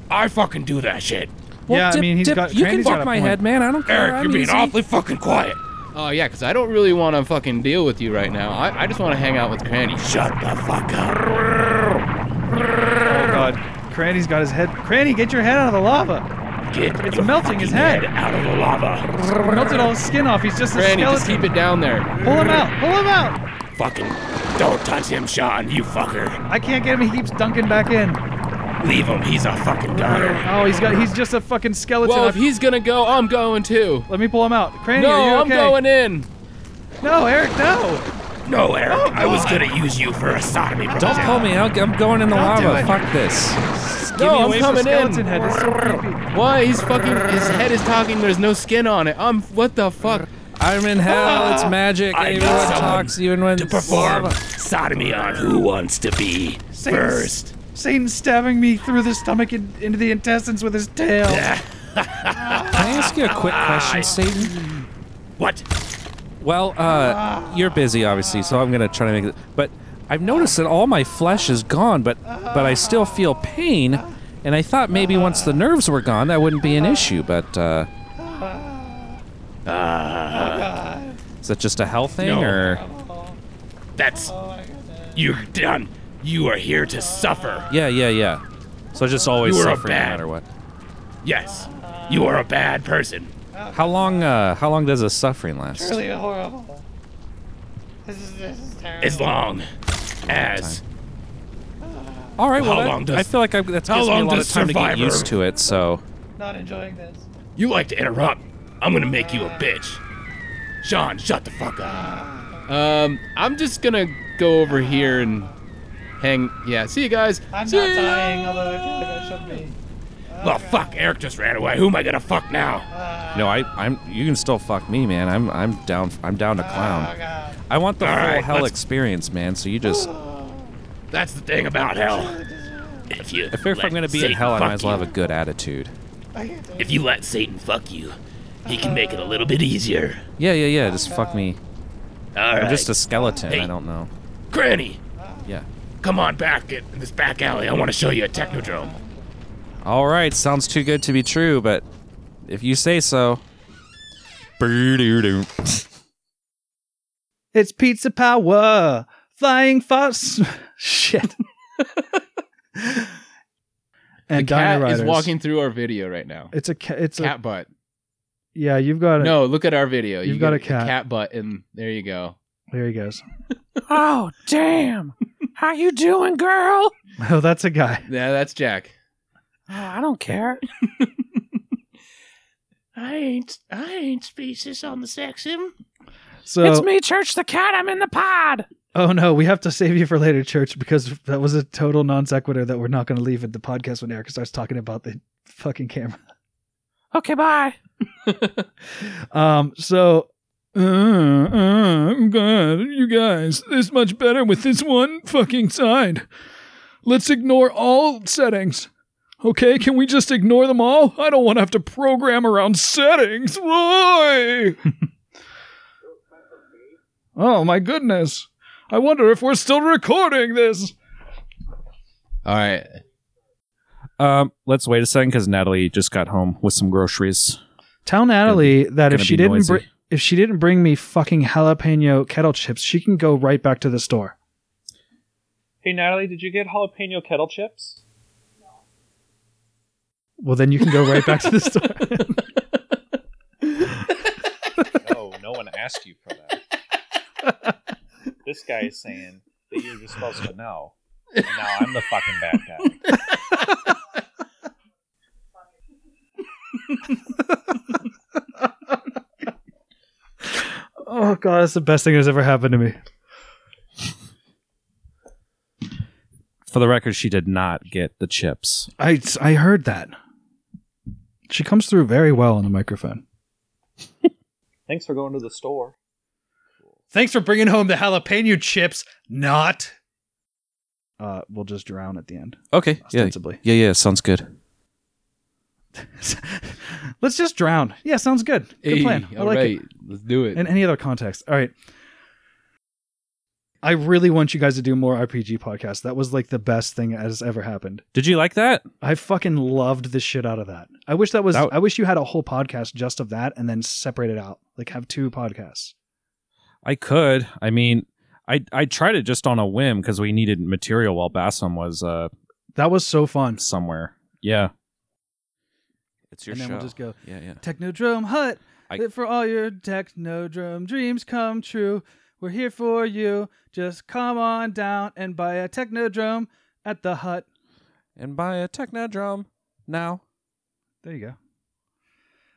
Speaker 2: I fucking do that shit.
Speaker 7: Well,
Speaker 4: yeah, I
Speaker 7: dip-
Speaker 4: mean, he's
Speaker 7: dip-
Speaker 4: got.
Speaker 7: you can
Speaker 4: Cranny's
Speaker 7: fuck
Speaker 4: got a
Speaker 7: my
Speaker 4: point.
Speaker 7: head, man. I don't care.
Speaker 2: Eric,
Speaker 7: I'm
Speaker 2: you're being
Speaker 7: easy.
Speaker 2: awfully fucking quiet.
Speaker 5: Oh yeah, because I don't really want to fucking deal with you right now. I, I just want to hang out with Cranny.
Speaker 2: Shut the fuck up.
Speaker 4: Oh god, Cranny's got his head. Cranny, get your head out of the lava.
Speaker 2: Get
Speaker 4: It's
Speaker 2: your
Speaker 4: melting his
Speaker 2: fucking
Speaker 4: head.
Speaker 2: out of the lava.
Speaker 4: Melted all his skin off. He's just a
Speaker 5: Cranny, just
Speaker 4: skeleton.
Speaker 5: keep it down there.
Speaker 4: Pull him out. Pull him out.
Speaker 2: Fucking don't touch him, Sean, you fucker.
Speaker 4: I can't get him. He keeps dunking back in.
Speaker 2: Leave him, he's a fucking goner.
Speaker 4: Oh, he's got. He's just a fucking skeleton.
Speaker 5: Well, if he's gonna go, I'm going too.
Speaker 4: Let me pull him out. Cranny,
Speaker 5: No,
Speaker 4: are you
Speaker 5: I'm
Speaker 4: okay?
Speaker 5: going in.
Speaker 4: No, Eric, no.
Speaker 2: No, Eric, I was gonna use you for a sodomy
Speaker 7: Oh, Don't
Speaker 2: project.
Speaker 7: pull me out. I'm going in the
Speaker 4: Don't do
Speaker 7: lava.
Speaker 4: it.
Speaker 7: Fuck this.
Speaker 5: no,
Speaker 4: Give me
Speaker 5: I'm
Speaker 4: away from
Speaker 5: coming
Speaker 4: skeleton
Speaker 5: in.
Speaker 4: Head. This is so creepy.
Speaker 5: Why? He's fucking. His head is talking. There's no skin on it. I'm. What the fuck? Ah,
Speaker 7: I'm in hell. It's magic.
Speaker 2: I
Speaker 7: Even
Speaker 2: need
Speaker 7: when
Speaker 2: someone
Speaker 7: talks, even when
Speaker 2: To perform sodomy on who wants to be
Speaker 4: Satan's-
Speaker 2: first.
Speaker 4: Satan's stabbing me through the stomach and into the intestines with
Speaker 5: [laughs]
Speaker 4: his tail.
Speaker 7: Can I ask you a quick question, Satan?
Speaker 2: What?
Speaker 7: Well, uh, you're busy, obviously, so I'm gonna try to make it. But I've noticed that all my flesh is gone, but but I still feel pain, and I thought maybe once the nerves were gone, that wouldn't be an issue. But uh, is that just a health thing,
Speaker 2: No.
Speaker 7: or
Speaker 2: That's. You're done. You are here to suffer.
Speaker 7: yeah, yeah, yeah? So just always
Speaker 2: You are a
Speaker 7: suffering no
Speaker 2: bad-
Speaker 7: matter what.
Speaker 2: Yes. You are a bad person.
Speaker 7: How long? Uh, how long does this suffering last?
Speaker 17: Really horrible. This is, this is terrible.
Speaker 2: As long as.
Speaker 7: All right. Well,
Speaker 2: How
Speaker 7: that-
Speaker 2: long does-
Speaker 7: I feel like I've, that's
Speaker 2: how
Speaker 7: gives me a
Speaker 2: long
Speaker 7: lot of
Speaker 2: does
Speaker 7: time to
Speaker 2: Survivor-
Speaker 7: get used to it. So
Speaker 17: Not enjoying this.
Speaker 2: You like to interrupt. I'm gonna make you a bitch. Sean, shut the fuck up.
Speaker 5: Um, I'm just gonna go over here and hang. Yeah. See you guys.
Speaker 17: I'm
Speaker 5: See
Speaker 17: not
Speaker 5: ya.
Speaker 17: dying, although I feel like I should be. Uh,
Speaker 2: Well, fuck, Eric just ran away. Who am I gonna fuck now?
Speaker 7: no, I, I'm. You can still fuck me, man. I'm. I'm down. I'm down to clown.
Speaker 17: Oh, God.
Speaker 7: I want the
Speaker 2: All
Speaker 7: full
Speaker 2: right,
Speaker 7: hell
Speaker 2: let's-
Speaker 7: experience, man. So
Speaker 2: [gasps]
Speaker 7: you just.
Speaker 2: That's the thing about hell. If you
Speaker 7: I figure if
Speaker 2: let
Speaker 7: I'm gonna be in
Speaker 2: Satan
Speaker 7: hell, I
Speaker 2: fuck
Speaker 7: might as well
Speaker 2: you-
Speaker 7: have a good attitude.
Speaker 17: I can't do it.
Speaker 2: If you let Satan fuck you, he can make it a little bit easier.
Speaker 7: Yeah, yeah, yeah. Just fuck me. I'm
Speaker 2: right.
Speaker 7: just a skeleton.
Speaker 2: Hey.
Speaker 7: I don't know.
Speaker 2: Granny,
Speaker 7: Yeah.
Speaker 2: come on back in this back alley. I want to show you a technodrome.
Speaker 7: All right. Sounds too good to be true, but if you say so.
Speaker 4: It's pizza power, flying fast. [laughs]
Speaker 5: [laughs]
Speaker 4: Shit. and
Speaker 5: the cat
Speaker 4: Dino Riders.
Speaker 5: is walking through our video right now.
Speaker 4: It's a cat. It's
Speaker 5: cat
Speaker 4: a
Speaker 5: butt.
Speaker 4: yeah. You've got a
Speaker 5: No, look at our video.
Speaker 4: You've
Speaker 5: You
Speaker 4: got
Speaker 5: get
Speaker 4: a cat.
Speaker 5: cat butt, and there you go.
Speaker 4: There he goes. [laughs]
Speaker 7: oh damn! How you doing, girl?
Speaker 4: Oh, that's a guy.
Speaker 5: Yeah, that's Jack.
Speaker 7: Oh, [sighs] I don't [laughs] care.
Speaker 2: I ain't, I ain't species on the sexum.
Speaker 4: So
Speaker 7: Church the cat. I'm in the pod.
Speaker 4: Oh no, we have to save you for later, Church, because that was a total non sequitur that we're not going to leave at the podcast when Eric starts talking about the fucking camera.
Speaker 7: Okay, bye.
Speaker 4: Um, so
Speaker 14: Uh, uh, God, you guys, this much better with this one fucking side. Let's ignore all settings. Okay, can we just ignore them all? I don't want to have to program around settings. Why? [laughs] oh my goodness. I wonder if we're still recording this.
Speaker 5: All right.
Speaker 7: Um, let's wait a second because Natalie just got home with some groceries.
Speaker 4: tell Natalie that if
Speaker 7: gonna
Speaker 4: she
Speaker 7: be
Speaker 4: didn't br-
Speaker 7: noisy.
Speaker 4: if she didn't bring me fucking jalapeno kettle chips, she can go right back to the store.
Speaker 18: Hey, Natalie, did you get jalapeno kettle chips?
Speaker 4: Well, then you can go right back
Speaker 5: [laughs]
Speaker 4: to the store.
Speaker 18: No, no one asked you for
Speaker 4: [laughs]
Speaker 18: that. this guy is saying that you're just supposed to know. And Now I'm the fucking bad
Speaker 17: [laughs]
Speaker 18: guy.
Speaker 12: [laughs]
Speaker 4: oh god, that's the best thing that's ever happened to me.
Speaker 7: [laughs] For the record, she did not get the chips.
Speaker 4: I I heard that. She comes through very well on the microphone.
Speaker 18: Thanks for going to the store.
Speaker 4: Thanks for bringing home the jalapeno chips. Not. Uh, we'll just drown at the end.
Speaker 7: Okay.
Speaker 4: Ostensibly.
Speaker 7: Yeah. Yeah. Yeah. Sounds good.
Speaker 4: Let's just drown. Yeah, sounds good. Good
Speaker 5: Hey,
Speaker 4: plan. I
Speaker 5: all
Speaker 4: like
Speaker 5: right,
Speaker 4: it.
Speaker 5: let's do it.
Speaker 4: In any other context. All right. I really want you guys to do more RPG podcasts. That was like the best thing that has ever happened.
Speaker 7: Did you like that?
Speaker 4: I fucking loved the shit out of that. I wish that was I wish you had a whole podcast just of that and then separate it out. Like have two podcasts.
Speaker 7: I could. I mean, I I tried it just on a whim because we needed material while Bassam was uh
Speaker 4: That was so fun.
Speaker 7: somewhere. Yeah. It's your
Speaker 4: and then we'll
Speaker 7: show.
Speaker 4: just go
Speaker 7: Yeah, yeah.
Speaker 4: Technodrome Hut.
Speaker 7: I-
Speaker 4: for all your Technodrome dreams come true. We're here for you. Just come on down and buy a Technodrome at the hut.
Speaker 7: And buy a Technodrome now.
Speaker 4: There you go.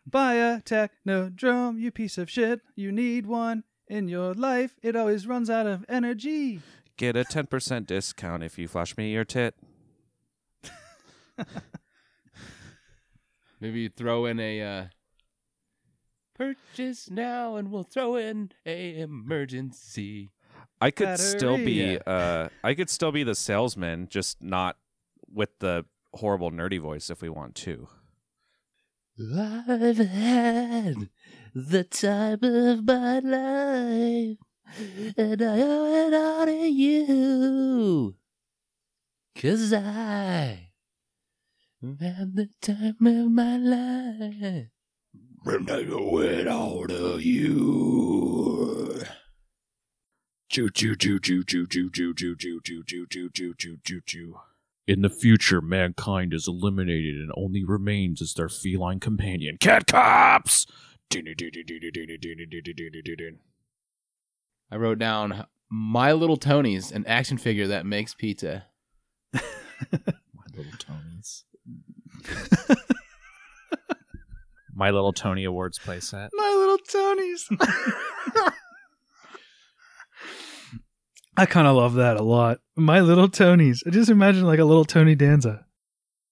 Speaker 4: Buy a Technodrome, you piece of shit. You need one in your life. It always runs out of energy.
Speaker 7: Get a ten percent discount if you flash me your tit.
Speaker 5: Maybe you throw in a. Uh,
Speaker 2: Purchase now, and we'll throw in a emergency.
Speaker 7: I could still be
Speaker 2: Battery.
Speaker 7: uh I could still be the salesman, just not with the horrible nerdy voice if we want to.
Speaker 12: I've had the time of my life, and I owe it all to you. Cause I had the time of my life.
Speaker 1: And I owe it all to you. Choo choo choo choo choo choo choo choo choo choo choo choo choo choo choo choo.
Speaker 19: In the future, mankind is eliminated and only remains as their feline companion, cat cops.
Speaker 5: I wrote down My Little Tony's, an action figure that makes
Speaker 4: [laughs]
Speaker 5: pizza. My Little Tony's.
Speaker 7: My Little Tony Awards playset. [laughs]
Speaker 4: [laughs] My little Tony's.
Speaker 17: [laughs]
Speaker 4: I kind of love that a lot. My little Tony's. I just imagine like a little Tony Danza.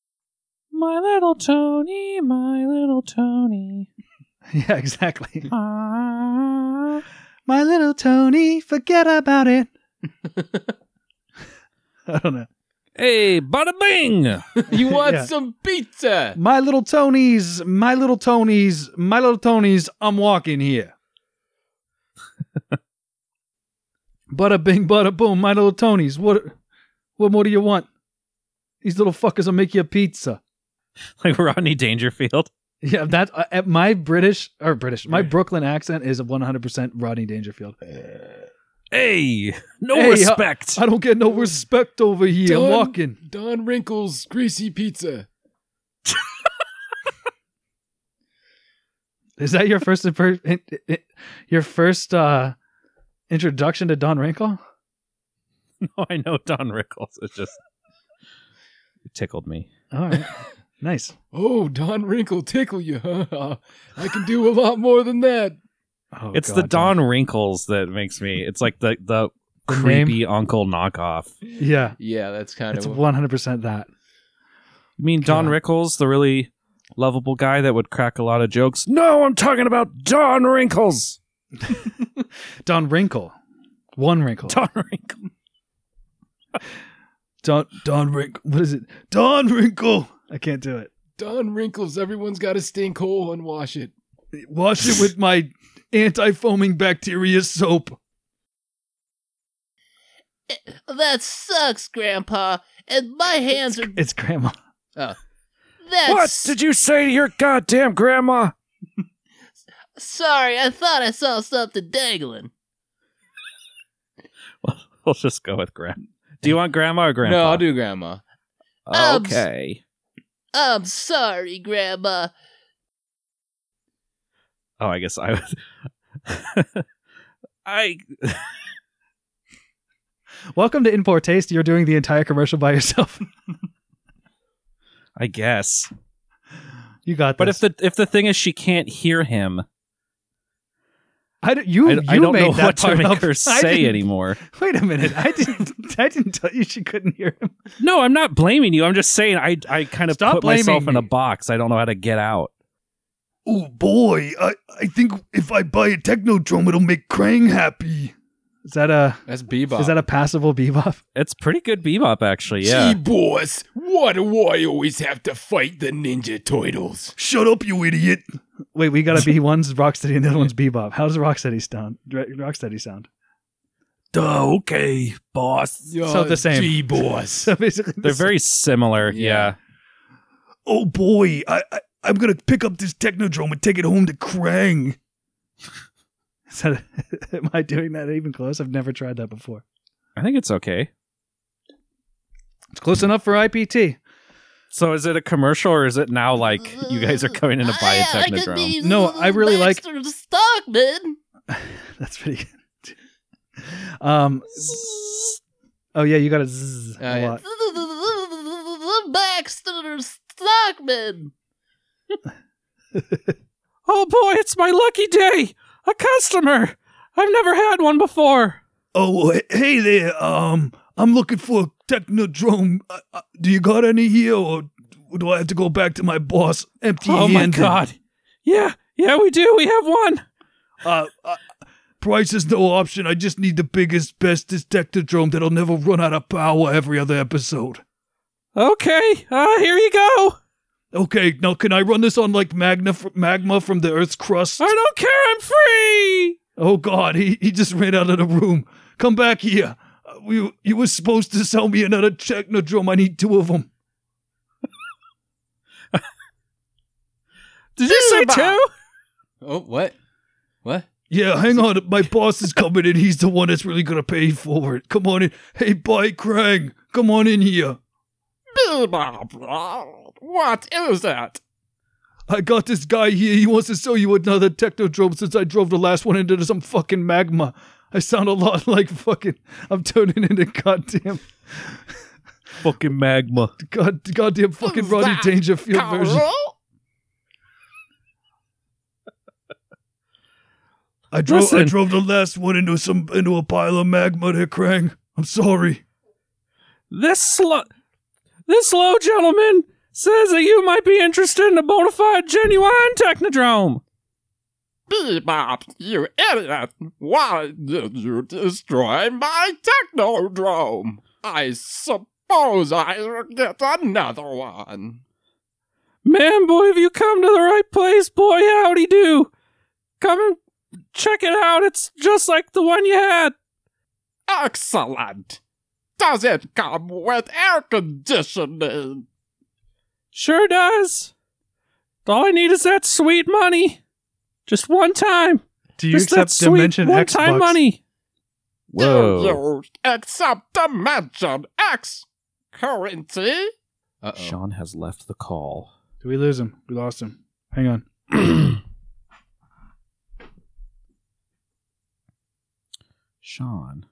Speaker 4: [laughs]
Speaker 7: My little Tony, my little [laughs] Tony.
Speaker 4: yeah, exactly.
Speaker 7: Ah.
Speaker 4: My little Tony, forget about it. [laughs] I don't know.
Speaker 7: Hey, bada bing!
Speaker 5: [laughs] You want
Speaker 4: Yeah.
Speaker 5: some pizza?
Speaker 4: My little Tony's, my little [laughs] Tony's, my little Tony's, I'm walking here. Bada bing, bada boom, my little Tony's. What, what more do you want? These little fuckers will make you a pizza.
Speaker 7: Like Rodney Dangerfield. [laughs]
Speaker 4: Yeah, that uh, uh, my British or British, my Brooklyn accent is 100% Rodney Dangerfield.
Speaker 5: Uh,
Speaker 7: Hey, no
Speaker 4: Hey, I-
Speaker 7: respect.
Speaker 4: I, don't get no respect over here. I'm walking.
Speaker 2: Don Wrinkles greasy pizza.
Speaker 4: Is that your first imper- in- in- your first uh introduction to Don Wrinkle?
Speaker 7: no, I know Don Rickles. It just it tickled me. [laughs]
Speaker 4: All right. nice.
Speaker 2: Oh, Don Wrinkle tickle you,
Speaker 5: [laughs]
Speaker 2: huh? I can do a lot more than that.
Speaker 4: Oh,
Speaker 7: it's the
Speaker 4: God.
Speaker 7: Don Wrinkles that makes me. It's like the the,
Speaker 4: The name?
Speaker 7: creepy uncle knockoff.
Speaker 4: Yeah.
Speaker 5: Yeah, that's kind
Speaker 4: It's
Speaker 5: of
Speaker 4: 100% that.
Speaker 7: You mean Don Rickles, the really lovable guy that would crack a lot of jokes? No, I'm talking about Don Wrinkles.
Speaker 4: [laughs] Don Wrinkle. [laughs] One wrinkle. [laughs]
Speaker 7: Don Wrinkle.
Speaker 4: Don Don Wrinkle. What is it? Don Wrinkle. I can't do it.
Speaker 2: Don Wrinkles, everyone's got a stink hole and wash it.
Speaker 4: Wash it with my anti-foaming bacteria soap.
Speaker 12: Eh, That sucks, Grandpa. And my hands are.
Speaker 4: It's grandma.
Speaker 5: Oh.
Speaker 12: That's
Speaker 15: What did you say to your goddamn grandma?
Speaker 12: sorry. I thought I saw something dangling.
Speaker 7: [laughs] We'll just go with grandma. Do you want grandma or grandpa?
Speaker 5: No, I'll do grandma.
Speaker 7: Okay.
Speaker 12: I'm sorry, Grandma.
Speaker 7: Oh, I guess I was. I
Speaker 4: Welcome to Import Taste. You're doing the entire commercial by yourself. [laughs]
Speaker 7: I guess.
Speaker 4: You got.
Speaker 7: But if the if the thing is she can't hear him,
Speaker 4: I don't, you,
Speaker 7: I,
Speaker 4: you
Speaker 7: I don't
Speaker 4: made
Speaker 7: know
Speaker 4: that
Speaker 7: what to
Speaker 4: part
Speaker 7: make
Speaker 4: up. [laughs] I
Speaker 7: her say
Speaker 4: didn't-
Speaker 7: anymore.
Speaker 4: [laughs] Wait a minute. I didn't I didn't tell you she couldn't hear him.
Speaker 7: No, I'm not blaming you. I'm just saying I I kind of
Speaker 4: Stop
Speaker 7: put myself
Speaker 4: blaming
Speaker 7: in a box. I don't know how to get out.
Speaker 11: Oh boy, I, I think if I buy a Technodrome, it'll make Krang happy.
Speaker 4: Is that a
Speaker 5: That's bebop.
Speaker 4: Is that a passable bebop? [laughs]
Speaker 7: It's pretty good bebop actually.
Speaker 4: Yeah. [laughs]
Speaker 2: Gee, boss, why do I always have to fight the Ninja Turtles?
Speaker 11: Shut up, you idiot.
Speaker 4: Wait, we gotta be one's Rocksteady and the other one's bebop. How does Rocksteady sound? Dra- Rocksteady sound?
Speaker 19: Duh, okay, boss.
Speaker 4: so the same. [laughs] so basically, the
Speaker 7: They're very similar. Yeah.
Speaker 11: Oh boy, I, I, I'm gonna pick up this Technodrome and take it home to Krang.
Speaker 4: Is that [laughs] am I doing that even close? I've never tried that before.
Speaker 7: I think it's okay.
Speaker 4: It's close enough for IPT.
Speaker 7: So is it a commercial or is it now like you guys are going in to buy a
Speaker 12: uh,
Speaker 7: technodrome?
Speaker 4: No, I really like.
Speaker 12: Mr. [laughs] Stockman.
Speaker 4: That's pretty good. [laughs] Um. Oh yeah, you got a zzz
Speaker 10: Oh,
Speaker 4: a lot.
Speaker 12: Baxter Stockman.
Speaker 15: Oh boy, it's my lucky day! A customer! I've never had one before!
Speaker 11: Oh, he- hey there. Um, I'm looking for a Technodrome. Uh, uh, do you got any here, or do I have to go back to my boss empty
Speaker 15: Oh my God. Yeah, yeah, we do. We have one.
Speaker 11: Uh, uh, price is no option. I just need the biggest, bestest Technodrome that'll never run out of power every other episode.
Speaker 15: Okay, uh, here you go.
Speaker 11: Okay, now can I run this on like magna fr- magma from the Earth's crust? I
Speaker 15: don't care. I'm free.
Speaker 11: Oh God, he he just ran out of the room. Come back here. Uh, You you were supposed to sell me another Technodrome. I need two of them.
Speaker 15: Did you say two?
Speaker 5: Oh, what? What?
Speaker 11: Yeah, hang on. My boss is coming in. He's the one that's really gonna pay for it. Come on in. Hey, bye, Krang. Come on in here.
Speaker 9: Bebop. What is that?
Speaker 11: I got this guy here. He wants to sell you another Technodrome since I drove the last one into some fucking magma. I sound a lot [laughs] like fucking. I'm turning into goddamn,
Speaker 19: Fucking magma.
Speaker 11: god, goddamn fucking Rodney Dangerfield version. I drove. I
Speaker 19: Listen.
Speaker 11: drove the last one into some into a pile of magma there, Krang. I'm sorry.
Speaker 15: This slow, this slow gentleman says that you might be interested in a bona fide, genuine technodrome.
Speaker 9: Bebop, you idiot! Why did you destroy my Technodrome? I suppose I'll get another one.
Speaker 15: Man, boy, have you come to the right place? Boy, howdy do. Come and check it out. It's just like the one you had.
Speaker 9: Excellent. Does it come with air conditioning?
Speaker 7: Sure does. All I need is that sweet money. Just one time.
Speaker 4: Do you
Speaker 7: Just that
Speaker 4: accept Dimension
Speaker 7: sweet
Speaker 4: X
Speaker 7: One-time
Speaker 4: bucks?
Speaker 7: money.
Speaker 9: Do you accept Dimension X currency?
Speaker 7: Sean has left the call.
Speaker 4: Do we lose him? We lost him. Hang on.
Speaker 7: Sean.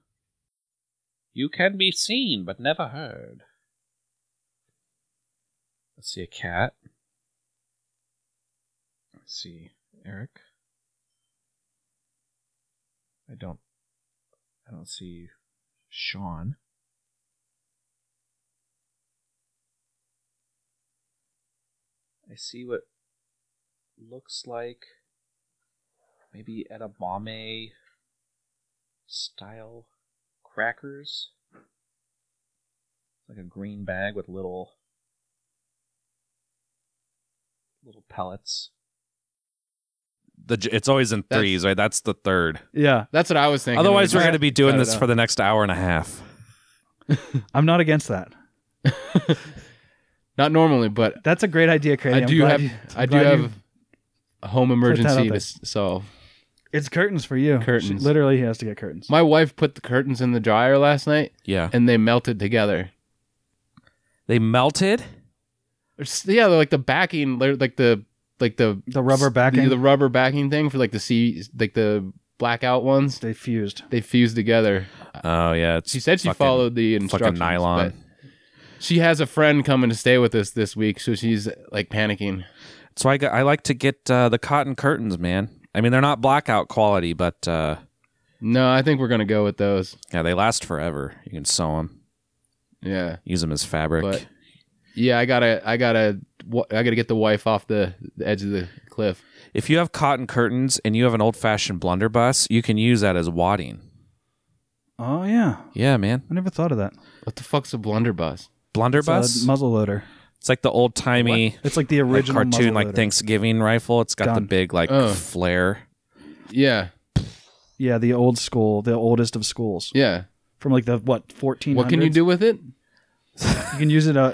Speaker 10: You can be seen but never heard. Let's see a cat. Let's see Eric. I don't. I don't see Sean. I see what looks like maybe edamame style crackers. Like a green bag with little little pellets.
Speaker 7: The, j- it's always in threes, right? That's the third.
Speaker 4: Yeah.
Speaker 5: That's what I was thinking.
Speaker 7: Otherwise, we're
Speaker 5: Just
Speaker 7: going to be doing
Speaker 5: cut it
Speaker 7: this
Speaker 5: out.
Speaker 7: for the next hour and a half.
Speaker 4: I'm not against that.
Speaker 5: Not normally, but
Speaker 4: that's a great idea, Craig.
Speaker 5: I
Speaker 4: I'm
Speaker 5: do
Speaker 4: glad
Speaker 5: have
Speaker 4: you-
Speaker 5: I
Speaker 4: I'm
Speaker 5: do
Speaker 4: glad you
Speaker 5: have a home
Speaker 4: put that out
Speaker 5: emergency
Speaker 4: there.
Speaker 5: to s- solve.
Speaker 4: It's curtains for you.
Speaker 5: Curtains.
Speaker 4: She literally has to get curtains.
Speaker 5: My wife put the curtains in the dryer last night.
Speaker 7: Yeah.
Speaker 5: And they melted together.
Speaker 7: They melted?
Speaker 5: Yeah, they're like the backing, they're like the like the
Speaker 4: the rubber
Speaker 5: the,
Speaker 4: backing?
Speaker 5: rubber backing thing for like the sea, like the blackout ones.
Speaker 4: They fused.
Speaker 5: They fused together.
Speaker 7: Oh yeah,
Speaker 5: she said she
Speaker 7: fucking-
Speaker 5: followed the
Speaker 7: fucking
Speaker 5: instructions.
Speaker 7: nylon.
Speaker 5: but She has a friend coming to stay with us this week, so she's like panicking.
Speaker 7: So I, got, I like to get uh, the cotton curtains, man. I mean, they're not blackout quality, but uh,
Speaker 5: no, I think we're gonna go with those.
Speaker 7: Yeah, they last forever. You can sew them.
Speaker 5: Yeah,
Speaker 7: use them as fabric.
Speaker 5: But yeah, I gotta, I gotta, wa- I gotta get the wife off the, the edge of the
Speaker 7: [laughs]
Speaker 5: cliff.
Speaker 7: if you have cotton curtains and you have an old fashioned blunderbuss, you can use that as wadding.
Speaker 4: Oh yeah.
Speaker 7: Yeah, man.
Speaker 4: I never thought of that.
Speaker 5: What the fuck's a blunderbuss?
Speaker 7: Blunderbuss?
Speaker 4: It's a muzzle loader.
Speaker 7: It's like the old timey.
Speaker 4: It's like the original
Speaker 7: cartoon, like
Speaker 4: muzzleloader.
Speaker 7: Thanksgiving rifle. It's got the
Speaker 4: Gun.
Speaker 7: big like
Speaker 4: Oh.
Speaker 7: flare.
Speaker 5: Yeah.
Speaker 4: Yeah, the old school, the oldest of schools.
Speaker 5: Yeah.
Speaker 4: From like the what fourteen.
Speaker 5: What can you do with it?
Speaker 4: You can use it. Uh,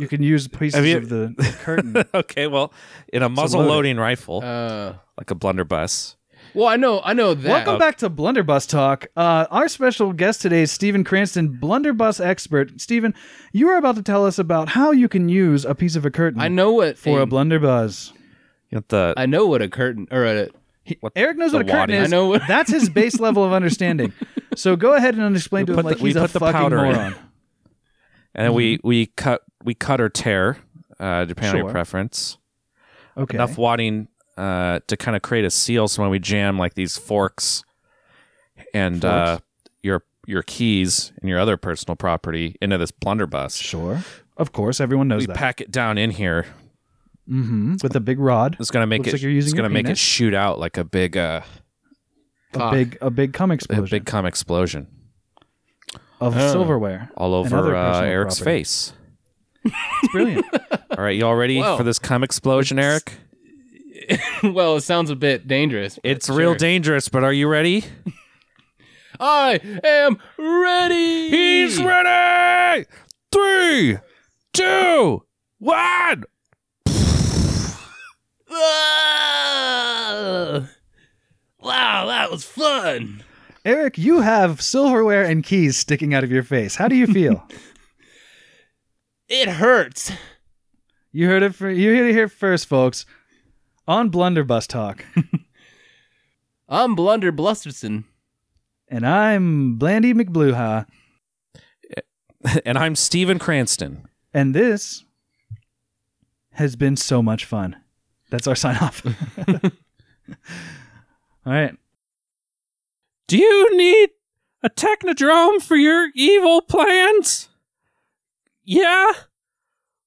Speaker 4: you can use pieces
Speaker 7: Have you- [laughs]
Speaker 4: of the curtain.
Speaker 7: okay, well, in a
Speaker 4: load
Speaker 7: muzzle
Speaker 4: it.
Speaker 7: loading rifle,
Speaker 5: uh,
Speaker 7: like a blunderbuss.
Speaker 5: [laughs] Well, I know, I know that.
Speaker 4: Welcome back to Blunderbuss Talk. Uh, our special guest today is Stephen Cranston, Blunderbuss expert. Stephen, you are about to tell us about how you can use a piece of a curtain. I
Speaker 5: know what
Speaker 4: for a
Speaker 5: thing-
Speaker 4: blunderbuss.
Speaker 7: the
Speaker 5: I know what a curtain or a
Speaker 4: Eric knows what a
Speaker 5: the
Speaker 4: curtain
Speaker 5: wadding.
Speaker 4: is.
Speaker 5: I know what- [laughs]
Speaker 4: That's his base level of understanding. So go ahead and explain to him
Speaker 7: put
Speaker 4: like
Speaker 7: the- we
Speaker 4: he's a
Speaker 7: put the
Speaker 4: fucking
Speaker 7: powder in.
Speaker 4: moron.
Speaker 7: and then we we cut we cut or tear uh, depending on
Speaker 4: Mm-hmm. Sure.
Speaker 7: your preference.
Speaker 4: Okay.
Speaker 7: Enough wadding uh, to kind of create a seal. So when we jam like these forks and Uh, your your keys and your other personal property into this blunderbuss,
Speaker 4: sure, of course, everyone knows
Speaker 7: we
Speaker 4: that.
Speaker 7: pack it down in here.
Speaker 4: hmm With a big rod.
Speaker 7: It's gonna make
Speaker 4: Looks
Speaker 7: it.
Speaker 4: like you're using
Speaker 7: it's
Speaker 4: your
Speaker 7: gonna make it
Speaker 4: penis.
Speaker 7: shoot out like a big uh,
Speaker 4: a big a big cum
Speaker 7: a
Speaker 4: explosion
Speaker 7: big cum explosion
Speaker 4: of
Speaker 7: Oh.
Speaker 4: silverware
Speaker 7: all
Speaker 4: and other
Speaker 7: over uh,
Speaker 4: personal
Speaker 7: Eric's
Speaker 4: property.
Speaker 7: face.
Speaker 4: It's brilliant.
Speaker 7: [laughs] All right, y'all ready
Speaker 5: Whoa.
Speaker 7: for this cum explosion, Eric?
Speaker 5: well, it sounds a bit dangerous.
Speaker 7: It's real dangerous, but are you ready?
Speaker 5: I am ready.
Speaker 7: He's ready. Three, two, one.
Speaker 9: Wow,
Speaker 2: Ah!
Speaker 9: that was fun.
Speaker 4: Eric, you have silverware and keys sticking out of your face. How do you feel?
Speaker 9: It hurts.
Speaker 4: you heard it. fir- you heard it here first, folks. On Blunderbuss Talk,
Speaker 5: [laughs] I'm Blunder Blusterson.
Speaker 4: and I'm Blandy McBlueha,
Speaker 7: and I'm Steven Cranston.
Speaker 4: and this has been so much fun. That's our sign off. All right.
Speaker 7: Do you need a technodrome for your evil plans? Yeah?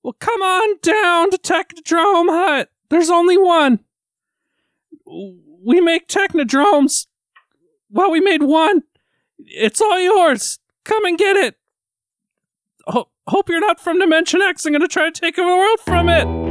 Speaker 7: Well, come on down to Technodrome Hut. There's only one. We make technodromes. Well, we made one. It's all yours. Come and get it. Ho- hope you're not from Dimension X. I'm going to try to take over the world from it.